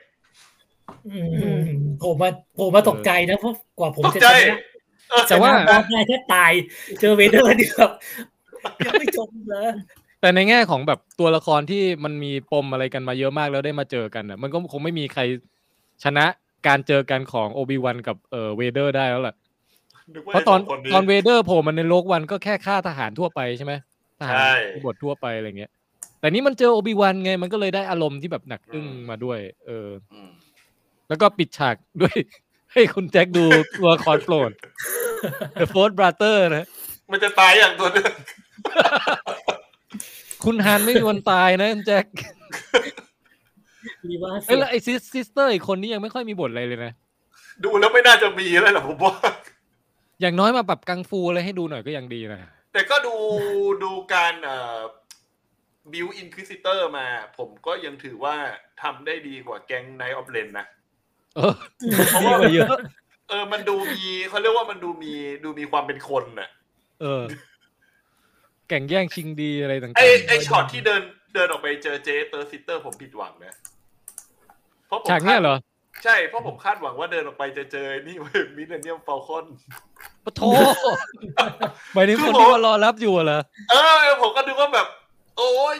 อืมผมมาผมมาตกใจนะเพราะกว่าผม
ตก
จะ
ใจ
ชนะ
เออ
แต่ว่า
ชนะบอสได้แค่ตาย เจอเวเดอร์นี่แบบยังไม่จบเลย
แต่ในแง่ของแบบตัวละครที่มันมีปมอะไรกันมาเยอะมากแล้วได้มาเจอกันอ่ะมันก็คงไม่มีใครชนะการเจอกันของโอบิวันกับเออเวเดอร์ได้แล้วล่ะ เพราะตอนตอนเวเดอร์โผล่มาในโลกวันก็แค่ฆ่าทหารทั่วไปใช่ไหมทหาร
ใช่
บททั่วไปอะไรเงี้ย แต่นี้มันเจอโอบิวันไงมันก็เลยได้อารมณ์ที่แบบหนักอึ้งมาด้วย เออ
อืม
แล้วก็ปิดฉากด้วย ให้คุณแจ็คดูตัวละคอนโปร ด The Fourth Brother นะ
มันจะตายอย่างตัวนึง
คุณฮันไม่มีวันตายนะคุณแจ็ค
มีว่า
เอ้ย
เสีย
แล้วไอซิสซิสเตอร์อีกคนนี้ยังไม่ค่อยมีบทอะไรเลยนะ
ดูแล้วไม่น่าจะมีแล้วหรอผมว่า
อย่างน้อยมาปรับกังฟูอะไรให้ดูหน่อยก็ยังดีนะ
แต่ก็ดูดูการเอ่อบิวอินควิซิเตอร์มา ผมก็ยังถือว่าทำได้ดีกว่าแก๊งไนออฟเลนนะ
เออ
เพราะ
ดี
ว่า
กว่าเยอะ
เออ มันดูมีเขาเรียกว่ามันดูมีดูมีความเป็นคนน่ะ
เออ แก่งแย่งชิงดีอะไรต่างๆ
ไอไอช็อตที่เดินเดินออกไปเจอเจเตอร์ซิสเตอร์ผมผิดหวังนะเพราะผม
ฉากเนี้ยเหรอ
ใช่เพราะผมคาดหวังว่าเดินออกไปจะเจอนี่ เว้ยมิเลเนียมฟลคอน
ปะโท หมายถึงคนที่มารอรับอยู่เหรอ
เออผมก็นึกว่าแบบ โอ้ย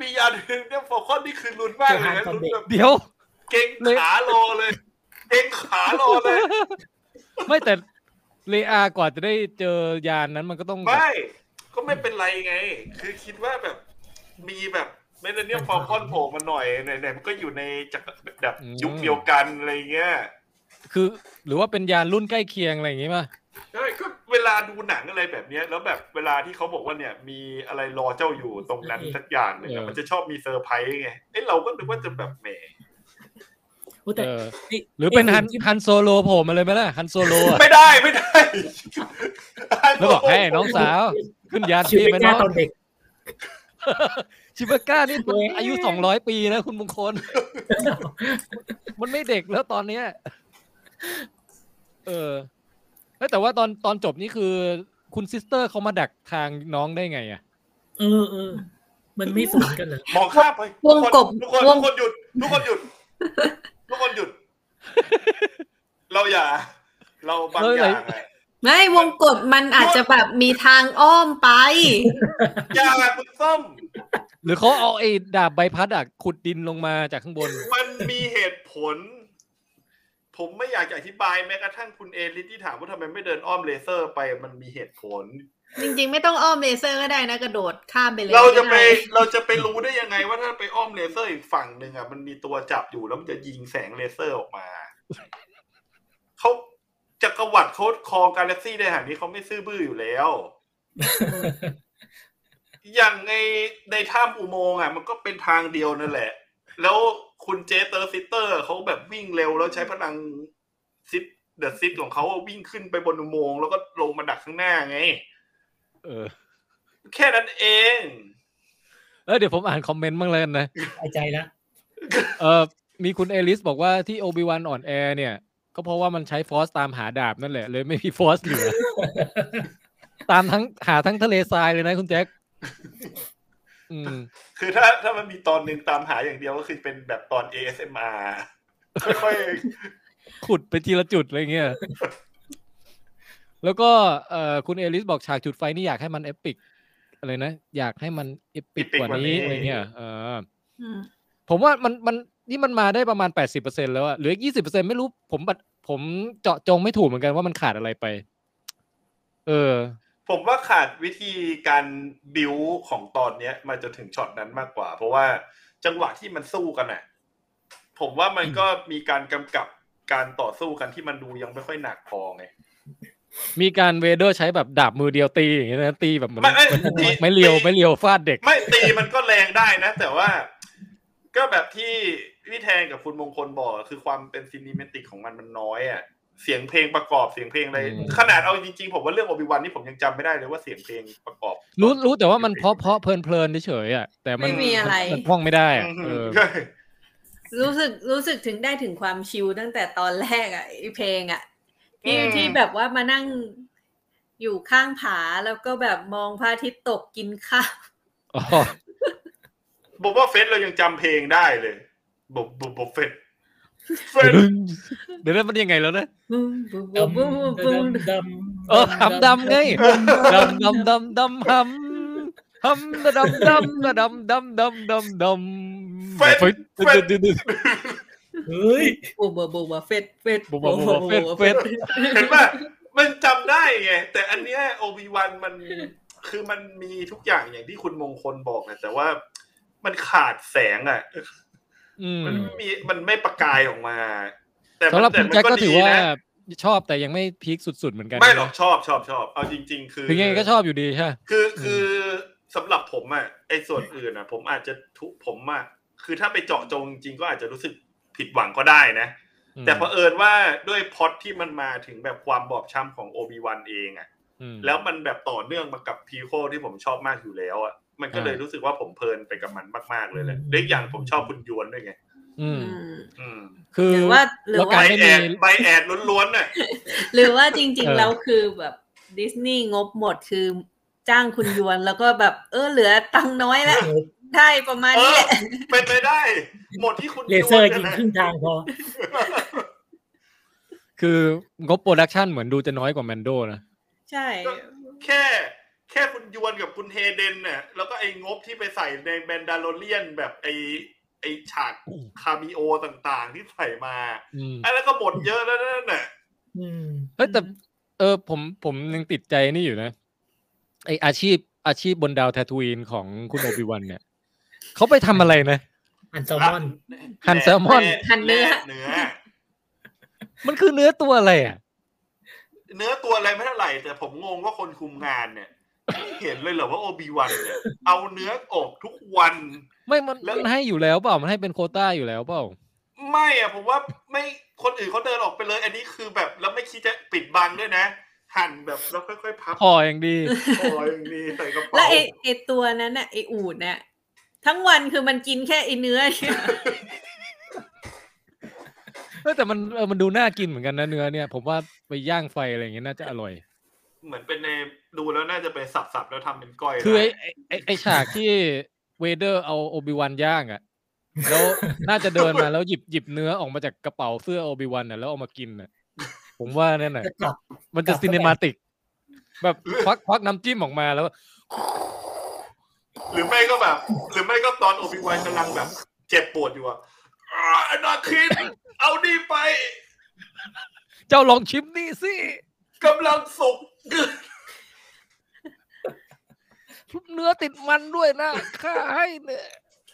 มียาเดินเนี่ยฟอลคอนนี่คือลุ้นมากเลยนะลุ้นแบบ
เดี๋ยว
เก่งขาโลเลย เก่งขาโลเลย
ไม่แต่เลอากว่าจะได้เจอยานนั้นมันก็ต้องแบบ
ไม่ ก็ไม่เป็นไรไง คือคิดว่าแบบมีแบบเมเดเนียมฟอลคอนโผล่มาหน่อยไหนๆมันก็อยู่ในจักรแบบยุคเดียวกันอะไรเงี้ย
คือ หรือว่าเป็นยานรุ่นใกล้เคียงอะไรอย่างงี้ป่ะ
ใช่ก็เวลาดูหนังอะไรแบบเนี้ย แล้วแบบเวลาที่เขาบอกว่าเนี่ย มีอะไรรอเจ้าอยู่ตรงนั้นสักอย่างหนึ่งอะมันจะชอบมีเซอร์ไพรส์ไงเอ้ยเราก็นึกว่าจะแบบแหม
โอ้แต่
เออ
ไอ้
หรือเป็นฮัน
ไหุ่ที่
ฮันโซโลโผล่มาเลยไหมล่ะฮันโซโลอะ
ไม่ได้ไม่ได้
แล้วบอกให้น้องสาว ขึ้นยาน
ชิว
พี่
ไป
ไป
กล้า
น้อง
ตอนเด็ก
ชิบาก้านี่มันอายุสองร้อยปีนะคุณมงค ล มันไม่เด็กแล้วตอนเนี้ย เออเอ้ยแต่ว่าตอนตอนจบนี่คือ คุณซิสเตอร์เขามาดักทางน้องได้ไงอะ
เออเออ มันไม่สนกันเหรอ
มองข้ามไป
วงกบ
ทุกคน
ว
ทุ
ง
กคนหยุด ทุกคนหยุด ทุกคนหยุด เราอย่า เราบางอย่างอะ
ไม่วงกดมันอาจจะแบบมีทางอ้อมไป
อย่าคุณส้ม
หรือเขาเอาไอ้ดาบใบพัดอะขุดดินลงมาจากข้างบน
มันมีเหตุผล ผมไม่อยากจะอธิบายแม้กระทั่งคุณเอลิสที่ถามว่าทำไมไม่เดินอ้อมเลเซอร์ไปมันมีเหตุผล
จริงๆ ไม่ต้องอ้อมเลเซอร์ก็ได้นะ กระโดดข้ามไปเลย
เราจะไป
ก็ด้
เราจะไปรู้ได้ยังไง ว่าถ้าไปอ้อมเลเซอร์อีกฝั่งหนึ่งอ่ะมันมีตัวจับอยู่แล้วมันจะยิงแสงเลเซอร์ออกมา เขาจักรวรรดิเขาครองกาแล็กซี่ในหางนี้เขาไม่ซื่อบื้ออยู่แล้ว อย่างในในถ้ำอุโมงค์อ่ะ มันก็เป็นทางเดียวนั่นแหละ แล้วคุณเจเตอร์ซิสเตอร์เขาแบบวิ่งเร็วแล้วใช้พลังซิป เดอะซิตของเขาอะวิ่งขึ้นไปบนอุโมงค์แล้วก็ลงมาดักข้างหน้าไง
เออ
แค่นั้นเอง
เออเดี๋ยวผมอ่านคอมเมนต์บ้างเลยนะ
หายใจละ
เออมีคุณเอลิสบอกว่าที่โอบิวันอ่อนแอเนี่ย ก็เพราะว่ามันใช้ฟอสตามหาดาบนั่นแหละ เลยไม่มีฟอสเหลือ ตามทั้งหาทั้งทะเลทรายเลยนะคุณแจ็คอืม
คือถ้าถ้ามันมีตอนหนึ่งตามหาอย่างเดียวก็คือเป็นแบบตอน ASMR ค่อย
ขุดไปทีละจุดอะไรเงี้ย แล้วก็เอ่อคุณเอลิสบอกฉากจุดไฟนี่อยากให้มันเอปิกอะไรนะ อยากให้มันเอปิกกว่านี้อะไรเงี้ยเออ
อืม
ผมว่ามันมันนี่มันมาได้ประมาณ 80%แล้วอะเหลืออีก20%ไม่รู้ผมบัดผมเจาะจงไม่ถูกเหมือนกันว่ามันขาดอะไรไป เออ
ๆ ผมว่าขาดวิธีการบิวของตอนเนี้ยมาจนถึงช็อตนั้นมากกว่า เพราะว่าจังหวะที่มันสู้กันอ่ะ ผมว่ามันก็มีการกำกับการต่อสู้กันที่มันดูยังไม่ค่อยหนักพอไง
มีการเวเดอร์ใช้แบบดาบมือเดียวตีอย่างเงี้ยนะตีแบบเหมือน
ไม่ไม่
เหมือน
ตี
ไม่เลียว
ตี
ไม่เลียวฟาดเด็ก
ไม่ตีมันก็แรงได้นะ แต่ว่าก็แบบที่พี่แทนกับคุณมงคลบอกอะคือความเป็นซินิเมติกของมันมันน้อยอ่ะเสียงเพลงประกอบเสียงเพลงอะไร
อืม
ขนาดเอาจริงๆผมว่าเรื่องโอบิวันนี่ผมยังจำไม่ได้เลยว่าเสียงเพลงประกอบ
รู้รู้แต่ว่ามันเพราะเพราะเพลินเพลินๆเฉยๆอะแต่มัน
ไม่มีอะไร
มันพ่องไม่ได้อะเออ
รู้สึกรู้สึกถึงได้ถึงความชิลตั้งแต่ตอนแรกอ่ะไอ้เพลงอ่ะที่
อืม
ที่แบบว่ามานั่งอยู่ข้างผาแล้วก็แบบมองพระอาทิตย์ตกกินข้าว
อ๋อ
บอกว่าเฟสเรายังจำเพลงได้เลยบอกบอกบอกเฟสเฟส
เดี๋ยวนั้นมันยังไงแล้วนะ
บูมบูม
ด
บูมบูมบูมบูม
ำดำดำ
เออหำดำไงดำดำดำดำหำหำดำดำดำดำดำดำดำดำ
เฮ้ย
บูมบูมบูมบูมเฟดเฟด
บุบบุบเฟสเฟส
เห็นป่ะมันจำได้ไงแต่อันเนี้ยโอบิวันมันคือมันมีทุกอย่างอย่างที่คุณมงคลบอกนะแต่ว่ามันขาดแสงอ่ะ
อืม
มันไม่มีมันไม่ประกายออกมา แต่มัน
สำหรับ
แต่
คุณ
มัน
แจ็คก็ถือว่า
ดีนะ
ชอบแต่ยังไม่พีคสุดๆเหมือนกัน
ไม่หรอกชอบชอบชอบเอาจริง ๆ คือ
ถึงยังไงก็ชอบอยู่ดีใช่ไหม
คือคือสำหรับผมอะไอ้ส่วนอื่นอะผมอาจจะทุผมอะคือถ้าไปเจาะจงจริงๆก็อาจจะรู้สึกผิดหวังก็ได้นะ แต่เผอิญว่าด้วยพล็อดที่มันมาถึงแบบความบอบช้ำของโอบิวันเองอะแล้วมันแบบต่อเนื่องมากับพีโคที่ผมชอบมากอยู่แล้วอะมันก็เลย
อ่ารู้
รู้สึกว่าผมเพลินไปกับมันมากๆเลยแหละเด็กอย่างผมชอบคุณยวนด้วยไง
อืม
อืม
คื
ห
อ
รือว่าหรือ
แล้
ใบ
ว
ว่า
กัน ไม่
แอ
มี
ดใบแอดล้วนๆน่ะ
หรือว่าจริง
เออ
ๆแล้วคือแบบดิสนีย์งบหมดคือจ้างคุณยวนแล้วก็แบบเออเหลือตังค์น้อยแล้ว ได้ประมาณ
เอ
นี้
อ
แหละ
เป็นไปได้ หมดที่คุณ
เลเซอร์ยิง
นะ
ครึ่งทางพอ
คืองบโปรดักชันเหมือนดูจะน้อยกว่าแมนโดนะ
ใช่
แค่ แค่คุณยวนกับคุณเฮเดนเนี่ยแล้วก็ไอ้งบที่ไปใส่ในแมนดาโลเรียนแบบไอ้ไอ้ฉาก
อืม
คาเมิโอต่างๆที่ใส่มาไอ้แล้วก็หมดเยอะแล้วนั่นน่ะ
อืม
เฮ้ยแต่เออผมผมยังติดใจนี่อยู่นะไออาชีพอาชีพบนดาวแททูอินของคุณโอบิวัน เนี่ย เขาไปทำอะไรนะ
อันแซลมอน
หั่นแซลมอน
แแเนื้อ
มันคือเนื้อตัวอะไรอ่ะ
เนื้อตัวอะไรไม่เท่าไหร่ แต่ผมงงว่าคนคุมงานเนี่ยไม่เห็นเลยเหรอว่าโอบีวันเนี่ย เอาเนื้อออกทุกวัน
ไม่มัน
แล้ว
มันให้อยู่แล้วเปล่ามันให้เป็นโควต้าอยู่แล้วเปล่า
ไม่อะผมว่าไม่คนอื่นเขาเดินออกไปเลย อันนี้คือแบบแล้วไม่คิดจะปิดบังด้วยนะ หั่นแบบแล้วค่อยๆพับ
พออย่างดี
คออย่างนี้ใส่กระ
และ
เป๋า
ไอไอตัวนั้นน่ะไออูดน่ะทั้งวันคือมันกินแค่ไอเนื้อเนี่ย
เฮ้ยแต่มันเออมันดูน่ากินเหมือนกันนะเนื้อเนี่ย ผมว่าไปย่างไฟอะไรอย่างเงี้ยน่าจะอร่อย
เหมือนเป็นในดูแล้วน่าจะไปสับๆแล้วทำเป็นก้อย
คือไอ
ได้
ไอ้ไอไอฉากที่เวเดอร์เอาโอบิวันย่างอ่ะ แล้วน่าจะเดินมาแล้วหยิบหยิบเนื้อออกมาจากกระเป๋าเสื้อโอบิวันน่ะแล้วเอามากินน่ะ ผมว่านั่นน่ะ
จะกลับ
มันจะ
กลับเข้า
ซี
ไป
เนมาติก แบบควักควักน้ำจิ้มออกมาแล้ว
หรือไม่ก็แบบ หรือไม่ก็ตอนโอบิวันกำลังแบบ เจ็บปวดอยู่อะอ่าอนาคินเอานี่ไป
เจ้าลองชิมนี่สิ
กำลังสุก
เนื้อติดมันด้วยนะข้าให้เนี่ย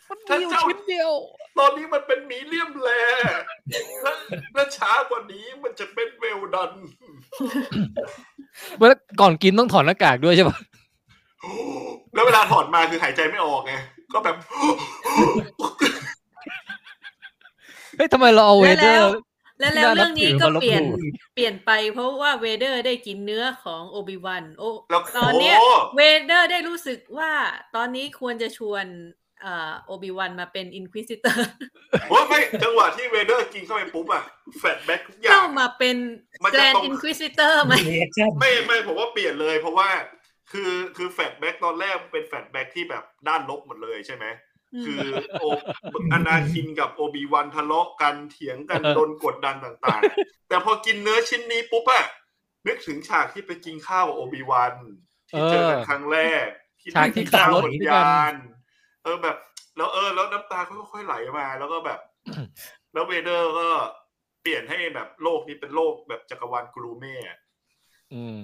มันมีอยู่ชิ้นเดียว
ตอนนี้มันเป็นมีเลียมแลถ้าถ้าช้ากว่านี้มันจะเป็นเวลดัน
เมื่อก่อนกินต้องถอดหน้ากากด้วยใช่ปะ
แล้วเวลาถอดมาคือหายใจไม่ออกไงก็แบบ
เฮ้ยทำไมเราเอาเว
และ
เดอ
แล้ว
ร์
แล้วแล้วเรื่องนี้ก็เปลี่ยน
น่านับถือ
เปลี่ยนไปเพราะว่าเวเดอร์ได้กินเนื้อของโอบิวันโอ
แล้ว
ตอนเนี้ย
โ
เวเดอร์ได้รู้สึกว่าตอนนี้ควรจะชวนเอ่อโอบิวันมาเป็นอินควิซิเตอร์
โอ้ยไม่จังหวะที่เวเดอร์กินเข้าไปปุ๊บอะแฟลชแบ็กทุกอย่า
เข้าง มาเป็น
มัน
แกร
จะ
น
ตรง
อินควิซิเตอร์ไหม
เรียกชั่น
ไม่ไม่ผมว่าเปลี่ยนเลย เพราะว่าคือคือแฟลชแบ็กตอนแรกมันเป็นแฟลชแบ็กที่แบบด้านลบหมดเลยใช่ไหม คือโออนาคินกับโอบีวันทะเลาะกันเถียงกันโดนกดดันต่างๆ แต่พอกินเนื้อชิ้นนี้ปุ๊บอะนึกถึงฉากที่ไปกินข้าวโอบีวันที่เจอกันครั้งแรก
ฉากที่ขับรถ
บนยานเออแบบ แล้วเออ แล้วน้ำตาค่อยๆไหลมา แล้วก็ แบบ แล้วเวเดอร์ก็เปลี่ยนให้แบบโลกนี้เป็นโลกแบบจักรวาลกรูเม่อะ
อืม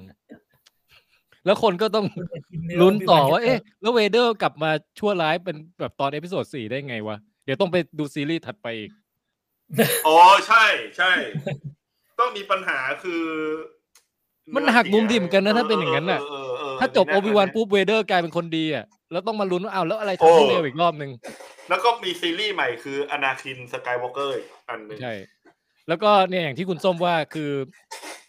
แล้วคนก็ต้องลุ้นต่อว่า เอ๊ะ แล้วเวเดอร์กลับมาชั่วร้ายเป็นแบบตอนเอพิโซดสี่ได้ไงวะ เดี๋ยวต้องไปดูซีรีส์ถัดไปอีก
อ๋อใช่ใช่ ต้องมีปัญหาคือ
มันหักมุมดีเหมือนกันนะถ้าเป็นอย่างนั้นน่ะ
เออเออเ
ถ้าจบโอบิวันปุ๊บเวเดอร์กลายเป็นคนดีอ่ะ แล้วต้องมาลุ้นว่าอ้าวแล้วอะไรทำให้เลวอีกรอบนึง
แล้วก็มีซีรีส์ใหม่คืออนาคินสกายวอล์กเกอร์อันหนึ่ง
ใช่ แล้วก็เนี่ยอย่างที่คุณส้มว่าคือ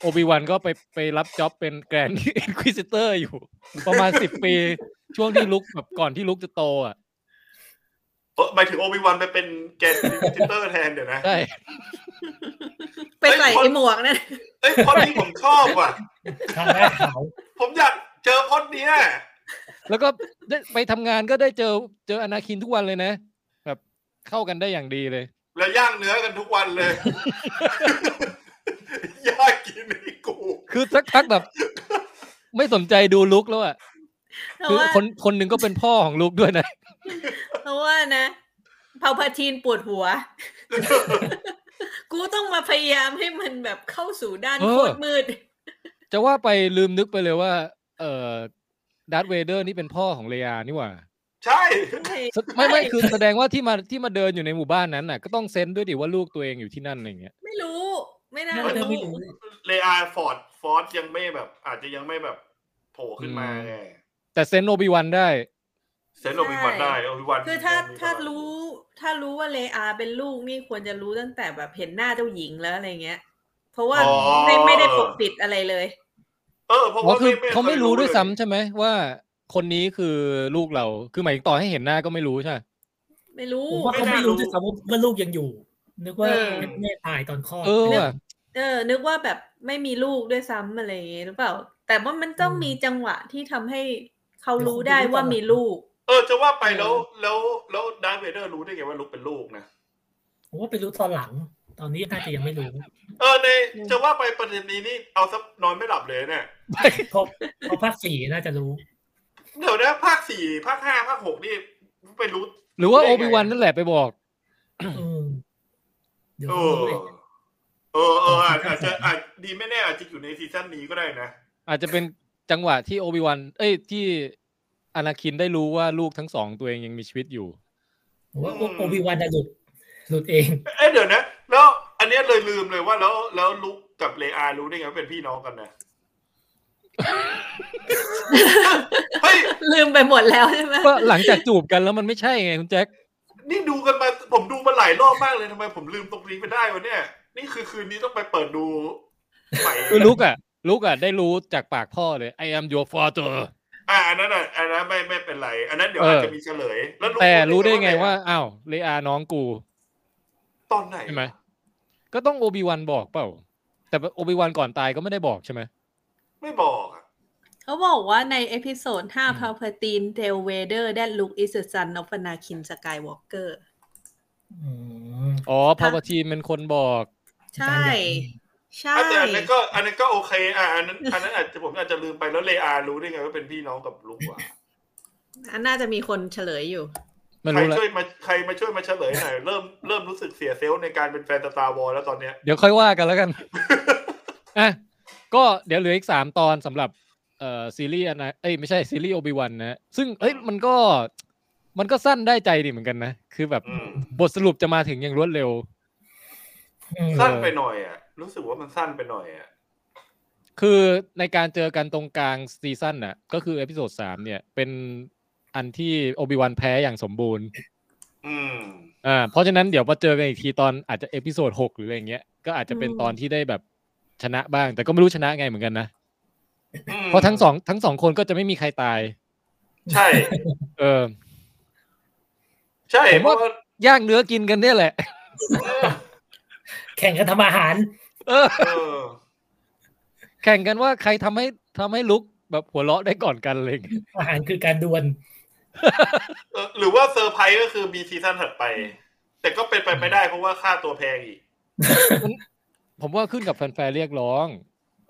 โอบิวันก็ไปไปรับจ็อบเป็นแกร นด์ อินควิซิเตอร์อยู่ ประมาณสิบปี ช่วงที่ลุกแบบก่อนที่ลุกจะโตอ่ะ
เออหมายถึงโอบิวันไปเป็นแกนทิเตอร์แทนเดี๋ยวนะ
ใช่
ไปใส่ไอหมวกนั่น
เอ้ยพอดนี้ผมชอบว่ะ
ทางหน้าขาว
ผมอยากเจอพอดเนี้ย
แล้วก็ ได้ไปทำงานก็ได้เจอเจออนาคินทุกวันเลยนะ แบบเข้ากันได้อย่างดีเลย
แล้วย่างเนื้อกันทุกวันเลย ย่างกินให้กู
คือสักพักแบบ ไม่สนใจดูลุกแล้วอ่ะ
เพ
คื
ราะ
อ
ว่า
คนคนหนึ่งก็เป็นพ่อของลุกด้วยนะ
เพราะว่านะพาพาทีนปวดหัว กูต้องมาพยายามให้มันแบบเข้าสู่ด้าน
เออ
โคตรมืด
จะว่าไปลืมนึกไปเลยว่า เอ่อดาร์ธเวเดอร์นี่เป็นพ่อของเลียนี่หว่า
ใช่
สไม่ไม่คือแสดงว่าที่มาที่มาเดินอยู่ในหมู่บ้านนั้นน่ะก็ต้องเซนส์ด้วยดิว่าลูกตัวเองอยู่ที่นั่นอะไรอย่างเงี้ย
ไม่รู้ ไม่น่า
น่า
รู้
จะไม่รู้
เลอาฟอร์ดฟอร์ดยังไม่แบบ อาจจะยังไม่แบบโผล่ขึ้นมาไง
แต่เซนส์โนบิวันได้
เซนต์โอบิวันได้โอบิวัน
คือถ้าถ้ารู้ถ้ารู้ว่าเลอาเป็นลูกนี่ควรจะรู้ตั้งแต่แบบเห็นหน้าเจ้าหญิงแล้วอะไรเงี้ย เพราะว่า
อ๋อ
ไม่ไม่ได้ปกปิดอะไรเลย
เออเพราะ
เพราะ
ว่า
คือเขาไม่รู้
เค
ด้วย
เล
ซ้ำใช่ไหมว่าคนนี้คือลูกเราคือหมายถึงต่อให้เห็นหน้าก็ไม่รู้ใช่ไหม
ไม่รู้
ผมว่าเขาไม่รู้ด้วยซ้ำว่าว่าลูกยังอยู่ นึกว่าแม่ตายตอนคลอด
เออว่ะ
เออ นึกว่าแบบไม่มีลูกด้วยซ้ำอะไรอย่างเงี้ยหรือเปล่า แต่ว่ามันต้องมีจังหวะที่ทำให้เขารู้ได้ว่ามีลูก
เออจะว่าไปแล้วแล้วแล้วดาร์ธเวเดอร์รู้ได้ไงว่าลูกเป็นลูกนะ
ผมว่าไปรู้ตอนหลัง ตอนนี้น่าจะยังไม่รู้
เออในจะว่าไปประเด็นนี้นี่เอาซับนอนไม่หลับเลยเนี่ย
พอพอภาคสี่น่าจะรู้
เดี๋ยวนะภาคสี่ภาคห้าภาคหกนี่ไปรู้
หรือว่า
ได้
โอ
ไง
บิวันนั่นแหละไปบอก
เออเดี๋ยว
เอ
เขา
อ
รู้เลย
เออเอออาจอาจจะอาจดีไม่แน่อาจจะอยู่ในซีซั่นนี้ก็ได้นะ
อาจจะเป็นจังหวะที่โอบิวันเอ้ยที่อนาคินได้รู้ว่าลูกทั้งสองตัวเองยังมีชีวิตอยู่
ผมว่าโอบิวันน่ะหลุดหลุดเอง
เอ้ยเดี๋ยวนะ แล้วอันเนี้ยเลยลืมเลยว่าแล้วแล้วลุกกับเลอารู้ได้ไงว่าเป็นพี่น้อง กันนะ เฮ้ย
ลืมไปหมดแล้วใช่ไหม
ก็หลังจากจูบกันแล้วมันไม่ใช่ไงคุณแจ็ค
นี่ดูกันมาผมดูมาหลายรอบมากเลยทำไมผมลืมตรงนี้ไปได้วะเนี่ย นี่คือคืนนี้ต้องไปเปิดดูใหม่
คือลุกอ่ะลุกอ่ะได้รู้จากปากพ่อเลย I am your father
อ่าอันนั้นอ่ะอันนั้นไม่ไม่เป็นไร อันนั้นเดี๋ยว
เอออ
อาจจะมีเฉลย แล้ว
แต่รู้ได้ไงว่า
อะ
อ้าวเลอาน้องกู
ตอนไหน
ใช่ไหมก็ต้องโอบิวันบอกเปล่า แต่โอบิวันก่อนตายก็ไม่ได้บอกใช่ไหม
ไม่บอกอะ
เขาบอกว่าในเอพิโซด5 Palpatine tell Vader that Luke is the son of Anakin Skywalker
อืม
อ๋อพาวทีมเป็นคนบอก
ใช่ ใช่
อ่ะแต่อันนั้นก็ อันนั้นก็โอเค อ่ะอันนั้นอันนั้นอาจจะผมอาจจะลืมไปแล้วเลอารู้ได้ไงว่าเป็นพี่น้องกับลุงวะ
อันน่าจะมีคนเฉลยอยู่
มัน
ใคร
รู้แล้ว
ช่วยมาใครมาช่วยมาเฉลยหน่อยเริ่มเริ่มรู้สึกเสียเซลล์ในการเป็นแฟนสตาร์วอลแล้วตอนเนี้ย
เดี๋ยวค่อยว่ากันแล้ว กัน อ่ะก็เดี๋ยวเหลืออีกสามตอนสำหรับเอ่อซีรีส์อันนะเอ้ยไม่ใช่ซีรีส์โอบิวันนะ ซึ่งเอ้ยมันก็มันก็สั้นได้ใจดีเหมือนกันนะ คือแบบ
อืม
บทสรุปจะมาถึงอย่างรวดเร็ว
สั้นไปหน่อยอ่ะ รู้สึกว่ามันสั้นไปหน่อยอ่ะ
คือในการเจอกันตรงกลางซีซั่นน่ะ ก็คือเอพิโซดสามเนี่ย เป็นอันที่โอบิวันแพ้อย่างสมบูรณ์
อืม
อ่าเพราะฉะนั้นเดี๋ยวมาเจอกันอีกทีตอนอาจจะเอพิโซดหกหรืออะไรอย่างเงี้ย ก็อาจจะเป็น
อืม
ตอนที่ได้แบบชนะบ้าง แต่ก็ไม่รู้ชนะไงเหมือนกันนะ
อืม
เพราะทั้งสองทั้งสองคนก็จะไม่มีใครตาย
ใช่
เออ
ใช่
ผม
เพ
ว่า
ราะ
ย่างเนื้อกินกันเนี่ยแหละ
แข่งกันทำอาหาร
เออ
เออ
แข่งกันว่าใครทำให้ทำให้ลุกแบบหัวเราะได้ก่อนกันอะไรอย่างเลย
อาหารคือการดวล
เออหรือว่าเซอร์ไพรส์ก็คือมีซีซั่นถัดไป แต่ก็เป็นไปไม่ได้เพราะว่าค่าตัวแพงอีก
ผมว่าขึ้นกับแฟนๆเรียกร้อง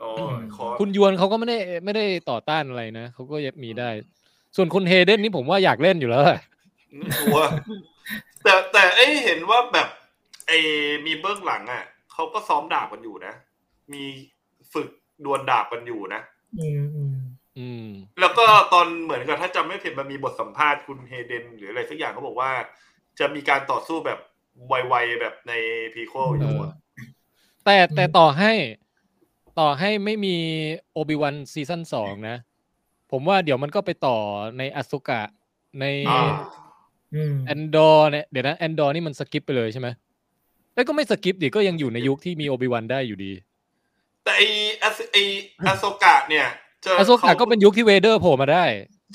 อ๋อขอ
คุณยวนเขาก็ไม่ได้ไม่ได้ต่อต้านอะไรนะเขาก็ยังมีได้ ส่วนคุณเฮเดนนี่ผมว่าอยากเล่นอยู่แล้วอะ
ตัวแต่แต่เอ้ยเห็นว่าแบบไอ้มีเบื้องหลังอ่ะเขาก็ซ้อมดาบกันอยู่นะ มีฝึกดวลดาบกันอยู่นะ
อืมอืม
อืม
แล้วก็ตอนเหมือนกับถ้าจำไม่ผิดมันมีบทสัมภาษณ์คุณเฮเดน หรืออะไรสักอย่างเขาบอกว่า จะมีการต่อสู้แบบไวๆแบบในพีโคอยู่อะ
แต่แต่ต่อให้ต่อให้ไม่มีโอบิวันซีซั่นสองนะ ผมว่าเดี๋ยวมันก็ไปต่อในอ s สุกะใน
อ่า
อืม
แอนดอร์เนี่ยเดี๋ยวนะแอนดอร์นี่มันสกิปไปเลยใช่ไหมเอ้ยก็ไม่สกิปดิก็ยังอยู่ในยุคที่มีโอบิวันได้อยู่ดี
แต่ไออสไออโซกะเนี่ยจะ
อ s สุกะก็เป็นยุคที่เวเดอร์โผล่มาได้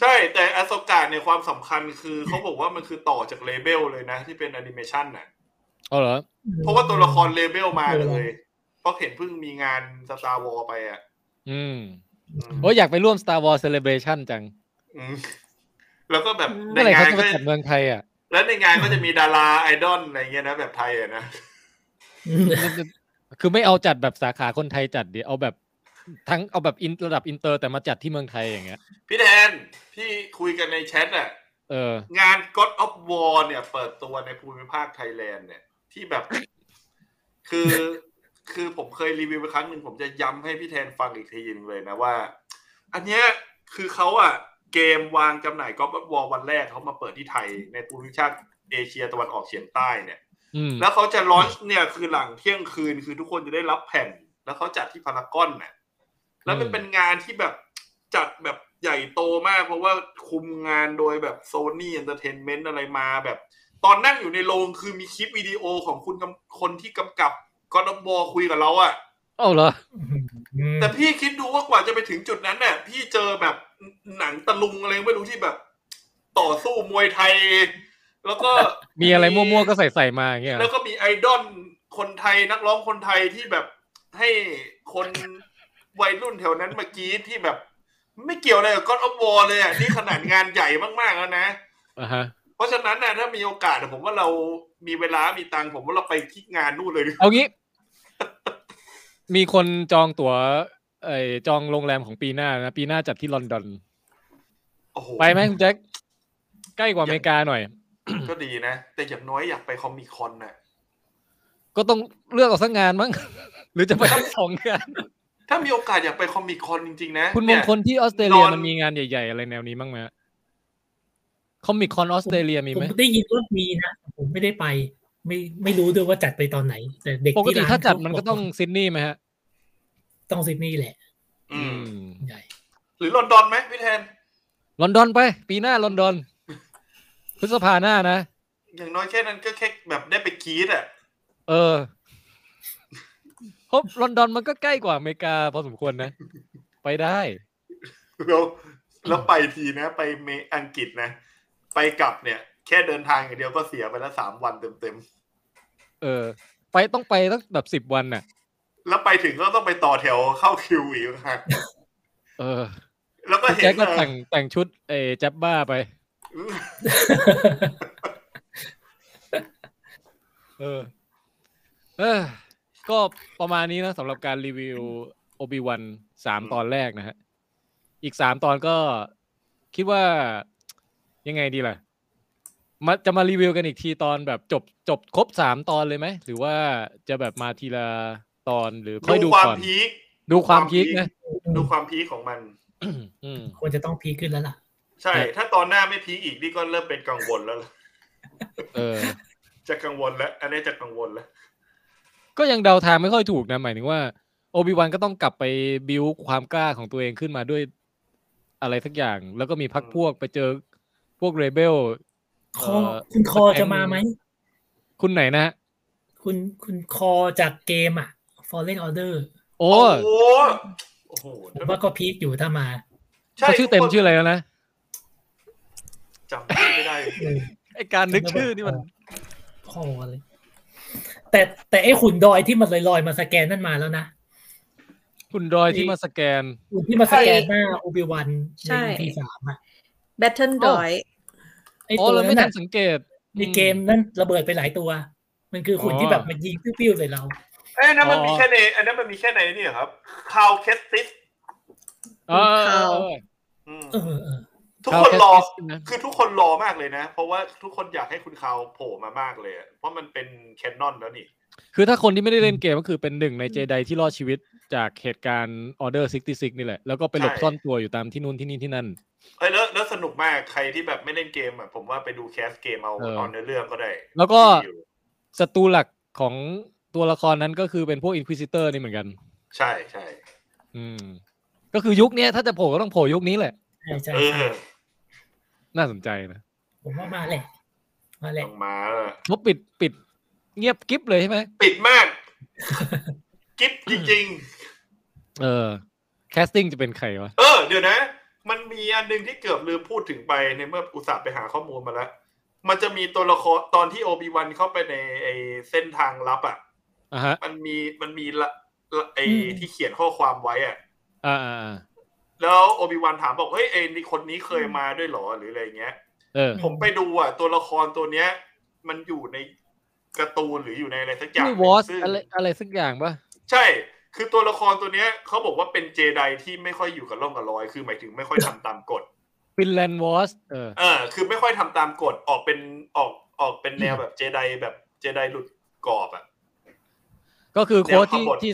ใช่แต่อโซกาเนี่ยความสำคัญคือ เขาบอกว่ามันคือต่อจากเลเบลเลยนะ ที่เป็นแอนิเมชันน่ะ
เอาเหรอ
เพราะว่าตัวละครเลเบลมาเลย เพราะเห็นเพิ่งมีงานสตาร์วอลไปอ่ะ
อืม
อืม
โอ้ยอยากไปร่วม Star Wars Celebration จัง
อืมแล้วก็แบบใน
เมื่อไหร่เขา
งาน
จะ
ก็
มาจัดเมืองไทยอ่ะ
แล้วในงานก็จะมีดาราไอดอลอะไรเงี้ยนะแบบไทยอะนะ
อืม
คือไม่เอาจัดแบบสาขาคนไทยจัดดิเอาแบบทั้งเอาแบบอินระดับอินเตอร์แต่มาจัดที่เมืองไทยอย่างเงี้ย
พี่แทนพี่คุยกันในแชทอ่ะ
เออ
งาน God of War เนี่ย เปิดตัวในภูมิภาคไทยแลนด์เนี่ย ที่ แบบ คือ คือผมเคยรีวิวไปครั้งหนึ่งผมจะย้ำให้พี่แทนฟังอีกทีหนึงเลยนะว่า อันเนี้ยคือเขาอะเกมวางจำหน่าย God of War วันแรกเขามาเปิดที่ไทย ในภูมิภาคเอเชียตะวันออกเฉียงใต้เนี่ย
อืม
แล้วเขาจะลอนช์เนี่ยคือหลังเที่ยงคืนคือทุกคนจะได้รับแผ่น แล้วเขาจัดที่พารากอนน่ะแล้วมันเป็นงานที่แบบจัดแบบใหญ่โตมาก เพราะว่าคุมงานโดยแบบโซนี่ e n นเตอร์เทนเมนต์อะไรมาแบบ ตอนนั่งอยู่ในโรงคือมีคลิปวิดีโอของคุณกำคนที่กำกับกอนบอคุยกับเราอะ
เอาเหรอ
อืม
แต่พี่คิดดูว่ากว่าจะไปถึงจุดนั้นเนี่ยพี่เจอแบบหนังตะลุงอะไรไม่รู้ที่แบบ ต่อสู้มวยไทย แล้วก็
มีอะไรมั่วๆก็ใส่ใส่ๆมาอย่างเงี้ยเหร
แล้ว
อ
ก็มีไอดอลคนไทยนักร้องคนไทยที่แบบให้คน วัยรุ่นแถวนั้นเมื่อกี้ที่แบบ ไม่เกี่ยวอะไรกับก็อ of วอลเลยอ่ะนี่ขนาดงานใหญ่มากๆแล้วนะ
อ่ะฮะ
เพราะฉะนั้นนะถ้ามีโอกาสอะผมว่าเรามีเวลา มีตังค์ผมว่าเราไปที่งานนู่นเลยดีกว่า
เอางี้ มีคนจองตั๋วไอจองโรงแรมของปีหน้านะ ปีหน้าจัดที่ลอนดอน
โอ้โห
ไปไหมคุณแจ็คใกล้กว่าอเมริกาหน่อย
ก็ดีนะ แต่อย่างน้อยอยากไปคอมมิคอนน่ะ
ก็ต้องเลือกเอาสักงานมั้ง หรือจะไปทั้งสองงาน
ถ้ามีโอกาสอยากไปคอมมิคอนจริงๆนะ
คุณมง
เนี่ย
คลที่ออสเตรเลีย
นอน
มันมีงานใหญ่ ๆ อะไรแนวนี้บ้างไหมคอมิคอนออสเตรเลียมี
ผม
ไหม
ได้ยินว่ามีนะแต่ผมไม่ได้ไป ไม่ไม่รู้ด้วยว่าจัดไปตอนไหน แต่เด็ก
ปก
ที่
ติ
ร้าน
ถ้าจัด
เข
มันก็ต้องซิดนีย์ไหมฮะ
ต้องซิดนีย์แหละ
อืม
อืม
ใหญ่
หรือลอนดอนไหมพี่แทน
ลอนดอนไป ปีหน้าลอนดอน พฤษภาหน้านะ
อย่างน้อยแค่นั้นก็แค่แบบได้ไปกรีดอ่ะ
เออเพราะลอนดอนมันก็ใกล้กว่าอเมริกาพอสมควรนะ ไปได้
แล้วแล้วไปทีนะ ไปเมอังกฤษนะ ไปกลับเนี่ย แค่เดินทางอย่างเดียวก็เสียไปแล้วสามวันเต็ม
เออ ไปต้องไปตั้งแบบสิบ10 วันน่ะ
ๆ แล้วไปถึงก็ต้องไปต่อแถวเข้าคิวอีกฮะ
เออ
แล้วก็เห็น
แจ็คก็
เอ่อ
แต่งแต่งชุดเออแจ็บบ้าไป
อืม
เออ เออ ก็ประมาณนี้นะสำหรับการรีวิวโอบิวันสามตอนแรกนะฮะ อีกสามตอนก็คิดว่ายังไงดีล่ะมาจะมารีวิวกันอีกทีตอนแบบจบจบครบสามตอนเลยไหม หรือว่าจะแบบมาทีละตอนหรือค่อย
ดู
ดู
ความ
ก่อน
พีค
ดูความพีคนะ
ดูความพีคของมัน
อืม
ควรจะต้องพีคขึ้นแล้วล่ะ
ใช่ ถ้าตอนหน้าไม่พีคอีกนี่ก็เริ่มเป็นกังวลแล้ว
เออ
จะกังวลแล้ว อันนี้จะกังวลแล้ว
ก็ยังเดาทางไม่ค่อยถูกนะ หมายถึงว่าโอบิวันก็ต้องกลับไปบิวความกล้าของตัวเองขึ้นมาด้วยอะไรสักอย่าง แล้วก็มีพักพวกไปเจอพวกเรเบล
คอ
เอ่อ
คุณคอ
สแตน
จะมาไหม
คุณไหนนะฮะ
คุ คุณคุณคอจากเกมอ่ะ Fallen Order
โอ้
โอ้โหโอ้โห
ผมว่าก็พีคอยู่ถ้ามา
เขาชื่อเต็มชื่ออะไรแล้วนะ
จำชื่อไม่ได้
เออ
ไอการนึกชื่อนี่มัน
คอเลย แต่แต่ไอ้หุ่นดอยที่มันลอยๆมาสแกนนั่นมาแล้วนะ
คุณดอยที่มาสแกน
หุ่นที่มาสแกนหน้าโอบิวัน
ใช่
ใน EP สามอะ
แบทเทิลดอย
ไอ้
อ๋อ
ตัว
เรา
นั้
ไม่
น
ทั
อะ
นสังเกต
ในเกมนั่นระเบิดไปหลายตัว มันคือหุ่น
อ๋อ
ที่แบบมันยิงปิ้วๆใส่เรา
เอ้ยอันนั้นมันมี
อ๋อ
แค่ในอันนั้นมันมีแค่ในนี่เหรอครับคาวเคสติส
เออเออเออ
เออเออ
ทุกคนรอ
เาแลิสต์นะ
คือทุกคนรอมากเลยนะ เพราะว่าทุกคนอยากให้คุณคาวโผล่มามากเลยอะเพราะมันเป็นแคนนอนแล้วนี่
คือถ้าคนที่ไม่ได้เล่นเกมก็คือเป็นหนึ่งในเจไดที่รอดชีวิตจากเหตุการณ์ Order 66 นี่แหละ แล้วก็ไปหลบ
ใช่
ซ่อนตัวอยู่ตามที่นู่นที่นี่ที่นั่น
เอ้ยแล้วแล้วสนุกมากใครที่แบบไม่เล่นเกมอะผมว่าไปดูแคสเกมเอา
เออ
เอาเนื้อเรื่องก็ได้
แล้วก็
อยู่
ศัตรูหลักของตัวละครนั้นก็คือเป็นพวก Inquisitor นี่เหมือนกัน
ใช่ใช่
อืม ก็คือยุคเนี้ยถ้าจะโผล่ก็ต้องโผล่ยุคนี้แหละ
ใช่ใช่
เอ
ใช่
อ
น่าสนใจนะ
ผมว่ามาแหละมา
ต้
แหละ
องมาแล้ว
เขาปิดปิดเงียบกริบเลยใช่ไหม
ปิดมาก กิ๊บจริง
เออ แคสติ้งจะเป็นใครวะ
ๆ เออ เดี๋ยวนะ มันมีอันหนึงที่เกือบลืมพูดถึงไปในเมื่ออุตส่าห์ไปหาข้อมูลมาแล้ว มันจะมีตัวละครตอนที่โอบิวันเข้าไปในไอเส้นทางลับอ่ะ
อ่ะฮะ
มันมีมันมีละละไอที่เขียนข้อความไว้อ่ะ
อ่าอ่าอ่า
แล้วโอบิวันถามบอกเฮ้ยไอนี่คนนี้เคยมาด้วยเหรอหรืออะไรเงี้ย
เออ
ผมไปดูอ่ะ ตัวละครตัวเนี้ย มันอยู่ในการ์ตูนหรืออยู่ในอะไรสักอย่าง
ชื่อวอส
ซึ่ง
อะไรอะไรสักอย่างปะ
ใช่ คือตัวละครตัวเนี้ยเขาบอกว่าเป็นเจไดที่ไม่ค่อยอยู่กับร่องกับรอย คือหมายถึงไม่ค่อยทำตามกฎ
ฟินแลนด์วอสเออ
เออ คือไม่ค่อยทำตามกฎ ออกเป็นออกออกเป็นแนวแบบเจไดแบบเจไดหลุดกรอบอ่ะ
ก็คือโค้ดที่
แนวขบวน
ที่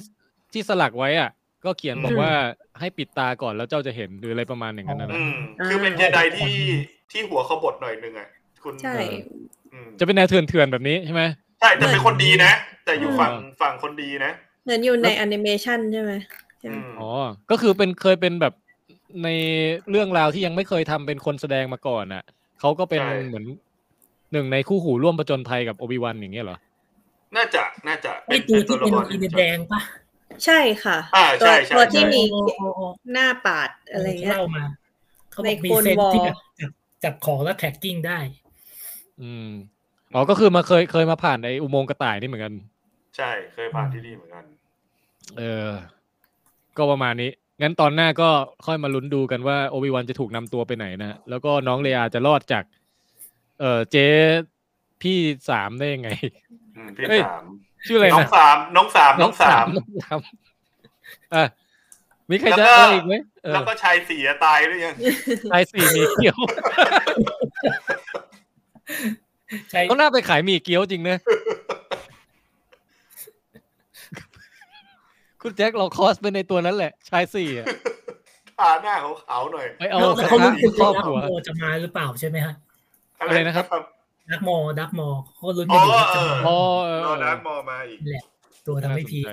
ที่สลักไว้อ่ะ ก็เขียนบอกว่าให้ปิดตาก่อนแล้วเจ้าจะเห็นหรืออะไรประมาณอย่างนั้นนะ
อืม คือเป็นเจไดที่ที่หัวขบถหน่อยนึงอ่ะ คุณ
ใช่
อืม
จะเป็นแนวเถื่อนๆแบบนี้ใช่ไหม
ใช่ แต่เป็นคนดีนะ แต่อยู่ฝั่ง
อืม
ฝั่งคนดีนะ
เหมือนอยู่ในแอนิเมชันใช่ไหม
อืม
อ๋อ ก็คือเป็นเคยเป็นแบบในเรื่องราวที่ยังไม่เคยทำเป็นคนแสดงมาก่อนอ่ะเขาก็เป็นเหมือนหนึ่งในคู่หูร่วมประจนภัยกับโอบิวันอย่างเงี้ยเหรอ
น่าจะน่าจะ
ไอ้ตัวที่เป็น
ละคร
อีเดนแดงปะ
ใช่ค่ะ
อ่าใช่
ตัว
ใช่
ที่
ใช่
มี
โอ้โอ้โอ้
หน้าปาดอะไรเงี้ย
เล่ามาเขาบอกมี
ใน Cold
เซนส์ที่แบบ
War
จับจับของแล้วแท็กกิ้งได้
อืมอ๋อก็คือมาเคยเคยมาผ่านไออุโมงค์กระต่ายนี่เหมือนกัน
ใช่เคยผ่านที่นี่เหมือนกัน
เออ ก็ประมาณนี้ งั้นตอนหน้าก็ค่อยมาลุ้นดูกันว่าโอบิวันจะถูกนำตัวไปไหนนะฮะแล้วก็น้องเลอาจะรอดจาก เออเจ๊พี่สามได้ยังไง
อืมพี่
เอ้ย
สาม
ชื่ออะไร
น้อง
นะ
สามน้องสามน้องสาม
น้องสามอ่ะมีใครจะ
แล้วก็
อะไรอีกไหมเออ
แล้วก็ชายเสียตายหรือยัง
ชายสี่หมีเกี๊ยว
ใช่
เขาหน้าไปขายหมีเกี๊ยวจริงนะคุณแจ็คเราคอสเป็นในตัวนั้นแหละ ชายสี่อะ
ทาหน้าขาวๆหน่อย
ไปเอา
แล้ว
ส
แล้วเขา
ถา
ลุ้น
อี
กั
ก
น
คร
ว่า
อบครัว
ดักโมจะมาหรือเปล่าใช่ไหมฮะ
อะไรนะครับ
ดักมอดักมอเขาลุ้น
อ๋
กั
อน
อยู่ว่า
เออ
จะมา
อ๋อเออ
ร
เอ
อ
อ
นัดมอมาอีก
ตัวทำให้พีค
น่าส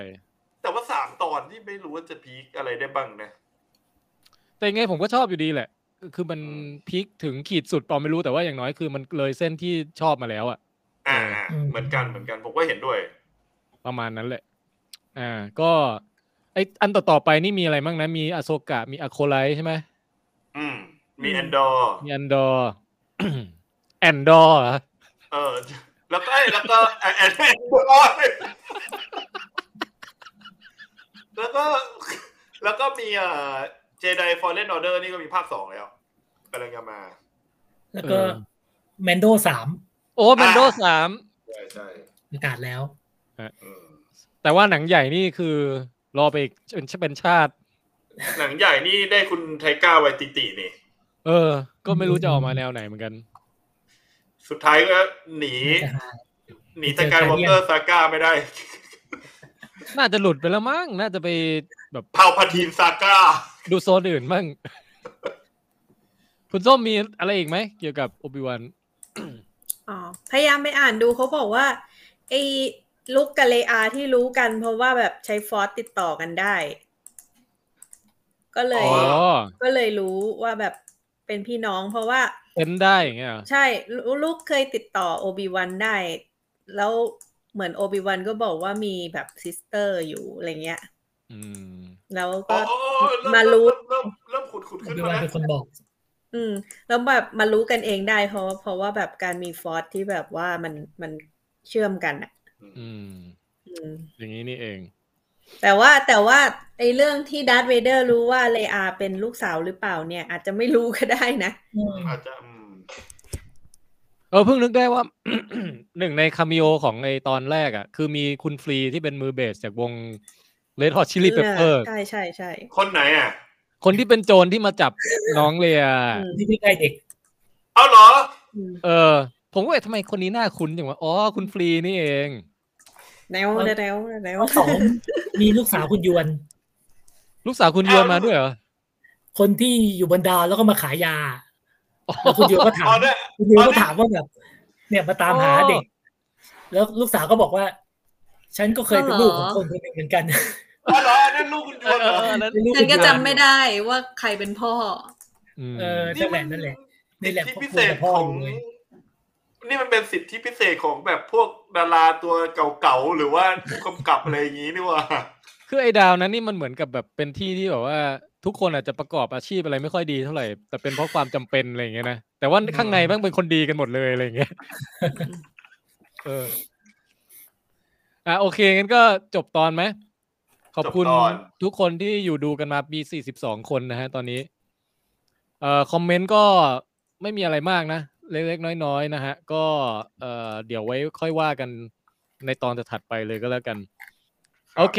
นใจ
แต่ว่าสามตอนที่ไม่รู้ว่าจะพีคอะไรได้บ้างนะ
แต่ยังไงผมก็ชอบอยู่ดีแหละ คือมัน
อืม
พีคถึงขีดสุดเปอไม่รู้แต่ว่าอย่างน้อยคือมันเลยเส้นที่ชอบมาแล้วอะ
อ่า
อืม
เหมือนกันเหมือนกันผมก็เห็นด้วย
ประมาณนั้นแหละ อ่า ก็ไออันต่อต่อๆไปนี่มีอะไรบ้างนะ มีอโซกะ มีอโคไลใช่ไหม
อืม มีแอนดอร์
มีอันดอร์ แอนดอร์เหรอ
เออ แล้วก็เอ้ยแล้วก็แอนแอนแอนดอร์ แล้วก็ แล้วก็มีอ่าเจไดฟอร์เรนออเดอร์นี่ก็มีภาคสองแล้วกำลังจะมา
แล้วก็แมนโดสาม
โอ้แมนโด
อ่า
สาม
ใช่ใช่
ประกาศแล้ว
อืม
แต่ว่าหนังใหญ่นี่คือรอไปอีกเป็นเป็นชาติ
หนังใหญ่นี่ได้คุณไทก้าไวติตินี่
เออ ก็ไม่รู้จะออกมาแนวไหนเหมือนกัน
สุดท้ายก็หนีหนีสกายวอล์กเกอร์ซาก้าไม่ได้
น่าจะหลุดไปแล้วมั้ง น่าจะไปแบบ
เผ่าพัทีนซาก้า
ดูโซนอื่นบ้าง คุณส้มมีอะไรอีกไหมเกี่ยวกับโอบิวัน
อ๋อ พยายามไปอ่านดูเขาบอกว่าไอ้ลุกกับเลอาที่รู้กัน เพราะว่าแบบใช้ฟอสติดต่อกันได้ ก็เล
อ๋
ย
อ
ก็เลยรู้ว่าแบบเป็นพี่น้องเพราะว่า
เป็นได้อย่างเงี้ยเหรอ
ใช่ลูลูกเคยติดต่อโอบิวันได้ แล้ว เหมือนโอบิวันก็บอกว่ามีแบบซิสเตอร์อยู่อะไรเงี้ย
อืม
แล้ว
อ๋
ก็
อเ
มารู้
เริ่มเริ่มขุดขุด
โอ
ขึ้น
บิ
มา
วั
แล้ว
นเป็นคนบอก
อืมแล้วแบบมารู้กันเองได้เพราะเพราะว่าแบบการมีฟอสที่แบบว่ามันมันเชื่อมกันอ่ะ
อืม
อืม
อย่างนี้นี่เอง
แต่ว่าแต่ว่าไอเรื่องที่ดาร์ธเวเดอร์รู้ว่าเลอาเป็นลูกสาวหรือเปล่าเนี่ย อาจจะไม่รู้ก็ได้นะ
อืม
อาจจะอืม
เออเพิ่งนึกได้ว่า หนึ่งในคาเมิโอของไอตอนแรกอ่ะ คือมีคุณฟรีที่เป็นมือเบสจากวง Red Hot Chili Pepper
ใช่ใช่ใช่
คนไหนอ่ะ
คนที่เป็นโจรที่มาจับ น้องเลีย
ที่ที่ใกล้เด็ก
เอาเหรอ
อืม
เออ ผมก็เอ๊ะทำไมคนนี้น่าคุ้นจังวะอ๋อ คุณฟรีนี่เอง
แนวแนวแนวแนว
สองมีลูกสาวคุณยวน
ลูกสาวคุณยวนมาด้วยเหรอ
คนที่อยู่บนดาวแล้วก็มาขายยาแล้วคุณยวนก็ถาม
อ๋อเนี่ย
คุณยวนก็ถามว่าแบบ เนี่ยมาตามหาเด็ก แล้วลูกสาวก็บอกว่า ฉันก็เคยเป็นลูกของคนคนหนึ่งเหมือนกัน
อ๋อเหรออันนั้นลูกคุณย
เอ
ว
อน เอ
เหร
อ
อ
เออนั้น
ลูก
ฉันก็จำไม่ได้ว่าใครเป็นพ่อ
ม
เออนั่นแหละนั่นแหละนี่แหละ
สิทธิพิ
พ่อค
เศ
วร
ษ
กับพ่อ
ขอ
อง ยู่เลย
นี่มันเป็นสิทธิพิเศษของแบบพวกดาราตัวเก่าๆ หรือว่าผู้กำกับอะไรอย่างนี้นี่หว่า
คือไอ้ดาวนั้นนี่มันเหมือนกับแบบเป็นที่ที่แบบว่า ทุกคนอาจจะประกอบอาชีพอะไรไม่ค่อยดีเท่าไหร่ แต่เป็นเพราะความจำเป็นอะไรอย่างเงี้ยนะแต่ว่าข้างในแม่งเป็นคนดีกันหมดเลยอะไรอย่างเงี้ยเอออ่ะโอเคงั้นก็จบตอนไหมขอบคุณ
จบตอน
ทุกคนที่อยู่ดูกันมามี42 คนนะฮะตอนนี้ เอ่อคอมเมนต์ก็ไม่มีอะไรมากนะ เล็กๆ น้อยๆนะฮะ ก็เอ่อเดี๋ยวไว้ค่อยว่ากันในตอนถัดๆไปเลยก็แล้วกัน โอเค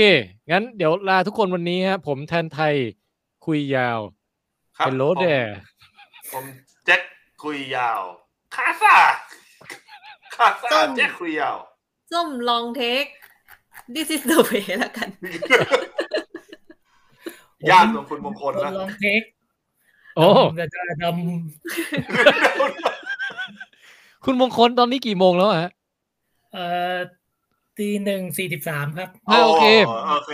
งั้นเดี๋ยวลาทุกคนวันนี้ฮะ ผมแทนไทยคุยยาว
ครับ
เป็นโลเด
ผมผมแจ็คคุยยาวคาซ่าคาซ่าแจ็คคุยยาว
ส้มลองเทค this is the way แล้วกัน
ยากของคุณมงค
ค
ล
น
นะ
ลองเทค
โอ้
แต่จะด
คุณมงคลตอนนี้กี่โมงแล้วฮะ
ำเอ่อตีหนึ่งสี่สิบสามครับ
อ่ะโอเค
โอเค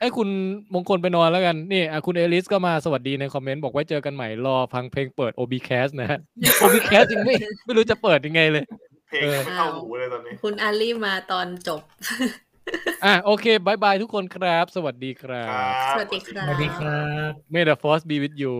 ให้คุณมงคลไปนอนแล้วกัน นี่อ่ะคุณเอลิสก็มาสวัสดีในคอมเมนต์ บอกไว้เจอกันใหม่รอฟังเพลงเปิด OBcast นะฮะ OBcast ยังไม่ไม่รู้จะเปิดยังไงเลย
เพลงยังไม่เข้าหูเลยตอนนี้
คุณอารีมาตอนจบ
อ่ะโอเคบายบายทุกคนครับ สวัสดีครั
ครับ บ
สวัสดีค
ส
รับ
วัสดีครับ
May the force be with you